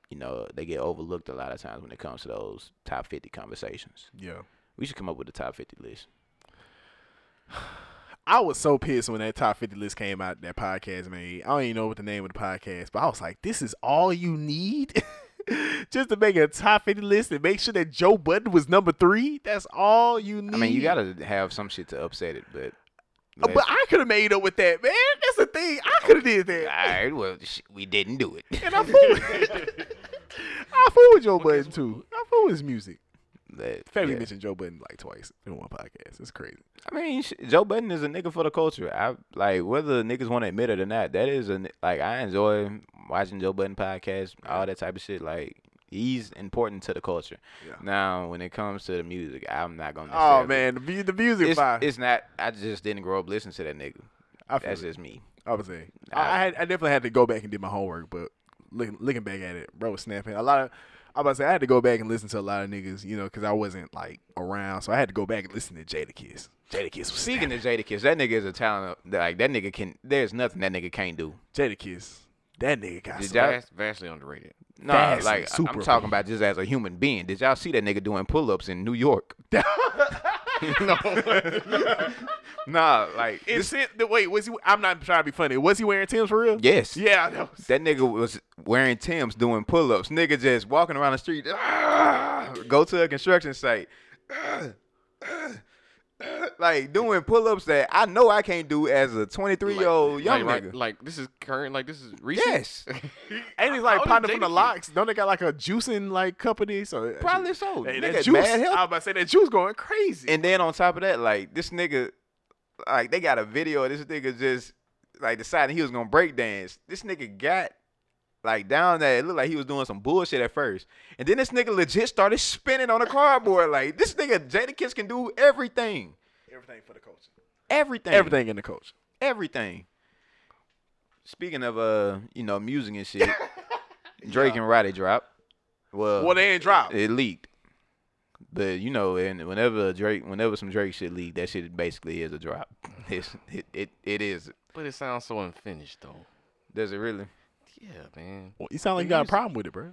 Speaker 1: you know, they get overlooked a lot of times when it comes to those top fifty conversations.
Speaker 2: Yeah.
Speaker 1: We should come up with a top fifty list.
Speaker 2: I was so pissed when that top 50 list came out that podcast made. I don't even know what the name of the podcast, but I was like, this is all you need just to make a top 50 list and make sure that Joe Budden was number three. That's all you need.
Speaker 1: I mean, you gotta have some shit to upset it, but.
Speaker 2: Uh, But I could have made up with that, man. That's the thing. I could have did
Speaker 1: all
Speaker 2: that.
Speaker 1: right, well, sh- we didn't do it.
Speaker 2: And I fool with, I fool with Joe Budden too. I fool with his music.
Speaker 1: But,
Speaker 2: Family
Speaker 1: yeah.
Speaker 2: mentioned Joe Budden like twice in one podcast. It's crazy.
Speaker 1: I mean, sh- Joe Budden is a nigga for the culture. I like whether niggas want to admit it or not. That is a ni- like I enjoy watching Joe Budden podcast, all that type of shit. Like he's important to the culture.
Speaker 2: Yeah.
Speaker 1: Now, when it comes to the music, I'm not gonna.
Speaker 2: Oh
Speaker 1: necessarily-
Speaker 2: man, the, mu- the music
Speaker 1: it's,
Speaker 2: fire.
Speaker 1: it's not. I just didn't grow up listening to that nigga.
Speaker 2: I feel
Speaker 1: That's
Speaker 2: it.
Speaker 1: just me.
Speaker 2: I was saying. I, I, had, I definitely had to go back and do my homework, but looking, looking back at it, bro, was snapping. A lot of, I was about to say, I had to go back and listen to a lot of niggas, you know, because I wasn't like around, so I had to go back and listen to Jada Kiss. Jada Kiss was
Speaker 1: Speaking
Speaker 2: speaking.
Speaker 1: of Jada Kiss, that nigga is a talent. of- Like that nigga can. There's nothing that nigga can't do.
Speaker 2: Jada Kiss, that nigga got.
Speaker 1: Did
Speaker 2: some-
Speaker 1: y'all-
Speaker 3: Vast, vastly underrated.
Speaker 1: No,
Speaker 2: Fast
Speaker 1: like
Speaker 2: and
Speaker 1: I-
Speaker 2: super
Speaker 1: I'm talking about just as a human being. Did y'all see that nigga doing pull-ups in New York?
Speaker 3: no,
Speaker 1: Nah, like
Speaker 2: It's it. the- Wait, was he? I'm not trying to be funny. Was he wearing Tim's for real?
Speaker 1: yes,
Speaker 2: Yeah, I know.
Speaker 1: That nigga was wearing Tim's doing pull ups. Nigga just walking around the street. "Ah!" go to a construction site. "Ah, ah, ah," like doing pull ups that I know I can't do as a 23 year old young
Speaker 3: like, right-
Speaker 1: nigga.
Speaker 3: like this is current. Like this is recent.
Speaker 1: yes.
Speaker 2: And he's like
Speaker 3: How
Speaker 2: partner
Speaker 3: did
Speaker 2: from
Speaker 3: Jada
Speaker 2: the
Speaker 3: Kiss-
Speaker 2: locks. Don't they got like a juicing like company? So
Speaker 1: Probably so.
Speaker 2: Hey,
Speaker 1: nigga,
Speaker 2: that juice.
Speaker 1: bad
Speaker 2: I was
Speaker 1: health.
Speaker 2: about to say that juice going crazy.
Speaker 1: And then on top of that, like this nigga, like they got a video of this nigga just like deciding he was gonna break dance. This nigga got like down there. It looked like he was doing some bullshit at first, and then this nigga legit started spinning on the cardboard. Like this nigga Jada Kiss can do everything,
Speaker 2: everything for the coach.
Speaker 1: everything,
Speaker 2: Everything in the coach.
Speaker 1: everything. Speaking of uh, you know, music and shit, Drake and Roddy drop. Well,
Speaker 2: Well, they ain't dropped.
Speaker 1: it leaked. But you know, and whenever Drake, whenever some Drake shit leaked, that shit basically is a drop. It's, it it it is.
Speaker 3: but it sounds so unfinished though.
Speaker 1: Does it really?
Speaker 3: Yeah, man.
Speaker 2: Well, you sound like you got a problem with it, bro.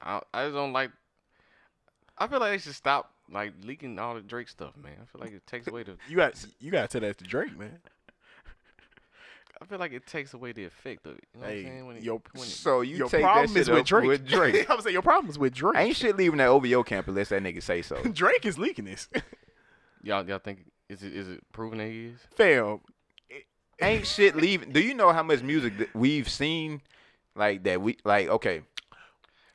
Speaker 3: I I just don't like. I feel like they should stop like leaking all the Drake stuff, man. I feel like it takes away the.
Speaker 2: You got you got to tell that to Drake, man.
Speaker 3: I feel like it takes away the effect of it. You know what I'm
Speaker 2: Hey,
Speaker 3: saying? When it-
Speaker 2: your,
Speaker 3: when it-
Speaker 1: So you
Speaker 2: your
Speaker 1: take that
Speaker 2: problem
Speaker 1: shit
Speaker 2: is with
Speaker 1: up
Speaker 2: Drake.
Speaker 1: with Drake.
Speaker 2: I'm saying your problem is with Drake.
Speaker 1: Ain't shit leaving that OVO camp unless that nigga say so.
Speaker 2: Drake is leaking this.
Speaker 3: y'all y'all think is it is it proven that he is?
Speaker 2: Fail.
Speaker 1: Ain't shit leaving. Do you know how much music that we've seen, like that we like? Okay,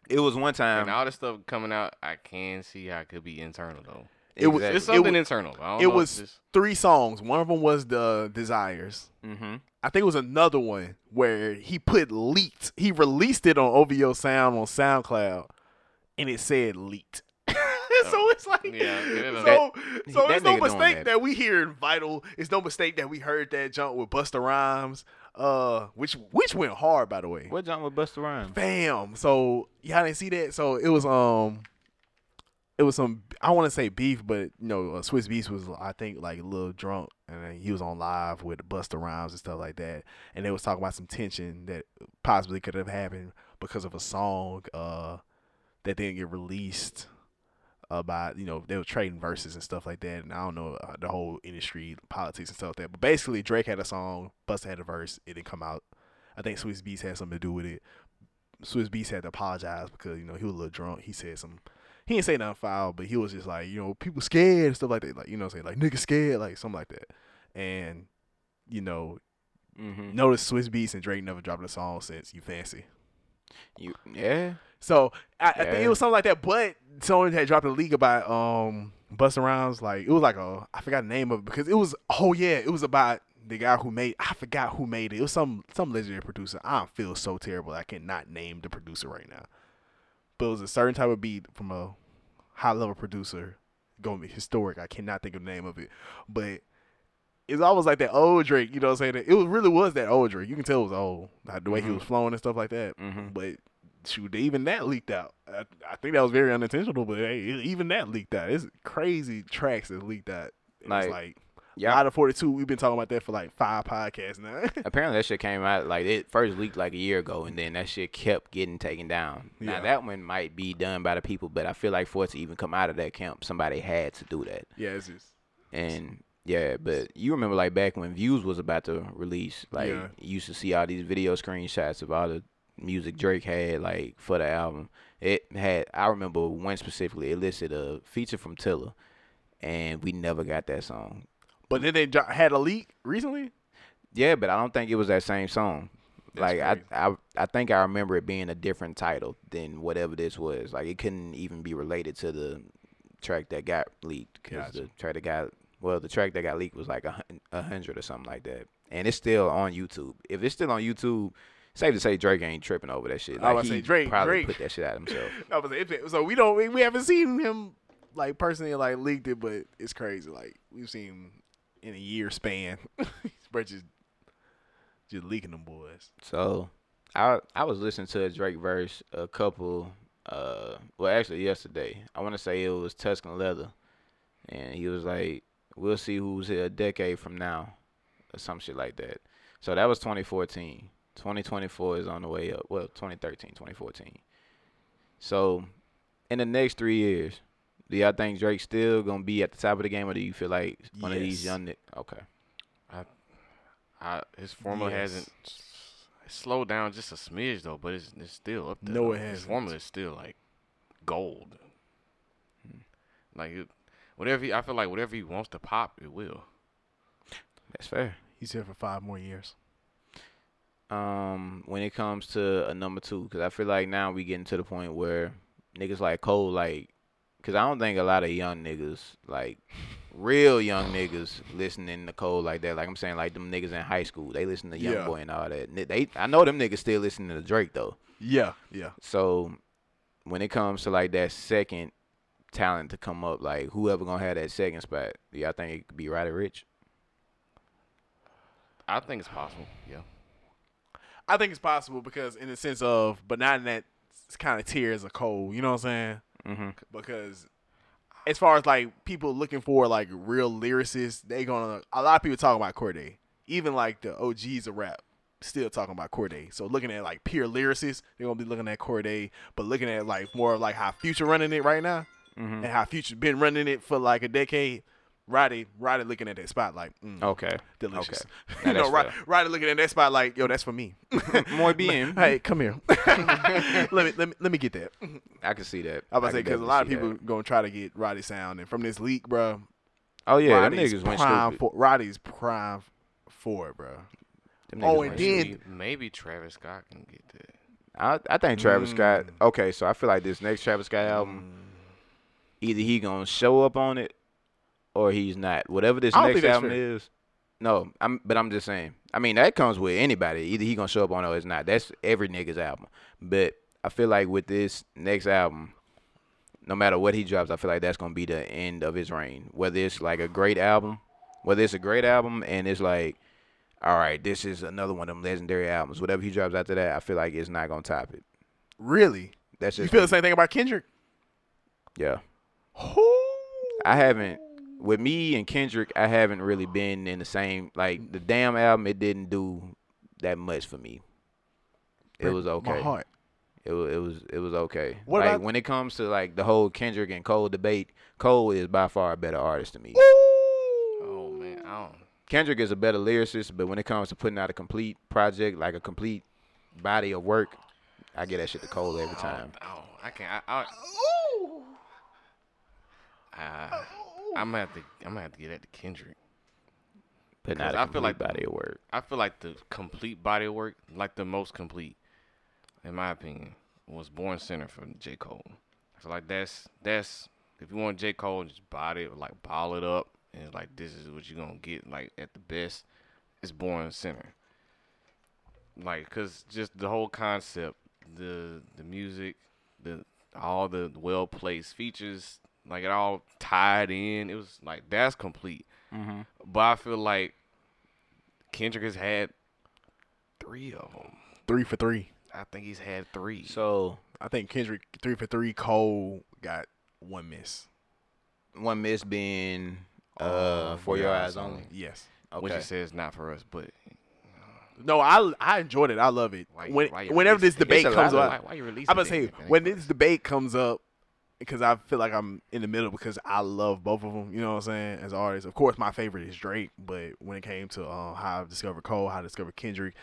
Speaker 1: it was one time.
Speaker 2: Um,
Speaker 3: and all this stuff coming out, I can see how it could be internal though.
Speaker 2: it was-
Speaker 3: It's
Speaker 2: it
Speaker 3: something
Speaker 2: wa-
Speaker 3: internal. I don't
Speaker 2: It
Speaker 3: know if
Speaker 2: was
Speaker 3: it's-
Speaker 2: three songs. One of them was the Desires.
Speaker 1: hmm
Speaker 2: I think it was another one where he put leaked. He released it on OVO Sound on SoundCloud, and it said leaked.
Speaker 1: Oh,
Speaker 2: so it's like,
Speaker 3: Yeah, it is.
Speaker 2: so, so
Speaker 1: that
Speaker 2: it's no
Speaker 1: nigga doing
Speaker 2: mistake
Speaker 1: that.
Speaker 2: that. we hear in Vital. It's no mistake that we heard that jump with Busta Rhymes, uh, which which went hard by the way.
Speaker 1: What genre Busta Rhymes?
Speaker 2: Bam. So y'all didn't see that. So it was um, it was some I want to say beef, but you know uh, Swiss Beast was I think like a little drunk, and then he was on live with Buster Rhymes and stuff like that, and they was talking about some tension that possibly could have happened because of a song uh that didn't get released. About you know they were trading verses and stuff like that, and I don't know uh, the whole industry politics and stuff like that. But basically, Drake had a song, Busta had a verse, it didn't come out. I think Swiss Beast had something to do with it. Swiss Beast had to apologize because you know he was a little drunk. He said some, he didn't say nothing foul, but he was just like you know people scared and stuff like that. Like you know, say like niggas scared, like something like that. And you know,
Speaker 1: Mm-hmm.
Speaker 2: notice Swiss Beast and Drake never dropped a song since You Fancy.
Speaker 1: You, yeah.
Speaker 2: So I, I think
Speaker 1: Yeah.
Speaker 2: it was something like that. But someone had dropped a leak about um Busta Rhymes. Like it was like a I forgot the name of it because it was oh yeah it was about the guy who made I forgot who made it. It was some some legendary producer. I feel so terrible. I cannot name the producer right now. But it was a certain type of beat from a high level producer. Going to be historic. I cannot think of the name of it, but. It's almost like that old Drake, you know what I'm saying? It was, really was that old Drake. You can tell it was old, like the way he
Speaker 1: Mhm.
Speaker 2: was flowing and stuff like that
Speaker 1: Mm-hmm.
Speaker 2: but shoot, even that leaked out. I, I think that was very unintentional, but hey, even that leaked out. It's crazy tracks that leaked out. It's
Speaker 1: Like,
Speaker 2: like, like
Speaker 1: Yeah.
Speaker 2: out of forty two, we've been talking about that for like five podcasts now.
Speaker 1: Apparently that shit came out like it first leaked like a year ago, and then that shit kept getting taken down.
Speaker 2: Yeah.
Speaker 1: Now that one might be done by the people, but I feel like for it to even come out of that camp, somebody had to do that.
Speaker 2: yeah, it's just
Speaker 1: And yeah, but you remember like back when Views was about to release, like
Speaker 2: Yeah.
Speaker 1: you used to see all these video screenshots of all the music Drake had like for the album. It had I remember one specifically. It listed a feature from Tilla, and we never got that song.
Speaker 2: but then they dro- had a leak recently.
Speaker 1: Yeah, but I don't think it was that same song.
Speaker 2: That's
Speaker 1: like I, I I think I remember it being a different title than whatever this was. Like it couldn't even be related to the track that got leaked because
Speaker 2: Gotcha.
Speaker 1: the track that got well the track that got leaked was like a, hun- a hundred or something like that, and it's still on YouTube. If it's still on YouTube, safe to say Drake ain't tripping over that shit.
Speaker 2: I
Speaker 1: Like
Speaker 2: was
Speaker 1: he
Speaker 2: gonna say, Drake-
Speaker 1: probably
Speaker 2: Drake.
Speaker 1: put that shit out himself.
Speaker 2: I was like, it- so we don't we, we haven't seen him like personally like leaked it, but it's crazy. Like we've seen him in a year span, Brett just just leaking them boys.
Speaker 1: So I I was listening to a Drake verse a couple uh well actually yesterday. I wanna say it was Tuscan Leather. And he was like, We'll see who's here a decade from now or some shit like that. So that was twenty fourteen. Twenty twenty four is on the way up. Well, 2013, 2014. So in the next three years, do y'all think Drake's still gonna be at the top of the game or do you feel like one of these
Speaker 2: Yes.
Speaker 1: young ni- okay.
Speaker 3: I, his formula
Speaker 2: Yes.
Speaker 3: hasn't s- it's slowed down just a smidge though, but it's it's still up there.
Speaker 2: No,
Speaker 3: though.
Speaker 2: it
Speaker 3: His
Speaker 2: hasn't.
Speaker 3: formula is still like gold. Like it, whatever he, I feel like whatever he wants to pop, it will.
Speaker 1: That's fair.
Speaker 2: He's here for five more years.
Speaker 1: um when it comes to a number two because I feel like now we getting to the point where niggas like Cole like because I don't think a lot of young niggas like real young niggas listening to Cole like that like I'm saying like them niggas in high school they listen to Young
Speaker 2: Yeah.
Speaker 1: Boy and all that Ni- they I know them niggas still listening to Drake though
Speaker 2: Yeah, yeah.
Speaker 1: so when it comes to like that second talent to come up like whoever gonna have that second spot do y'all think it could be Roddy Rich
Speaker 3: I think it's possible. Yeah.
Speaker 2: I think it's possible because in the sense of, but not in that kind of tier as a cold. You know what I'm saying?
Speaker 1: mm-hmm
Speaker 2: Because as far as like people looking for like real lyricists, they gonna a lot of people talking about Corday. Even like the OGs of rap still talking about Corday. So looking at like pure lyricists, they're gonna be looking at Corday. But looking at like more of like how Future running it right now
Speaker 1: Mhm.
Speaker 2: and how Future been running it for like a decade. Roddy, Roddy looking at that spot like mm,
Speaker 1: okay
Speaker 2: delicious.
Speaker 1: Now
Speaker 2: you know,
Speaker 1: that's
Speaker 2: Roddy,
Speaker 1: fair.
Speaker 2: Roddy looking at that spot like yo, that's for me.
Speaker 1: Muy bien
Speaker 2: Hey, come here. let me let me let me get that.
Speaker 1: I can see that
Speaker 2: I was about to say
Speaker 1: could
Speaker 2: because a
Speaker 1: definitely
Speaker 2: lot of
Speaker 1: see that.
Speaker 2: people gonna try to get Roddy sound, and from this leak, bro,
Speaker 1: Oh yeah, them
Speaker 2: Roddy's
Speaker 1: niggas went
Speaker 2: prime
Speaker 1: stupid.
Speaker 2: for Roddy's prime for it, bro.
Speaker 1: Them
Speaker 2: oh,
Speaker 1: niggas
Speaker 2: and
Speaker 1: went
Speaker 2: then-
Speaker 1: stupid.
Speaker 3: Maybe, maybe Travis Scott can get that.
Speaker 1: I, I think Travis
Speaker 2: Mm.
Speaker 1: Scott. Okay, so I feel like this next Travis Scott album,
Speaker 2: Mm.
Speaker 1: either he gonna show up on it, or he's not. Whatever this
Speaker 2: I don't
Speaker 1: next
Speaker 2: think that's
Speaker 1: album is, no. I'm but I'm just saying. I mean that comes with anybody. Either he gonna show up on it or it's not. That's every nigga's album. But I feel like with this next album, no matter what he drops, I feel like that's gonna be the end of his reign. Whether it's like a great album, whether it's a great album and it's like, all right, this is another one of them legendary albums. Whatever he drops after that, I feel like it's not gonna top it.
Speaker 2: Really?
Speaker 1: That's
Speaker 2: You
Speaker 1: just
Speaker 2: feel the same thing about Kendrick?
Speaker 1: yeah.
Speaker 2: Who? Ah,
Speaker 1: I haven't with me and Kendrick. I haven't really been in the same like the damn album. It didn't do that much for me. It
Speaker 2: Break
Speaker 1: was
Speaker 2: My
Speaker 1: okay.
Speaker 2: heart.
Speaker 1: It was it was it was okay.
Speaker 2: What
Speaker 1: like
Speaker 2: about-
Speaker 1: when it comes to like the whole Kendrick and Cole debate, Cole is by far a better artist to me.
Speaker 3: Oh man, I don't.
Speaker 1: Kendrick is a better lyricist, but when it comes to putting out a complete project, like a complete body of work, I get that shit to Cole every time.
Speaker 3: I don't. Oh, I can't. I. I I, I'm gonna Uh, have to. I'm gonna have to get at the Kendrick.
Speaker 1: Putting out a
Speaker 3: I
Speaker 1: complete
Speaker 3: feel like-
Speaker 1: body of work.
Speaker 3: I feel like the complete body of work, like the most complete, in my opinion, was Born Center from J. Cole. I feel like that's that's if you want J. Cole, just body it, like ball it up, and it's like this is what you're gonna get, like at the best, it's Born Center. Like, cause just the whole concept, the the music, the all the well placed features, like it all tied in. It was like that's complete. But I feel like Kendrick has had three of them.
Speaker 2: Three for three.
Speaker 3: I think he's had three.
Speaker 1: So
Speaker 2: I think Kendrick three for three. Cole got one miss.
Speaker 1: one miss being
Speaker 3: Uh,
Speaker 1: uh, for your eyes only.
Speaker 2: Yes.
Speaker 3: Which
Speaker 1: Okay.
Speaker 3: he says not for us, but
Speaker 2: No, I I enjoyed it. I love it.
Speaker 3: why,
Speaker 2: when
Speaker 3: why you
Speaker 2: whenever this
Speaker 3: release-
Speaker 2: debate
Speaker 1: It's a
Speaker 2: comes
Speaker 1: lot
Speaker 2: up,
Speaker 1: of-
Speaker 3: why, why you releasing?
Speaker 2: I'm gonna
Speaker 3: it?
Speaker 2: say
Speaker 3: Like,
Speaker 2: when this debate comes up, because I feel like I'm in the middle because I love both of them. You know what I'm saying? As artists, of course, my favorite is Drake, but when it came to um, how I discovered Cole, how I discovered Kendrick,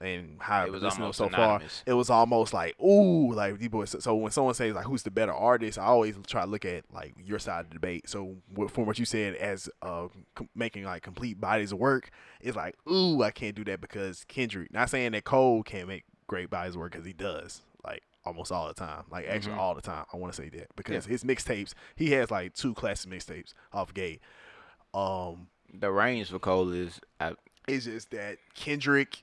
Speaker 2: and how
Speaker 1: It was
Speaker 2: I listened
Speaker 1: almost
Speaker 2: so
Speaker 1: synonymous.
Speaker 2: far, it was almost like ooh, like these boys. So when someone says like who's the better artist, I always try to look at like your side of the debate. So wh- from what you said, as uh, com- making like complete bodies of work, it's like ooh, I can't do that because Kendrick. Not saying that Cole can't make great bodies of work because he does. Like almost all the time. Like actually all the time. I want to say that because his mixtapes, he has like two classic mixtapes off Gate. Um,
Speaker 1: The range for Cole is I,
Speaker 2: it's just that Kendrick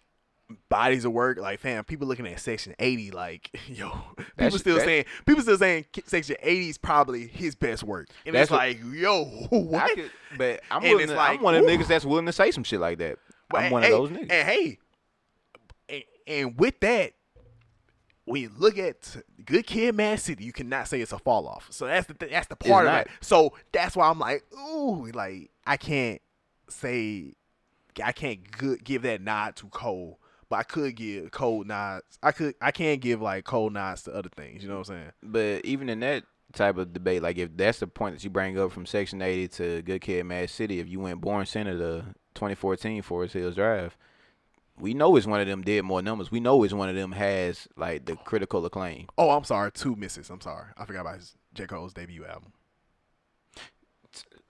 Speaker 2: bodies of work like fam people looking at section 80 like yo people
Speaker 1: That's-
Speaker 2: still
Speaker 1: that-
Speaker 2: saying people still saying K- section 80 is probably his best work and it's
Speaker 1: That's what-
Speaker 2: like yo what
Speaker 1: I could, but I'm
Speaker 2: And
Speaker 1: willing
Speaker 2: it's
Speaker 1: to,
Speaker 2: like,
Speaker 1: I'm one of the
Speaker 2: oof.
Speaker 1: niggas that's willing to say some shit like that.
Speaker 2: But
Speaker 1: I'm
Speaker 2: hey-
Speaker 1: one
Speaker 2: hey,
Speaker 1: of those niggas.
Speaker 2: And hey, and, and with that, when you look at Good Kid, Mad City, you cannot say it's a fall off. So that's the th- that's the part of
Speaker 1: not.
Speaker 2: it. So that's why I'm like, ooh, like I can't say I can't good, give that nod to Cole, but I could give Cole nods. I could I can give like Cole nods to other things. You know what I'm saying?
Speaker 1: But even in that type of debate, like if that's the point that you bring up from Section 80 to Good Kid, Mad City, if you went Born Center to 2014 Forest Hills Drive, we know it's one of them did more numbers. We know it's one of them has like the critical acclaim.
Speaker 2: Oh, I'm sorry, two misses. I'm sorry, I forgot about his, J Cole's debut album.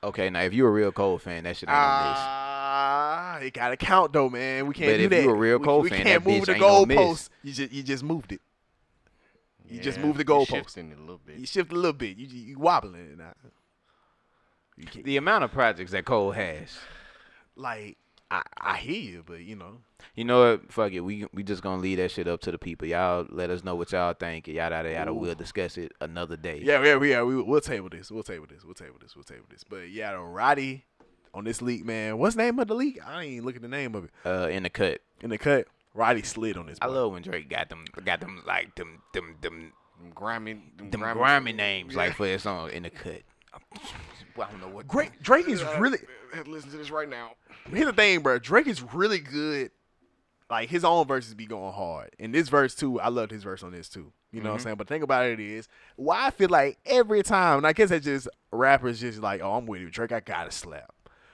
Speaker 1: Okay, now if you're a real Cole fan, that should ain't on this.
Speaker 2: Ah, it gotta count though, man. We can't
Speaker 1: But
Speaker 2: do
Speaker 1: if
Speaker 2: that.
Speaker 1: you a real
Speaker 2: we,
Speaker 1: Cole
Speaker 2: we
Speaker 1: fan,
Speaker 2: can't
Speaker 1: that
Speaker 2: move
Speaker 1: bitch
Speaker 2: the
Speaker 1: ain't gonna miss.
Speaker 2: goalpost. You just you just moved it. You just moved the goalpost.
Speaker 3: Shifting it a little bit.
Speaker 2: You shift a little bit. You you wobbling it now. You can't,
Speaker 1: The amount of projects that Cole has.
Speaker 2: like I I hear you, but you know
Speaker 1: You know what? Fuck it. We we just gonna leave that shit up to the people. Y'all let us know what y'all think. Yada yada yada. We'll discuss it another day.
Speaker 2: Yeah, yeah, yeah. We we'll table this. We'll table this. We'll table this. We'll table this. But yeah, the Roddy on this leak, man. What's the name of the leak? I ain't even look at the name of it.
Speaker 1: Uh, in the cut.
Speaker 2: In the cut, Roddy slid on this.
Speaker 1: I
Speaker 2: boy.
Speaker 1: love when Drake got them got them like them them them
Speaker 3: Them grimy, them
Speaker 1: them
Speaker 3: grimy,
Speaker 1: grimy, names like for his song in the cut. Well, I don't know what.
Speaker 2: Drake. Drake is
Speaker 3: Uh,
Speaker 2: really.
Speaker 3: Listen to this right now.
Speaker 2: Here's the thing, bro. Drake is really good. Like his own verses be going hard, and this verse too. I loved his verse on this too. You know what I'm saying? But think about it is why I feel like every time, and I guess that's just rappers just like, oh, I'm with you, Drake. I gotta slap,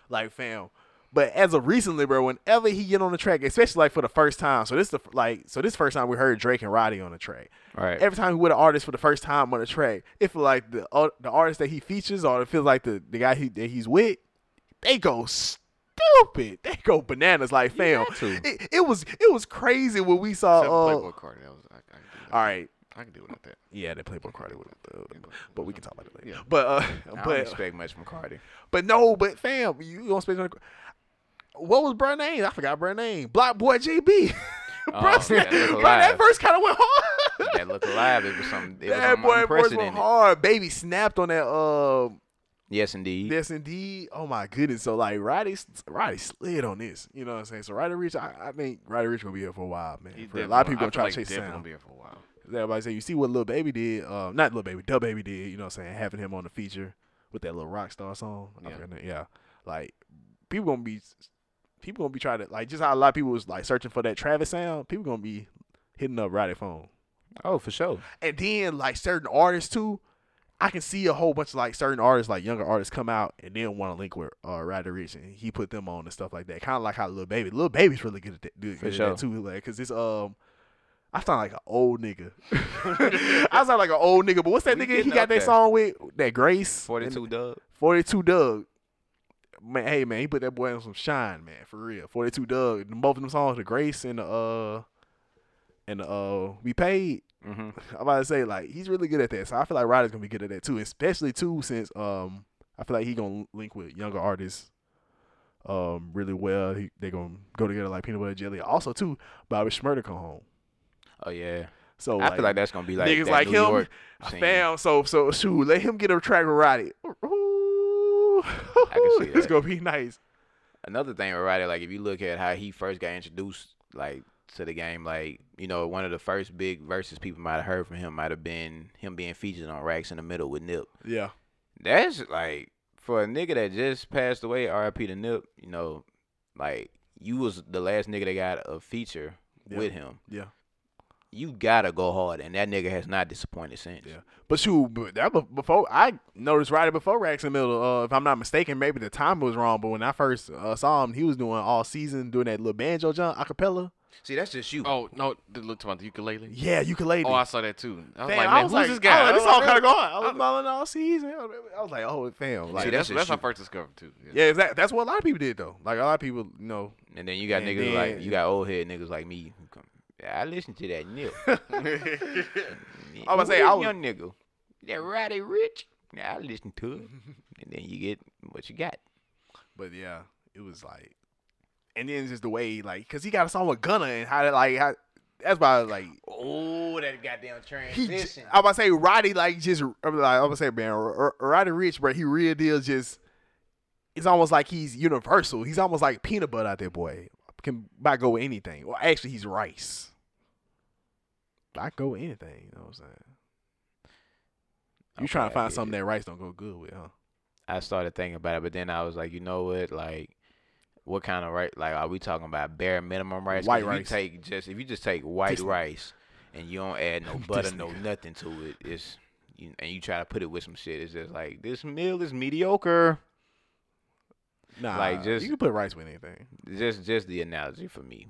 Speaker 2: like fam. But as of recently, bro, whenever he get on the track, especially like for the first time, so this the like, so this first time we heard Drake and Roddy on the track.
Speaker 1: Right.
Speaker 2: Every time he with an artist for the first time on the track, it feel like the uh, the artist that he features or it feels like the the guy he, that he's with they go stupid. They go bananas like fam.
Speaker 1: got to.
Speaker 2: It, it was it was crazy when we saw.
Speaker 3: Except for
Speaker 2: Uh,
Speaker 3: Playboy Cardi. That was I, I can do that.
Speaker 2: all right,
Speaker 3: I can do without that.
Speaker 2: yeah, they Playboy Cardi with, uh, but we can talk about it later.
Speaker 3: Yeah.
Speaker 2: But uh,
Speaker 1: I don't
Speaker 2: but
Speaker 1: expect much from Cardi.
Speaker 2: but no, but fam, you don't spend. What was bruh name? I forgot bruh name. Block boy JB. bruh,
Speaker 1: Oh, yeah, that's
Speaker 2: bruh,
Speaker 1: alive.
Speaker 2: that first kind of went hard.
Speaker 1: That look alive. It was some. It was
Speaker 2: that
Speaker 1: something
Speaker 2: boy first went
Speaker 1: unprecedented.
Speaker 2: hard. Baby snapped on that. Uh,
Speaker 1: Yes, indeed.
Speaker 2: Yes, indeed. Oh my goodness. So like Roddy, Roddy slid on this. You know what I'm saying? So Roddy Rich, I, I think Roddy Rich gonna be here for a while, man.
Speaker 3: He's
Speaker 2: For a lot of
Speaker 3: definitely-
Speaker 2: people gonna
Speaker 3: I feel
Speaker 2: try
Speaker 3: like
Speaker 2: to chase
Speaker 3: definitely
Speaker 2: sound.
Speaker 3: Be here for a while.
Speaker 2: Everybody say you see what Lil Baby did. Uh, not Lil Baby, Dub Baby did. You know what I'm saying? Having him on the feature with that little rock star song. I
Speaker 3: Yeah.
Speaker 2: forgot the- yeah. Like people gonna be, people gonna be trying to like just how a lot of people was like searching for that Travis sound. People gonna be hitting up Roddy phone.
Speaker 1: Oh, for sure.
Speaker 2: And then like certain artists too, I can see a whole bunch of like certain artists, like younger artists, come out and then want to link with uh, Ryder Rich, and he put them on and stuff like that. Kind of like how Lil Baby, Lil Baby's really good at that, good,
Speaker 1: For
Speaker 2: good at that
Speaker 1: sure.
Speaker 2: too, like because it's um. I sound like an old nigga. I sound like an old nigga, but what's that
Speaker 1: We
Speaker 2: nigga he
Speaker 1: getting
Speaker 2: got
Speaker 1: up
Speaker 2: that
Speaker 1: there.
Speaker 2: song with? That Grace?
Speaker 1: Forty-two
Speaker 2: And-
Speaker 1: dub.
Speaker 2: 42 Doug. Man, hey man, he put that boy on some shine, man, for real. 42 Doug. and Both of them songs, the Grace and the uh and the uh We Paid.
Speaker 1: hmm
Speaker 2: I'm about to say like he's really good at that. So I feel like Ryder's gonna be good at that too, especially too since um I feel like he gonna link with younger artists um really well. He, they gonna go together like peanut butter and jelly. Also too, Bobby Schmurda come home.
Speaker 1: Oh yeah.
Speaker 2: So
Speaker 1: I feel like that's gonna be like
Speaker 2: niggas
Speaker 1: that
Speaker 2: like
Speaker 1: New
Speaker 2: him,
Speaker 1: York scene.
Speaker 2: fam. So so shoot, let him get a track with Roddy. Ooh,
Speaker 1: see
Speaker 2: it's
Speaker 1: that.
Speaker 2: gonna be nice.
Speaker 1: another thing about it, like if you look at how he first got introduced, like to the game, like you know, one of the first big verses people might have heard from him might have been him being featured on Racks in the Middle with Nip.
Speaker 2: Yeah,
Speaker 1: That's like for a nigga that just passed away, R.I.P. to Nip. You know, like you was the last nigga that got a feature
Speaker 2: Yeah.
Speaker 1: with him.
Speaker 2: yeah,
Speaker 1: You gotta go hard, and that nigga has not disappointed since.
Speaker 2: yeah. But shoot, but that be- before I noticed Roddy before Rax and Miller. Uh, if I'm not mistaken, maybe the time was wrong. But when I first uh, saw him, he was doing all season doing that little banjo jump acapella.
Speaker 1: See, that's just you.
Speaker 3: Oh no, the look to my the ukulele.
Speaker 2: Yeah, ukulele.
Speaker 3: Oh, I saw that too. I was
Speaker 2: Fam,
Speaker 3: like,
Speaker 2: I
Speaker 3: man,
Speaker 2: was
Speaker 3: who's
Speaker 2: like-
Speaker 3: this
Speaker 2: I
Speaker 3: guy? Oh,
Speaker 2: was like, this all kind of
Speaker 3: of
Speaker 2: going. I was balling all season. I was like, oh, fam. Like,
Speaker 1: See,
Speaker 3: that's
Speaker 1: that's
Speaker 3: that's
Speaker 1: a
Speaker 3: how
Speaker 1: shoot.
Speaker 3: first discovered too. Yeah.
Speaker 2: yeah, that, that's what a lot of people did though. Like a lot of people, you know,
Speaker 1: And then you got
Speaker 2: And
Speaker 1: niggas
Speaker 2: then-
Speaker 1: like you got old head niggas like me. who come, I listen to that Nip.
Speaker 2: I was gonna say, I was-
Speaker 1: young nigga. That Roddy Rich. Now I listen to it, and then you get what you got.
Speaker 2: But yeah, it was like, and then just the way like, cause he got a song with Gunna and how that like, how, that's why like
Speaker 1: Oh, that goddamn
Speaker 2: he, j- I about to say Roddy like just I'm like I'm gonna say man, R- R- Roddy Rich, bro, he real deal just, it's almost like he's universal. He's almost like peanut butter out there, boy. Can about go with anything. Well, actually, he's rice. I go with anything. You know what I'm saying? You
Speaker 1: Okay,
Speaker 2: trying
Speaker 1: I
Speaker 2: to find
Speaker 1: get
Speaker 2: something
Speaker 1: it.
Speaker 2: that rice don't go good with, huh?
Speaker 1: I started thinking about it, but then I was like, you know what, like. What kind of rice? Like, are we talking about bare minimum rice? 'Cause
Speaker 2: White
Speaker 1: if
Speaker 2: rice.
Speaker 1: You take just if you just take white
Speaker 2: This nigga.
Speaker 1: rice and you don't add no butter,
Speaker 2: This
Speaker 1: no
Speaker 2: nigga.
Speaker 1: nothing to it, it's you, and you try to put it with some shit. It's just like this meal is mediocre.
Speaker 2: Nah,
Speaker 1: Like, just-
Speaker 2: you can put rice with anything.
Speaker 1: Just just the analogy for me.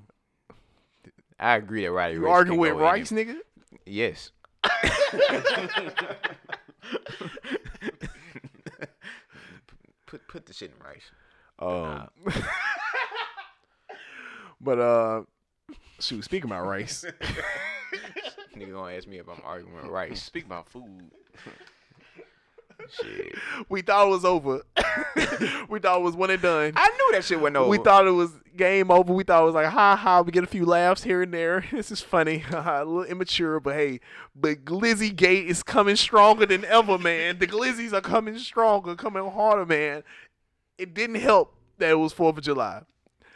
Speaker 1: I agree that Roddy
Speaker 2: You
Speaker 1: Ricch
Speaker 2: arguing
Speaker 1: can
Speaker 2: with
Speaker 1: go any-
Speaker 2: rice, nigga?
Speaker 1: Yes. put put the shit in rice.
Speaker 2: Um, but uh, shoot. Speaking about rice,
Speaker 1: Nigga gonna ask me if I'm arguing with rice.
Speaker 3: Speak about food.
Speaker 1: shit.
Speaker 2: we thought it was over. we thought it was one and done.
Speaker 1: I knew that shit wasn't over.
Speaker 2: We thought it was game over. We thought it was like, ha ha. We get a few laughs here and there. This is funny, a little immature, but hey, but Glizzy Gate is coming stronger than ever, man. The Glizzies are coming stronger, coming harder, man. It didn't help that it was Fourth of July.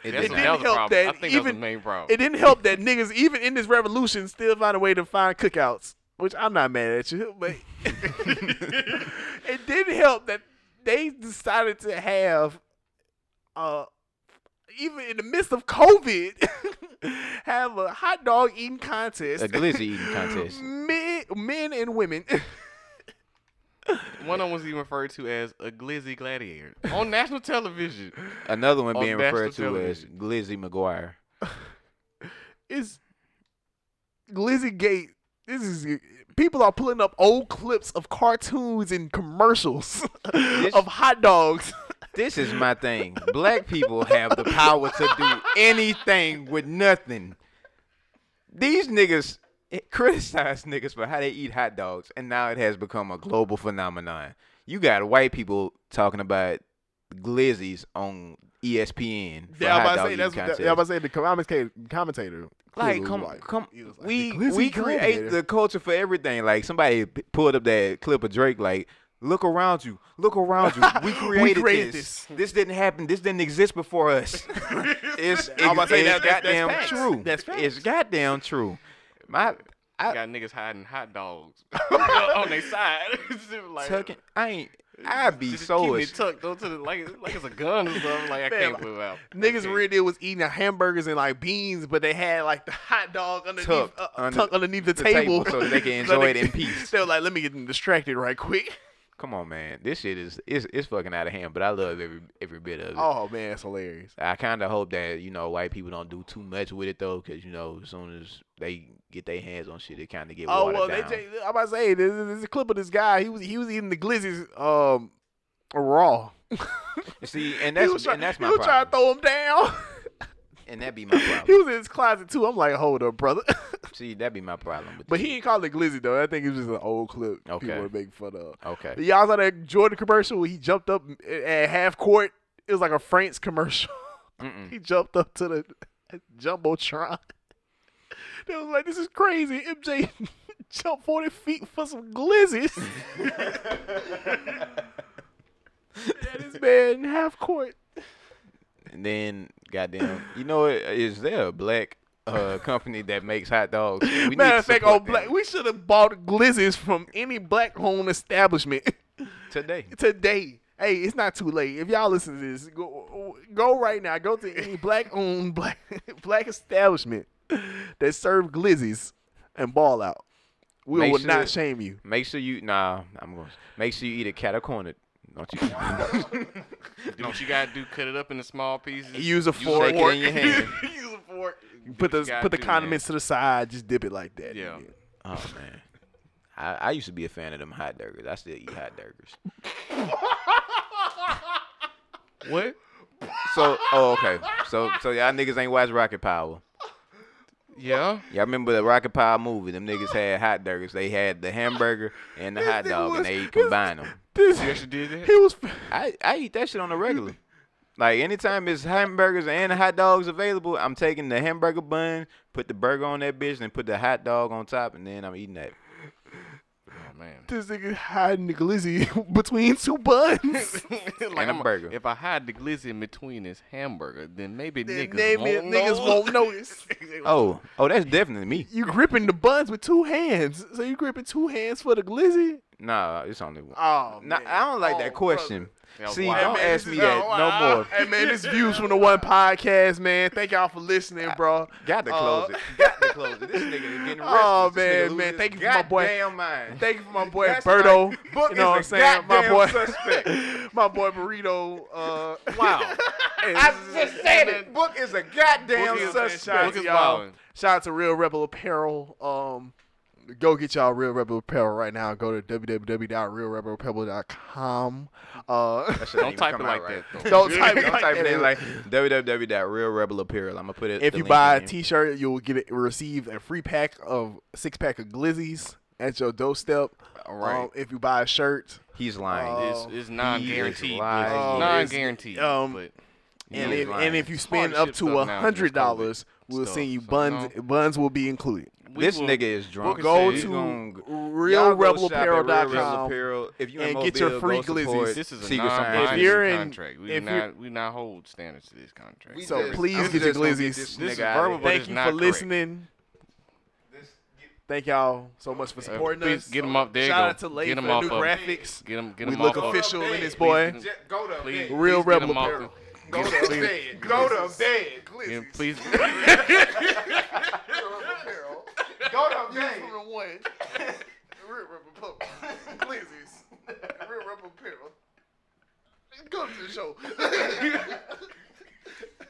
Speaker 1: it
Speaker 3: That's
Speaker 1: did
Speaker 2: didn't
Speaker 1: not.
Speaker 3: another
Speaker 2: help
Speaker 3: problem.
Speaker 2: that
Speaker 3: I think that's
Speaker 2: even-
Speaker 3: the main problem.
Speaker 2: It didn't help that niggas, even in this revolution, still find a way to find cookouts, which I'm not mad at you, but it didn't help that they decided to have, uh, even in the midst of COVID, have a hot dog eating contest.
Speaker 1: A glizzy eating contest.
Speaker 2: Men, men and women.
Speaker 3: One of them was even referred to as a glizzy gladiator on national television.
Speaker 1: Another one
Speaker 3: On
Speaker 1: being
Speaker 3: national
Speaker 1: referred to as Glizzy McGuire.
Speaker 2: It's Glizzy Gate. This is people are pulling up old clips of cartoons and commercials of hot dogs.
Speaker 1: This is my thing. Black people have the power to do anything with nothing. These niggas eh, criticize niggas for how they eat hot dogs, and now it has become a global phenomenon. You got white people talking about glizzies on E ESPN. For
Speaker 2: Yeah, I'm
Speaker 1: hot
Speaker 2: about to
Speaker 1: dog
Speaker 2: say
Speaker 1: eating
Speaker 2: that's
Speaker 1: contests.
Speaker 2: that, yeah, I'm about to say the commentator. commentator
Speaker 1: like
Speaker 2: clearly
Speaker 1: come
Speaker 2: was white.
Speaker 1: come
Speaker 2: He was like,
Speaker 1: we
Speaker 2: "The glizzy
Speaker 1: we create
Speaker 2: gladiator."
Speaker 1: the culture for everything. Like somebody p- pulled up that clip of Drake like look around you. Look around you. We created,
Speaker 2: created
Speaker 1: this. this. didn't happen. This didn't exist before us. it's
Speaker 2: I'm
Speaker 1: it's,
Speaker 2: about to say
Speaker 1: it's
Speaker 2: that- that's- that's
Speaker 1: goddamn
Speaker 2: facts.
Speaker 1: true.
Speaker 2: That's facts.
Speaker 1: It's goddamn true. My I,
Speaker 3: Got niggas hiding hot dogs on their side. It's just like,
Speaker 1: tucking, I ain't I be
Speaker 3: just
Speaker 1: so
Speaker 3: keeping it
Speaker 1: as-
Speaker 3: tucked onto the like, like it's a gun or something. Like I
Speaker 2: Man,
Speaker 3: can't
Speaker 2: like,
Speaker 3: move out.
Speaker 2: Niggas
Speaker 3: Okay.
Speaker 2: real deal was eating hamburgers and like beans, but they had like the hot dog underneath,
Speaker 1: Tucked
Speaker 2: uh,
Speaker 1: under-
Speaker 2: tucked underneath the,
Speaker 1: the
Speaker 2: table,
Speaker 1: table so that they can
Speaker 2: So
Speaker 1: enjoy
Speaker 2: they
Speaker 1: it in
Speaker 2: could-
Speaker 1: peace.
Speaker 2: They were like, "Let me get them distracted right quick."
Speaker 1: Come on, man. This shit is it's, it's fucking out of hand, but I love every every bit of it.
Speaker 2: Oh man, it's hilarious.
Speaker 1: I kind of hope that you know white people don't do too much with it though, because you know as soon as they get their hands on shit, it kind of get
Speaker 2: Oh
Speaker 1: watered
Speaker 2: well,
Speaker 1: down.
Speaker 2: they. J- I'm about to say there's, there's a clip of this guy. He was he was eating the glizzies um raw.
Speaker 1: See, and
Speaker 2: he
Speaker 1: that's
Speaker 2: was try-
Speaker 1: and that's
Speaker 2: he
Speaker 1: my
Speaker 2: was trying to
Speaker 1: problem,
Speaker 2: throw him down.
Speaker 1: and that be my
Speaker 2: he
Speaker 1: problem.
Speaker 2: was in his closet too. I'm like, hold up, brother.
Speaker 1: See, that be my problem. With
Speaker 2: but
Speaker 1: this
Speaker 2: he ain't called it glizzy though. I think it was just an old clip
Speaker 1: Okay.
Speaker 2: people were making fun of.
Speaker 1: shit. okay,
Speaker 2: But y'all saw that Jordan commercial where he jumped up at half court. It was like a France commercial.
Speaker 1: Mm-mm.
Speaker 2: he jumped up to the jumbotron. They was like, "This is crazy." MJ jumped forty feet for some glizzies. that is man half court.
Speaker 1: and then goddamn, you know, what? is there a black uh, company that makes hot dogs? We need
Speaker 2: Matter
Speaker 1: to
Speaker 2: of fact,
Speaker 1: support
Speaker 2: on black,
Speaker 1: them
Speaker 2: we should have bought glizzies from any black-owned establishment
Speaker 1: today.
Speaker 2: today. Hey, it's not too late. If y'all listen to this, go go right now. Go to any black-owned black black establishment that serve glizzies and ball out. We
Speaker 1: Make
Speaker 2: will
Speaker 1: sure
Speaker 2: not
Speaker 1: that-
Speaker 2: shame you.
Speaker 1: Make sure you nah, I'm going. to Make sure you eat a cat or cornered. Don't you?
Speaker 3: Do what you gotta do. Cut it up into small pieces.
Speaker 2: Use a fork.
Speaker 1: shake it in your hand.
Speaker 3: Use a fork.
Speaker 2: Put
Speaker 3: Do what
Speaker 2: the
Speaker 3: you gotta
Speaker 2: put the
Speaker 3: do, man.
Speaker 2: condiments to the side. Just dip it like that.
Speaker 3: Yeah.
Speaker 2: nigga.
Speaker 1: Oh man, I, I used to be a fan of them hot burgers. I still eat hot burgers.
Speaker 3: What?
Speaker 1: So, oh okay. So, so y'all niggas ain't watched Rocket Power.
Speaker 3: Yeah.
Speaker 1: Y'all remember the Rocket Power movie? Them niggas had hot burgers. They had the hamburger and the
Speaker 2: This
Speaker 1: hot
Speaker 2: nigga
Speaker 1: dog,
Speaker 2: was-
Speaker 1: and they
Speaker 2: this-
Speaker 1: combined them.
Speaker 2: This
Speaker 3: You actually did that?
Speaker 2: he was.
Speaker 1: I, I eat that shit on the regular. Like anytime it's hamburgers and hot dogs available, I'm taking the hamburger bun, put the burger on that bitch, and put the hot dog on top, and then I'm eating that.
Speaker 3: Oh, man.
Speaker 2: This nigga hiding the glizzy between two buns.
Speaker 3: like
Speaker 1: And a
Speaker 3: I'ma-
Speaker 1: burger.
Speaker 3: If I hide the glizzy in between his hamburger, then maybe
Speaker 2: Then
Speaker 3: niggas
Speaker 2: name
Speaker 3: won't
Speaker 2: it, niggas
Speaker 3: know.
Speaker 2: won't notice.
Speaker 1: Oh, oh, that's definitely me.
Speaker 2: You gripping the buns with two hands, so you gripping two hands for the glizzy.
Speaker 1: Nah, it's only one.
Speaker 2: Oh,
Speaker 1: Nah, I don't like that question.
Speaker 3: That was
Speaker 1: See,
Speaker 3: wild.
Speaker 1: don't
Speaker 3: Hey,
Speaker 2: man,
Speaker 1: ask
Speaker 2: this
Speaker 1: me
Speaker 2: is-
Speaker 1: that
Speaker 2: oh,
Speaker 1: no more.
Speaker 2: Hey man, this views from the one podcast, man. Thank y'all for listening, bro.
Speaker 1: Got to close
Speaker 2: Uh,
Speaker 1: it. Got to close it. This nigga is getting restless.
Speaker 2: Oh,
Speaker 1: This
Speaker 2: man,
Speaker 1: nigga
Speaker 2: man,
Speaker 1: losing
Speaker 2: thank
Speaker 1: his
Speaker 2: you for my boy.
Speaker 1: Goddamn mind.
Speaker 2: Thank you for my boy
Speaker 1: That's
Speaker 2: Berto.
Speaker 1: right. Book
Speaker 2: you know what I'm
Speaker 1: is a
Speaker 2: saying? My
Speaker 1: goddamn
Speaker 2: boy,
Speaker 1: suspect.
Speaker 2: my boy Burrito. Uh,
Speaker 3: Wow.
Speaker 1: I just said it. Book is a goddamn
Speaker 3: Book is-
Speaker 1: suspect.
Speaker 2: Shout out
Speaker 3: Lucas
Speaker 2: to y'all.
Speaker 3: Baldwin.
Speaker 2: Shout out to Real Rebel Apparel. Um, go get y'all Real Rebel Apparel right now. Go to www.realrebelapparel.com. Uh,
Speaker 1: That shit
Speaker 3: Don't
Speaker 1: ain't even
Speaker 3: type
Speaker 1: come
Speaker 3: it
Speaker 1: out
Speaker 3: like
Speaker 1: right.
Speaker 3: that, though.
Speaker 2: Don't type it
Speaker 1: Don't
Speaker 2: like
Speaker 1: type it in
Speaker 2: that.
Speaker 1: like www.realrebelapparel. I'm gonna put it.
Speaker 2: if
Speaker 1: the
Speaker 2: you
Speaker 1: link
Speaker 2: buy
Speaker 1: in.
Speaker 2: a T-shirt, you'll get it, receive a free pack of six pack of glizzies at your doorstep.
Speaker 3: All right.
Speaker 2: Um, if you buy a shirt,
Speaker 1: he's lying.
Speaker 2: Uh,
Speaker 3: it's, it's non-guaranteed.
Speaker 1: lying.
Speaker 3: glizzy.
Speaker 2: Oh, it's-
Speaker 3: non-guaranteed.
Speaker 2: um,
Speaker 3: but
Speaker 2: and
Speaker 1: he's
Speaker 2: if,
Speaker 1: lying.
Speaker 2: and if you spend
Speaker 3: Hard
Speaker 2: up
Speaker 3: shit
Speaker 2: to
Speaker 3: stuff
Speaker 2: a
Speaker 3: now during
Speaker 2: hundred
Speaker 3: this
Speaker 2: dollars, we'll
Speaker 3: stuff,
Speaker 2: send you
Speaker 3: so,
Speaker 2: buns. Buns will be included.
Speaker 3: we
Speaker 1: This
Speaker 3: will-
Speaker 1: nigga is drunk.
Speaker 2: Go
Speaker 1: He
Speaker 2: to
Speaker 1: gonna- Y'all go shop at Real Rebel
Speaker 2: RealRebelApparel.com.
Speaker 1: Apparel. If you
Speaker 2: and
Speaker 1: in
Speaker 2: get your
Speaker 1: Mobile,
Speaker 2: free
Speaker 1: go support
Speaker 2: glizzies.
Speaker 3: This is a
Speaker 1: Secret Sign.
Speaker 3: non-binding
Speaker 2: If you're in-
Speaker 3: contract. We
Speaker 2: if
Speaker 3: not
Speaker 2: you're-
Speaker 3: we not hold standards to this contract.
Speaker 1: We
Speaker 2: So
Speaker 1: just-
Speaker 2: please
Speaker 1: I'm
Speaker 2: get your
Speaker 1: just gonna
Speaker 2: glizzies.
Speaker 1: this
Speaker 3: This is
Speaker 1: nigga outta
Speaker 3: verbal,
Speaker 1: here.
Speaker 3: but
Speaker 2: Thank
Speaker 3: it's
Speaker 2: you for
Speaker 3: not correct.
Speaker 2: listening. Thank y'all so much for
Speaker 3: Uh,
Speaker 2: supporting
Speaker 3: please
Speaker 2: us.
Speaker 3: Get him up there. you
Speaker 2: Shout
Speaker 3: go.
Speaker 2: out to Lay
Speaker 3: Get
Speaker 2: for
Speaker 3: 'em
Speaker 2: the
Speaker 3: off
Speaker 2: new
Speaker 3: of-
Speaker 2: graphics.
Speaker 3: Get him. Get
Speaker 2: We
Speaker 3: him
Speaker 2: look
Speaker 3: off of-
Speaker 2: official in this
Speaker 3: please
Speaker 2: boy.
Speaker 3: get 'em-
Speaker 1: Just Go to
Speaker 3: Please,
Speaker 1: bed.
Speaker 2: Real
Speaker 3: please get 'em
Speaker 2: Rebel
Speaker 3: off
Speaker 2: Apparel.
Speaker 3: of-
Speaker 1: Go
Speaker 3: get 'em-
Speaker 1: to bed. Go to bed.
Speaker 3: get 'em-
Speaker 1: Glizzies.
Speaker 3: Please.
Speaker 1: Go to bed.
Speaker 2: Real rubber pump. Glizzies. Real rubber apparel. Go to the show.